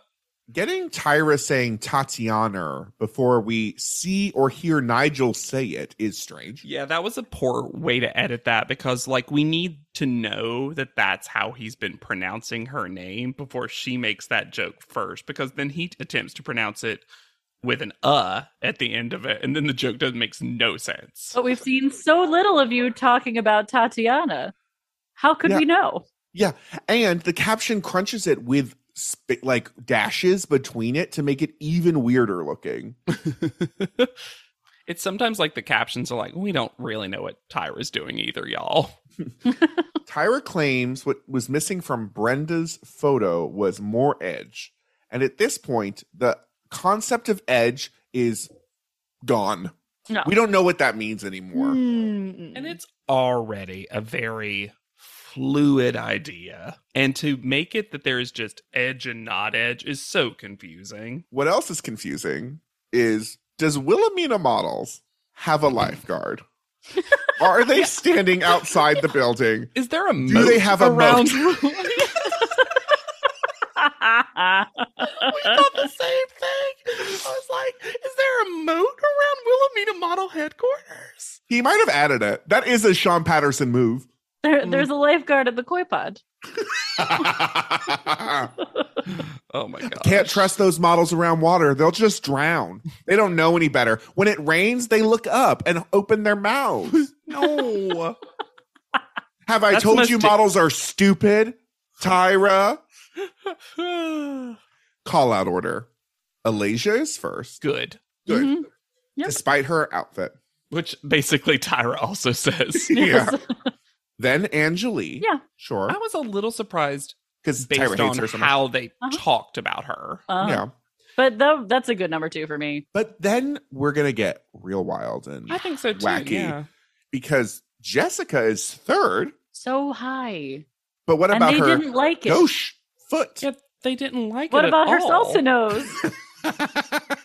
[SPEAKER 1] Getting Tyra saying Tatiana before we see or hear Nigel say it is strange.
[SPEAKER 2] Yeah, that was a poor way to edit that because, like, we need to know that that's how he's been pronouncing her name before she makes that joke first, because then he attempts to pronounce it with an uh at the end of it, and then the joke does makes no sense.
[SPEAKER 3] But we've seen so little of you talking about Tatiana. How could
[SPEAKER 1] Yeah.
[SPEAKER 3] we know?
[SPEAKER 1] Yeah, and the caption crunches it with sp- like dashes between it to make it even weirder looking.
[SPEAKER 2] It's sometimes like the captions are like, we don't really know what Tyra's doing either, y'all.
[SPEAKER 1] Tyra claims what was missing from Brenda's photo was more edge. And at this point, the concept of edge is gone.
[SPEAKER 3] No.
[SPEAKER 1] We don't know what that means anymore.
[SPEAKER 3] Mm-hmm.
[SPEAKER 2] And it's already a very fluid idea. And to make it that there is just edge and not edge is so confusing.
[SPEAKER 1] What else is confusing is does Wilhelmina Models have a lifeguard? Are they standing outside the building?
[SPEAKER 2] Is there a
[SPEAKER 1] Do they have a
[SPEAKER 2] around?
[SPEAKER 1] moat?
[SPEAKER 2] we thought the same thing. I was like, is there a moat around Wilhelmina Model Headquarters?
[SPEAKER 1] He might have added it. That is a Sean Patterson move.
[SPEAKER 3] There,
[SPEAKER 1] Mm.
[SPEAKER 3] there's a lifeguard at the koi pod.
[SPEAKER 1] Can't
[SPEAKER 2] Oh my god!
[SPEAKER 1] trust those models around water. They'll just drown. They don't know any better. When it rains, they look up and open their mouths.
[SPEAKER 2] No.
[SPEAKER 1] Have I
[SPEAKER 2] That's
[SPEAKER 1] told
[SPEAKER 2] most
[SPEAKER 1] you
[SPEAKER 2] di-
[SPEAKER 1] models are stupid? Tyra, call out order. Alasia is first.
[SPEAKER 2] Good.
[SPEAKER 1] Good.
[SPEAKER 2] Mm-hmm.
[SPEAKER 3] Mhm. Yep.
[SPEAKER 1] Despite her outfit.
[SPEAKER 2] Which basically Tyra also says.
[SPEAKER 1] Yeah.
[SPEAKER 3] Yes.
[SPEAKER 1] Then Angelique.
[SPEAKER 3] Yeah.
[SPEAKER 1] Sure.
[SPEAKER 2] I was a little surprised
[SPEAKER 1] Because Tyra hates
[SPEAKER 2] based on
[SPEAKER 1] her so much.
[SPEAKER 2] how they
[SPEAKER 3] Uh-huh.
[SPEAKER 2] talked about her.
[SPEAKER 3] Uh,
[SPEAKER 1] yeah.
[SPEAKER 3] But tho- that's a good number two for me.
[SPEAKER 1] But then we're going to get real wild and
[SPEAKER 2] I think so too.
[SPEAKER 1] Wacky.
[SPEAKER 2] Yeah.
[SPEAKER 1] because Jessica is third.
[SPEAKER 3] So high.
[SPEAKER 1] But what
[SPEAKER 3] And
[SPEAKER 1] about
[SPEAKER 3] they
[SPEAKER 1] her
[SPEAKER 3] didn't like it.
[SPEAKER 1] gauche foot?
[SPEAKER 2] Yeah, they didn't like
[SPEAKER 3] what
[SPEAKER 2] it.
[SPEAKER 3] about
[SPEAKER 2] at
[SPEAKER 3] her
[SPEAKER 2] all.
[SPEAKER 3] salsa nose?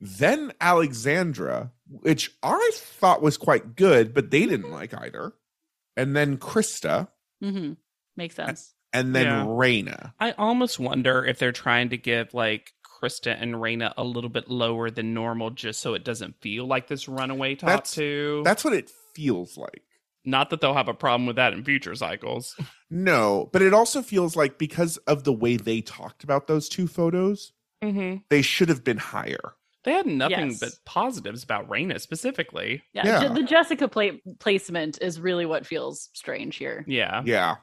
[SPEAKER 1] then Alexandra, which I thought was quite good, but they didn't like either. And then Krista,
[SPEAKER 3] mm-hmm. Makes sense.
[SPEAKER 1] and then
[SPEAKER 2] Yeah.
[SPEAKER 1] Raina.
[SPEAKER 2] I almost wonder if they're trying to give like Krista and Raina a little bit lower than normal just so it doesn't feel like this runaway top
[SPEAKER 1] That's-
[SPEAKER 2] two.
[SPEAKER 1] That's what it feels like.
[SPEAKER 2] Not that they'll have a problem with that in future cycles.
[SPEAKER 1] No, but it also feels like because of the way they talked about those two photos,
[SPEAKER 2] Mm-hmm.
[SPEAKER 1] they should have been higher.
[SPEAKER 2] They had nothing
[SPEAKER 3] Yes.
[SPEAKER 2] but positives about Raina specifically.
[SPEAKER 3] Yeah.
[SPEAKER 1] Yeah.
[SPEAKER 3] Je- the Jessica pla- placement is really what feels strange here.
[SPEAKER 2] Yeah.
[SPEAKER 1] Yeah.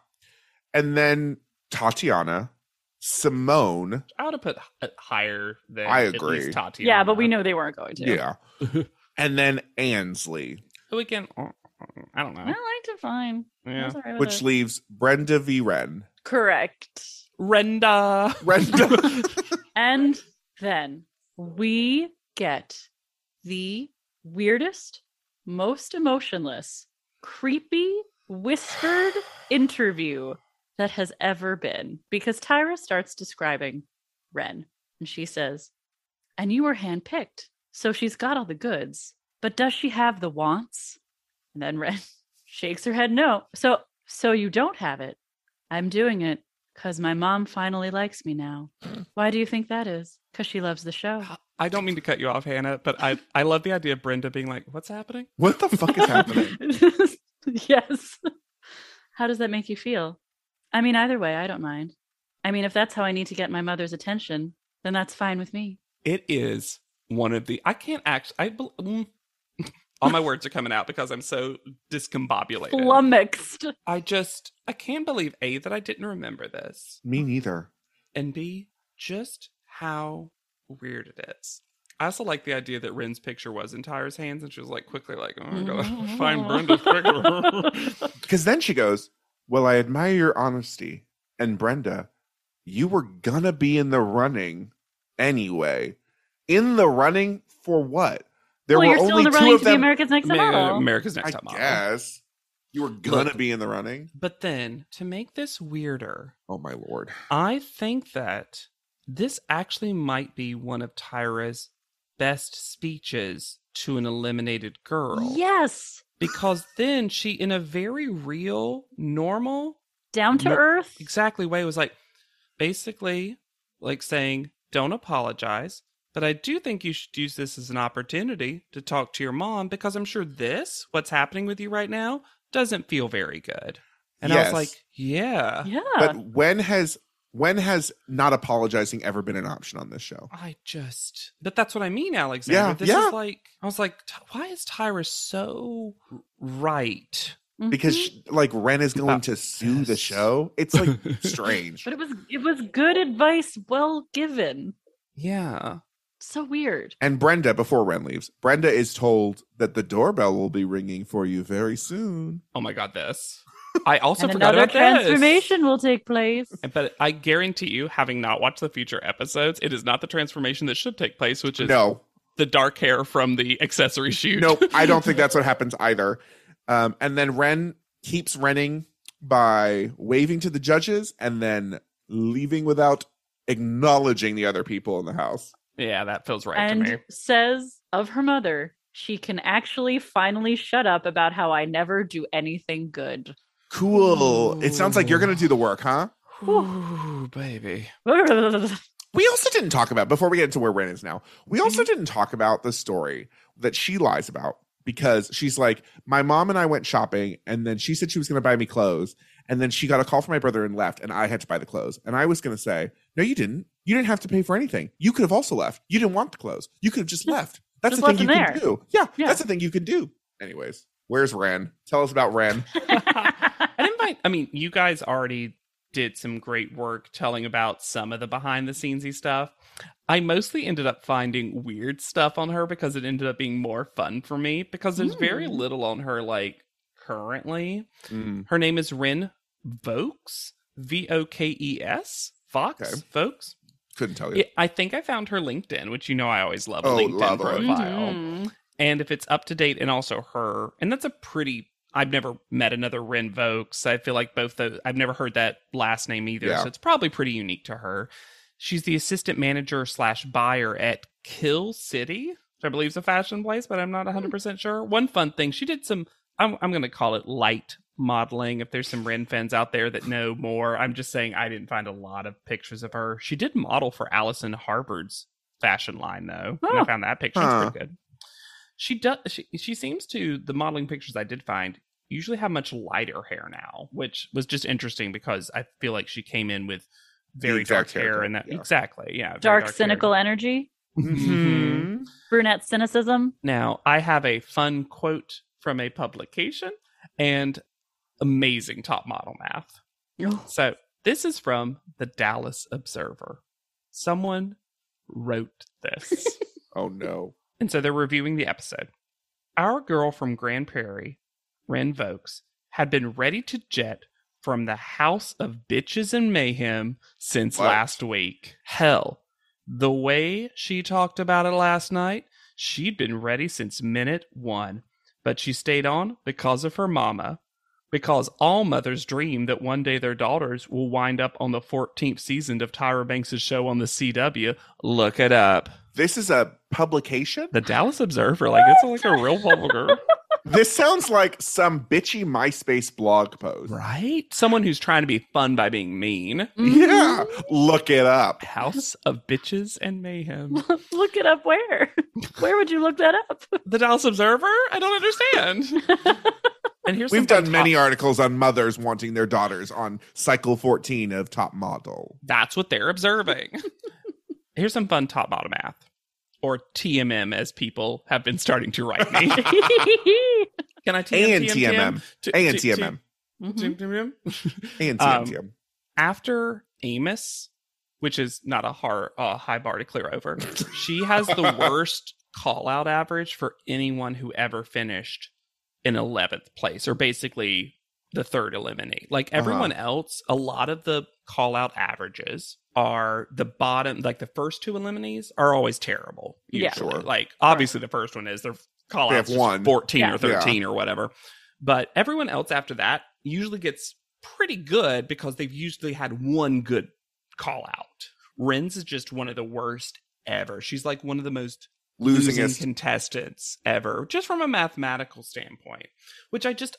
[SPEAKER 1] And then Tatiana, Simone.
[SPEAKER 2] I would have put h- uh, higher than
[SPEAKER 1] I
[SPEAKER 2] at
[SPEAKER 1] agree.
[SPEAKER 2] least Tatiana.
[SPEAKER 3] Yeah, but we know they weren't going to.
[SPEAKER 1] Yeah. and then Ansley.
[SPEAKER 2] Who again? Uh, I don't
[SPEAKER 3] I
[SPEAKER 2] know.
[SPEAKER 3] liked it fine. I
[SPEAKER 2] Yeah.
[SPEAKER 3] was all right with
[SPEAKER 1] which
[SPEAKER 3] it.
[SPEAKER 1] leaves Brenda V. Wren.
[SPEAKER 3] Correct.
[SPEAKER 2] Renda.
[SPEAKER 1] Brenda.
[SPEAKER 3] And then we get the weirdest, most emotionless, creepy, whispered interview that has ever been. Because Tyra starts describing Ren and she says, And you were handpicked. So she's got all the goods, but does she have the wants? And then Ren shakes her head, No. So, so you don't have it. I'm doing it because my mom finally likes me now. Why do you think that is? Because she loves the show.
[SPEAKER 2] I don't mean to cut you off, Hannah, but I, I love the idea of Brenda being like, what's happening?
[SPEAKER 1] what the fuck is happening?
[SPEAKER 3] yes. How does that make you feel? I mean, either way, I don't mind. I mean, if that's how I need to get my mother's attention, then that's fine with me.
[SPEAKER 2] It is one of the. I can't actually. I bel- mm. all my words are coming out because I'm so discombobulated.
[SPEAKER 3] Flummoxed.
[SPEAKER 2] I just I can't believe a that I didn't remember this,
[SPEAKER 1] Me neither.
[SPEAKER 2] and b just how weird it is. I also like the idea that Ren's picture was in Tyra's hands, and she was like quickly like, "Oh my god, find Brenda's picture."
[SPEAKER 1] Because then she goes, Well, I admire your honesty. And Brenda, you were gonna be in the running anyway. In the running for what? There
[SPEAKER 3] well,
[SPEAKER 1] were
[SPEAKER 3] you're still in
[SPEAKER 1] only
[SPEAKER 3] the
[SPEAKER 1] two
[SPEAKER 3] running
[SPEAKER 1] of
[SPEAKER 3] to be
[SPEAKER 1] them.
[SPEAKER 3] America's Next Top Model.
[SPEAKER 2] America's Next
[SPEAKER 1] I
[SPEAKER 2] Top Model.
[SPEAKER 1] guess. You were gonna be in the running.
[SPEAKER 2] But then to make this weirder,
[SPEAKER 1] Oh my lord.
[SPEAKER 2] I think that this actually might be one of Tyra's best speeches to an eliminated girl.
[SPEAKER 3] Yes.
[SPEAKER 2] Because then she, in a very real, normal,
[SPEAKER 3] Down to
[SPEAKER 2] No-
[SPEAKER 3] earth.
[SPEAKER 2] exactly way, was like basically like saying, Don't apologize, but I do think you should use this as an opportunity to talk to your mom because I'm sure this, what's happening with you right now, doesn't feel very good. And I
[SPEAKER 1] Yes.
[SPEAKER 2] was like, yeah,
[SPEAKER 3] Yeah.
[SPEAKER 1] But when has when has not apologizing ever been an option on this show?
[SPEAKER 2] I just, but that's what I mean, Alexander.
[SPEAKER 1] Yeah,
[SPEAKER 2] this
[SPEAKER 1] yeah.
[SPEAKER 2] is like, I was like, "Ty- why is Tyra so right?
[SPEAKER 1] Because
[SPEAKER 3] Mhm.
[SPEAKER 1] she- like Ren is going
[SPEAKER 2] Uh,
[SPEAKER 1] to sue the
[SPEAKER 2] yes.
[SPEAKER 1] show. It's like strange.
[SPEAKER 3] but it was it was good advice, well given.
[SPEAKER 2] Yeah.
[SPEAKER 3] So weird.
[SPEAKER 1] And Brenda, before Ren leaves, Brenda is told that the doorbell will be ringing for you very soon.
[SPEAKER 2] Oh my God, this. I also
[SPEAKER 3] and
[SPEAKER 2] forgot
[SPEAKER 3] another
[SPEAKER 2] about this.
[SPEAKER 3] transformation will take place.
[SPEAKER 2] But I guarantee you, having not watched the future episodes, it is not the transformation that should take place, which is
[SPEAKER 1] No,
[SPEAKER 2] the dark hair from the accessory shoot.
[SPEAKER 1] nope. I don't think that's what happens either. Um, and then Ren keeps renning by waving to the judges and then leaving without acknowledging the other people in the house.
[SPEAKER 2] yeah, that feels right to me.
[SPEAKER 3] and says of her mother, she can actually finally shut up about how I never do anything good.
[SPEAKER 1] Cool. It sounds like you're
[SPEAKER 2] Ooh.
[SPEAKER 1] going to do the work, huh?
[SPEAKER 2] Ooh, baby.
[SPEAKER 1] We also didn't talk about before we get into where Ren is now. We
[SPEAKER 3] Mm-hmm.
[SPEAKER 1] also didn't talk about the story that she lies about because she's like, my mom and I went shopping, and then she said she was going to buy me clothes, and then she got a call from my brother and left, and I had to buy the clothes, and I was going to say, no, you didn't. You didn't have to pay for anything. You could have also left. You didn't want the clothes. You could have just
[SPEAKER 3] Just-
[SPEAKER 1] left. That's
[SPEAKER 3] just
[SPEAKER 1] the thing you
[SPEAKER 3] left them
[SPEAKER 1] can
[SPEAKER 3] there.
[SPEAKER 1] do. Yeah,
[SPEAKER 3] Yeah.
[SPEAKER 1] that's the thing you can do. Anyways, where's Ren? Tell us about Ren.
[SPEAKER 2] I didn't mind. I mean, you guys already did some great work telling about some of the behind the scenesy stuff. I mostly ended up finding weird stuff on her because it ended up being more fun for me because there's very
[SPEAKER 1] Hmm.
[SPEAKER 3] Mm.
[SPEAKER 2] little on her like currently.
[SPEAKER 1] Mm,
[SPEAKER 2] Her name is Rin Vokes, V O K E S, Fox,
[SPEAKER 1] Okay.
[SPEAKER 2] folks.
[SPEAKER 1] Couldn't tell you.
[SPEAKER 2] Yeah, I think I found her LinkedIn, which you know I always love a
[SPEAKER 1] Oh,
[SPEAKER 2] LinkedIn
[SPEAKER 1] love a
[SPEAKER 3] Mm-hmm.
[SPEAKER 2] profile.
[SPEAKER 3] Mhm.
[SPEAKER 2] And if it's up to date and also her, and that's a pretty I've never met another Ren Vokes. I feel like both those I've never heard that last name either.
[SPEAKER 1] Yeah.
[SPEAKER 2] So it's probably pretty unique to her. She's the assistant manager slash buyer at Kill City, which I believe is a fashion place, but I'm not 100% sure. One fun thing, she did some, I'm, I'm going to call it light modeling. If there's some Ren fans out there that know more, I'm just saying I didn't find a lot of pictures of her. She did model for Allison Harvard's fashion line, though. And I
[SPEAKER 3] Oh.
[SPEAKER 2] found that picture.
[SPEAKER 1] Huh.
[SPEAKER 2] It's pretty good. She does. She, she seems to the modeling pictures I did find usually have much lighter hair now, which was just interesting because I feel like she came in with
[SPEAKER 1] The
[SPEAKER 2] very dark
[SPEAKER 1] exact hair
[SPEAKER 2] hair
[SPEAKER 1] color,
[SPEAKER 2] and that
[SPEAKER 1] yeah. Mm-hmm.
[SPEAKER 2] exactly, yeah, very
[SPEAKER 3] Dark,
[SPEAKER 2] hair.
[SPEAKER 3] cynical energy,
[SPEAKER 2] Mhm.
[SPEAKER 3] brunette cynicism.
[SPEAKER 2] Now, I have a fun quote from a publication and amazing top model math.
[SPEAKER 4] Mm-hmm.
[SPEAKER 2] So, this is from the Dallas Observer. Someone wrote this.
[SPEAKER 1] Oh no.
[SPEAKER 2] And so they're reviewing the episode. Our girl from Grand Prairie, Ren Vokes, had been ready to jet from the house of bitches and mayhem since
[SPEAKER 1] What?
[SPEAKER 2] last week. Hell, the way she talked about it last night, she'd been ready since minute one. But she stayed on because of her mama. Because all mothers dream that one day their daughters will wind up on the 14th season of Tyra Banks' show on the CW. Look it up.
[SPEAKER 1] This is a publication?
[SPEAKER 2] The Dallas Observer, like it's like a real publisher,
[SPEAKER 1] this sounds like some bitchy MySpace blog post.
[SPEAKER 2] right? Someone who's trying to be fun by being mean.
[SPEAKER 3] Mm-hmm.
[SPEAKER 1] Yeah, look it up.
[SPEAKER 2] House of Bitches and Mayhem.
[SPEAKER 3] Mhm. look it up where? Where would you look that up?
[SPEAKER 2] The Dallas Observer? I don't understand. And here's
[SPEAKER 1] We've
[SPEAKER 2] some fun
[SPEAKER 1] done many
[SPEAKER 2] top-
[SPEAKER 1] articles on mothers wanting their daughters on cycle 14 of Top Model.
[SPEAKER 2] That's what they're observing. here's some fun top bottom math, or TMM, as people have been starting to write me. Can I TM,
[SPEAKER 1] And TMM.
[SPEAKER 2] T-
[SPEAKER 1] And
[SPEAKER 2] T-
[SPEAKER 1] TMM.
[SPEAKER 3] Mhm.
[SPEAKER 2] TMM.
[SPEAKER 1] And
[SPEAKER 2] Um,
[SPEAKER 1] TMTM.
[SPEAKER 2] after Amos, which is not a hard, uh, high bar to clear over, she has the worst call out average for anyone who ever finished in 11th place or basically the third eliminate. Like
[SPEAKER 1] Uh-huh.
[SPEAKER 2] everyone else, a lot of the call out averages are the bottom, like the first two eliminees are always terrible.
[SPEAKER 3] Yeah.
[SPEAKER 2] Usually.
[SPEAKER 1] Sure.
[SPEAKER 2] Like obviously the first one is their call
[SPEAKER 1] They have
[SPEAKER 2] out
[SPEAKER 1] one.
[SPEAKER 2] 14
[SPEAKER 3] Yeah.
[SPEAKER 2] or 13 or whatever. But everyone else after that usually gets pretty good because they've usually had one good call out. Ren's is just one of the worst ever. She's like one of the most
[SPEAKER 1] Losing
[SPEAKER 2] losing
[SPEAKER 1] us-
[SPEAKER 2] contestants ever, just from a mathematical standpoint. Which I just,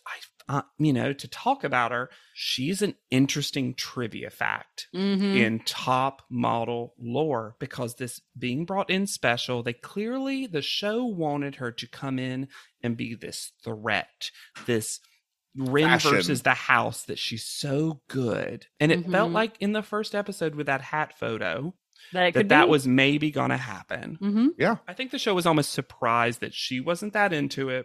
[SPEAKER 2] I, uh, you know, to talk about her, she's an interesting trivia fact
[SPEAKER 3] Mhm.
[SPEAKER 2] in top model lore because this being brought in special, they clearly, the show wanted her to come in and be this threat, this Ren
[SPEAKER 1] Fashion.
[SPEAKER 2] versus the house that she's so good. And it felt
[SPEAKER 3] Mhm.
[SPEAKER 2] like in the first episode with that hat photo
[SPEAKER 3] That it
[SPEAKER 2] that
[SPEAKER 3] could
[SPEAKER 2] that
[SPEAKER 3] be.
[SPEAKER 2] was maybe going to happen.
[SPEAKER 3] Mhm.
[SPEAKER 2] I think the show was almost surprised that she wasn't that into it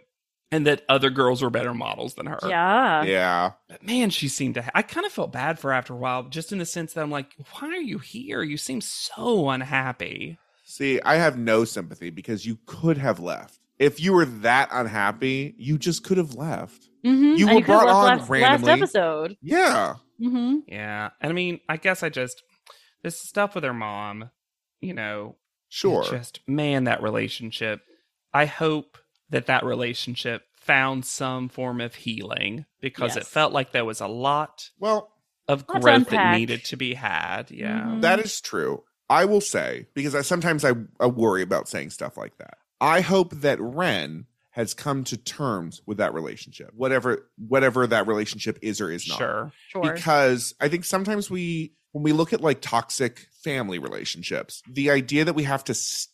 [SPEAKER 2] and that other girls were better models than her.
[SPEAKER 3] Yeah.
[SPEAKER 1] yeah.
[SPEAKER 2] But man, she seemed to. Ha- I kind of felt bad for her after a while, just in the sense that I'm like, why are you here? You seem so unhappy.
[SPEAKER 1] See, I have no sympathy because you could have left. If you were that unhappy, you just could have left.
[SPEAKER 3] Mhm.
[SPEAKER 1] You
[SPEAKER 3] And
[SPEAKER 1] were
[SPEAKER 3] could've
[SPEAKER 1] brought
[SPEAKER 3] left
[SPEAKER 1] on
[SPEAKER 3] last,
[SPEAKER 1] randomly.
[SPEAKER 3] last episode.
[SPEAKER 1] Yeah.
[SPEAKER 3] hmm
[SPEAKER 2] Yeah. And I mean, I guess I just, this stuff with her mom, you know,
[SPEAKER 1] Sure.
[SPEAKER 2] just, man, that relationship. I hope that that relationship found some form of healing because it
[SPEAKER 3] Yes.
[SPEAKER 2] felt like there was a lot
[SPEAKER 1] well,
[SPEAKER 2] of
[SPEAKER 3] Lots to
[SPEAKER 2] growth that
[SPEAKER 3] unpack.
[SPEAKER 2] needed to be had. Yeah.
[SPEAKER 3] Mhm.
[SPEAKER 1] That is true. I will say because I sometimes I, I worry about saying stuff like that. I hope that Ren has come to terms with that relationship, whatever whatever that relationship is or is not.
[SPEAKER 2] Sure.
[SPEAKER 3] Sure.
[SPEAKER 1] Because I think sometimes we when we look at like toxic family relationships, the idea that we have to stick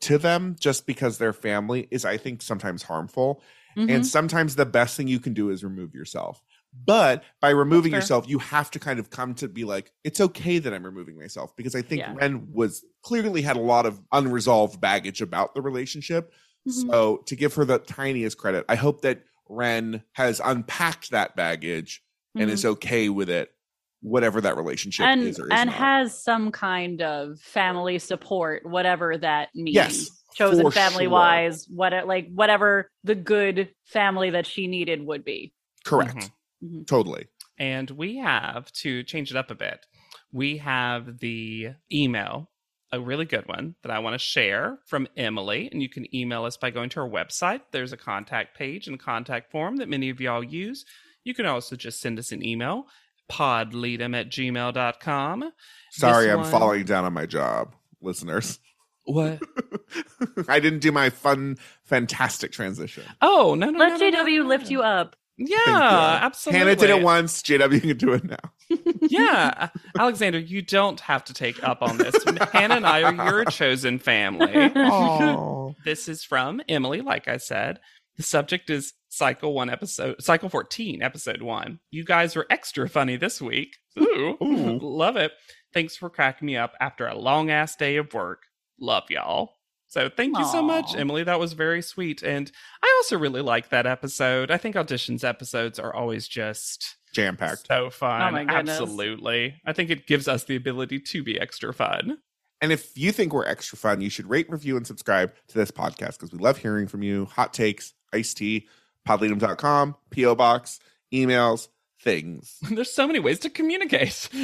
[SPEAKER 1] to them just because they're family is I think sometimes harmful.
[SPEAKER 3] Mhm.
[SPEAKER 1] And sometimes the best thing you can do is remove yourself. But by removing
[SPEAKER 2] fair.
[SPEAKER 1] yourself, you have to kind of come to be like, it's okay that I'm removing myself because I think
[SPEAKER 3] Yeah.
[SPEAKER 1] Ren was clearly had a lot of unresolved baggage about the relationship.
[SPEAKER 3] Mhm.
[SPEAKER 1] So to give her the tiniest credit, I hope that Ren has unpacked that baggage and
[SPEAKER 3] Mhm.
[SPEAKER 1] is okay with it, whatever that relationship
[SPEAKER 3] and
[SPEAKER 1] is or is
[SPEAKER 3] and
[SPEAKER 1] not.
[SPEAKER 3] has some kind of family support, whatever that means.
[SPEAKER 1] Yes,
[SPEAKER 3] chosen
[SPEAKER 1] for
[SPEAKER 3] family
[SPEAKER 1] sure.
[SPEAKER 3] wise, what it- like whatever the good family that she needed would be.
[SPEAKER 1] Correct.
[SPEAKER 2] Mhm.
[SPEAKER 3] Mhm.
[SPEAKER 1] Totally.
[SPEAKER 2] And we have to change it up a bit. We have the email, a really good one that I want to share from Emily. And you can email us by going to our website. There's a contact page and contact form that many of y'all use. You can also just send us an email, podleadem at gmail.com.
[SPEAKER 1] Sorry, I'm
[SPEAKER 2] one-
[SPEAKER 1] falling down on my job, listeners.
[SPEAKER 2] What?
[SPEAKER 1] I didn't do my fun, fantastic transition.
[SPEAKER 2] Oh, no, no,
[SPEAKER 3] Let
[SPEAKER 2] no, no, no,
[SPEAKER 3] JW
[SPEAKER 2] no.
[SPEAKER 3] lift you up.
[SPEAKER 2] Yeah,
[SPEAKER 1] Thank you.
[SPEAKER 2] absolutely.
[SPEAKER 1] Hannah did it once. JW can do it now.
[SPEAKER 2] yeah. Alexander, you don't have to take up on this. Hannah and I are your chosen family.
[SPEAKER 1] Oh,
[SPEAKER 2] This is from Emily, like I said. The subject is cycle one episode, cycle 14, episode one. You guys were extra funny this week. Ooh,
[SPEAKER 1] Ooh.
[SPEAKER 2] love it. Thanks for cracking me up after a long ass day of work. Love y'all. So thank you so much,
[SPEAKER 3] Aw.
[SPEAKER 2] Emily. That was very sweet. And I also really like that episode. I think auditions episodes are always just
[SPEAKER 1] jam packed.
[SPEAKER 2] so fun.
[SPEAKER 3] Oh my goodness.
[SPEAKER 2] Absolutely. I think it gives us the ability to be extra fun.
[SPEAKER 1] And if you think we're extra fun, you should rate, review, and subscribe to this podcast because we love hearing from you. Hot takes, iced tea, podleadum.com, PO box, emails, things.
[SPEAKER 2] There's so many ways to communicate.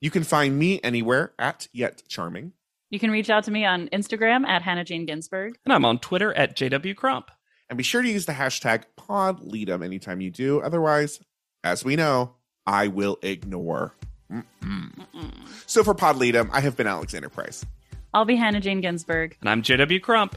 [SPEAKER 1] You can find me anywhere at Yet Charming.
[SPEAKER 3] You can reach out to me on Instagram at Hannah Jane Ginsburg.
[SPEAKER 2] And I'm on Twitter at JW Crump.
[SPEAKER 1] And be sure to use the hashtag podleadum anytime you do. Otherwise, as we know, I will ignore. Mm-mm. So for Podleadum, I have been Alexander Price.
[SPEAKER 3] I'll be Hannah Jane Ginsburg,
[SPEAKER 2] And I'm JW Crump.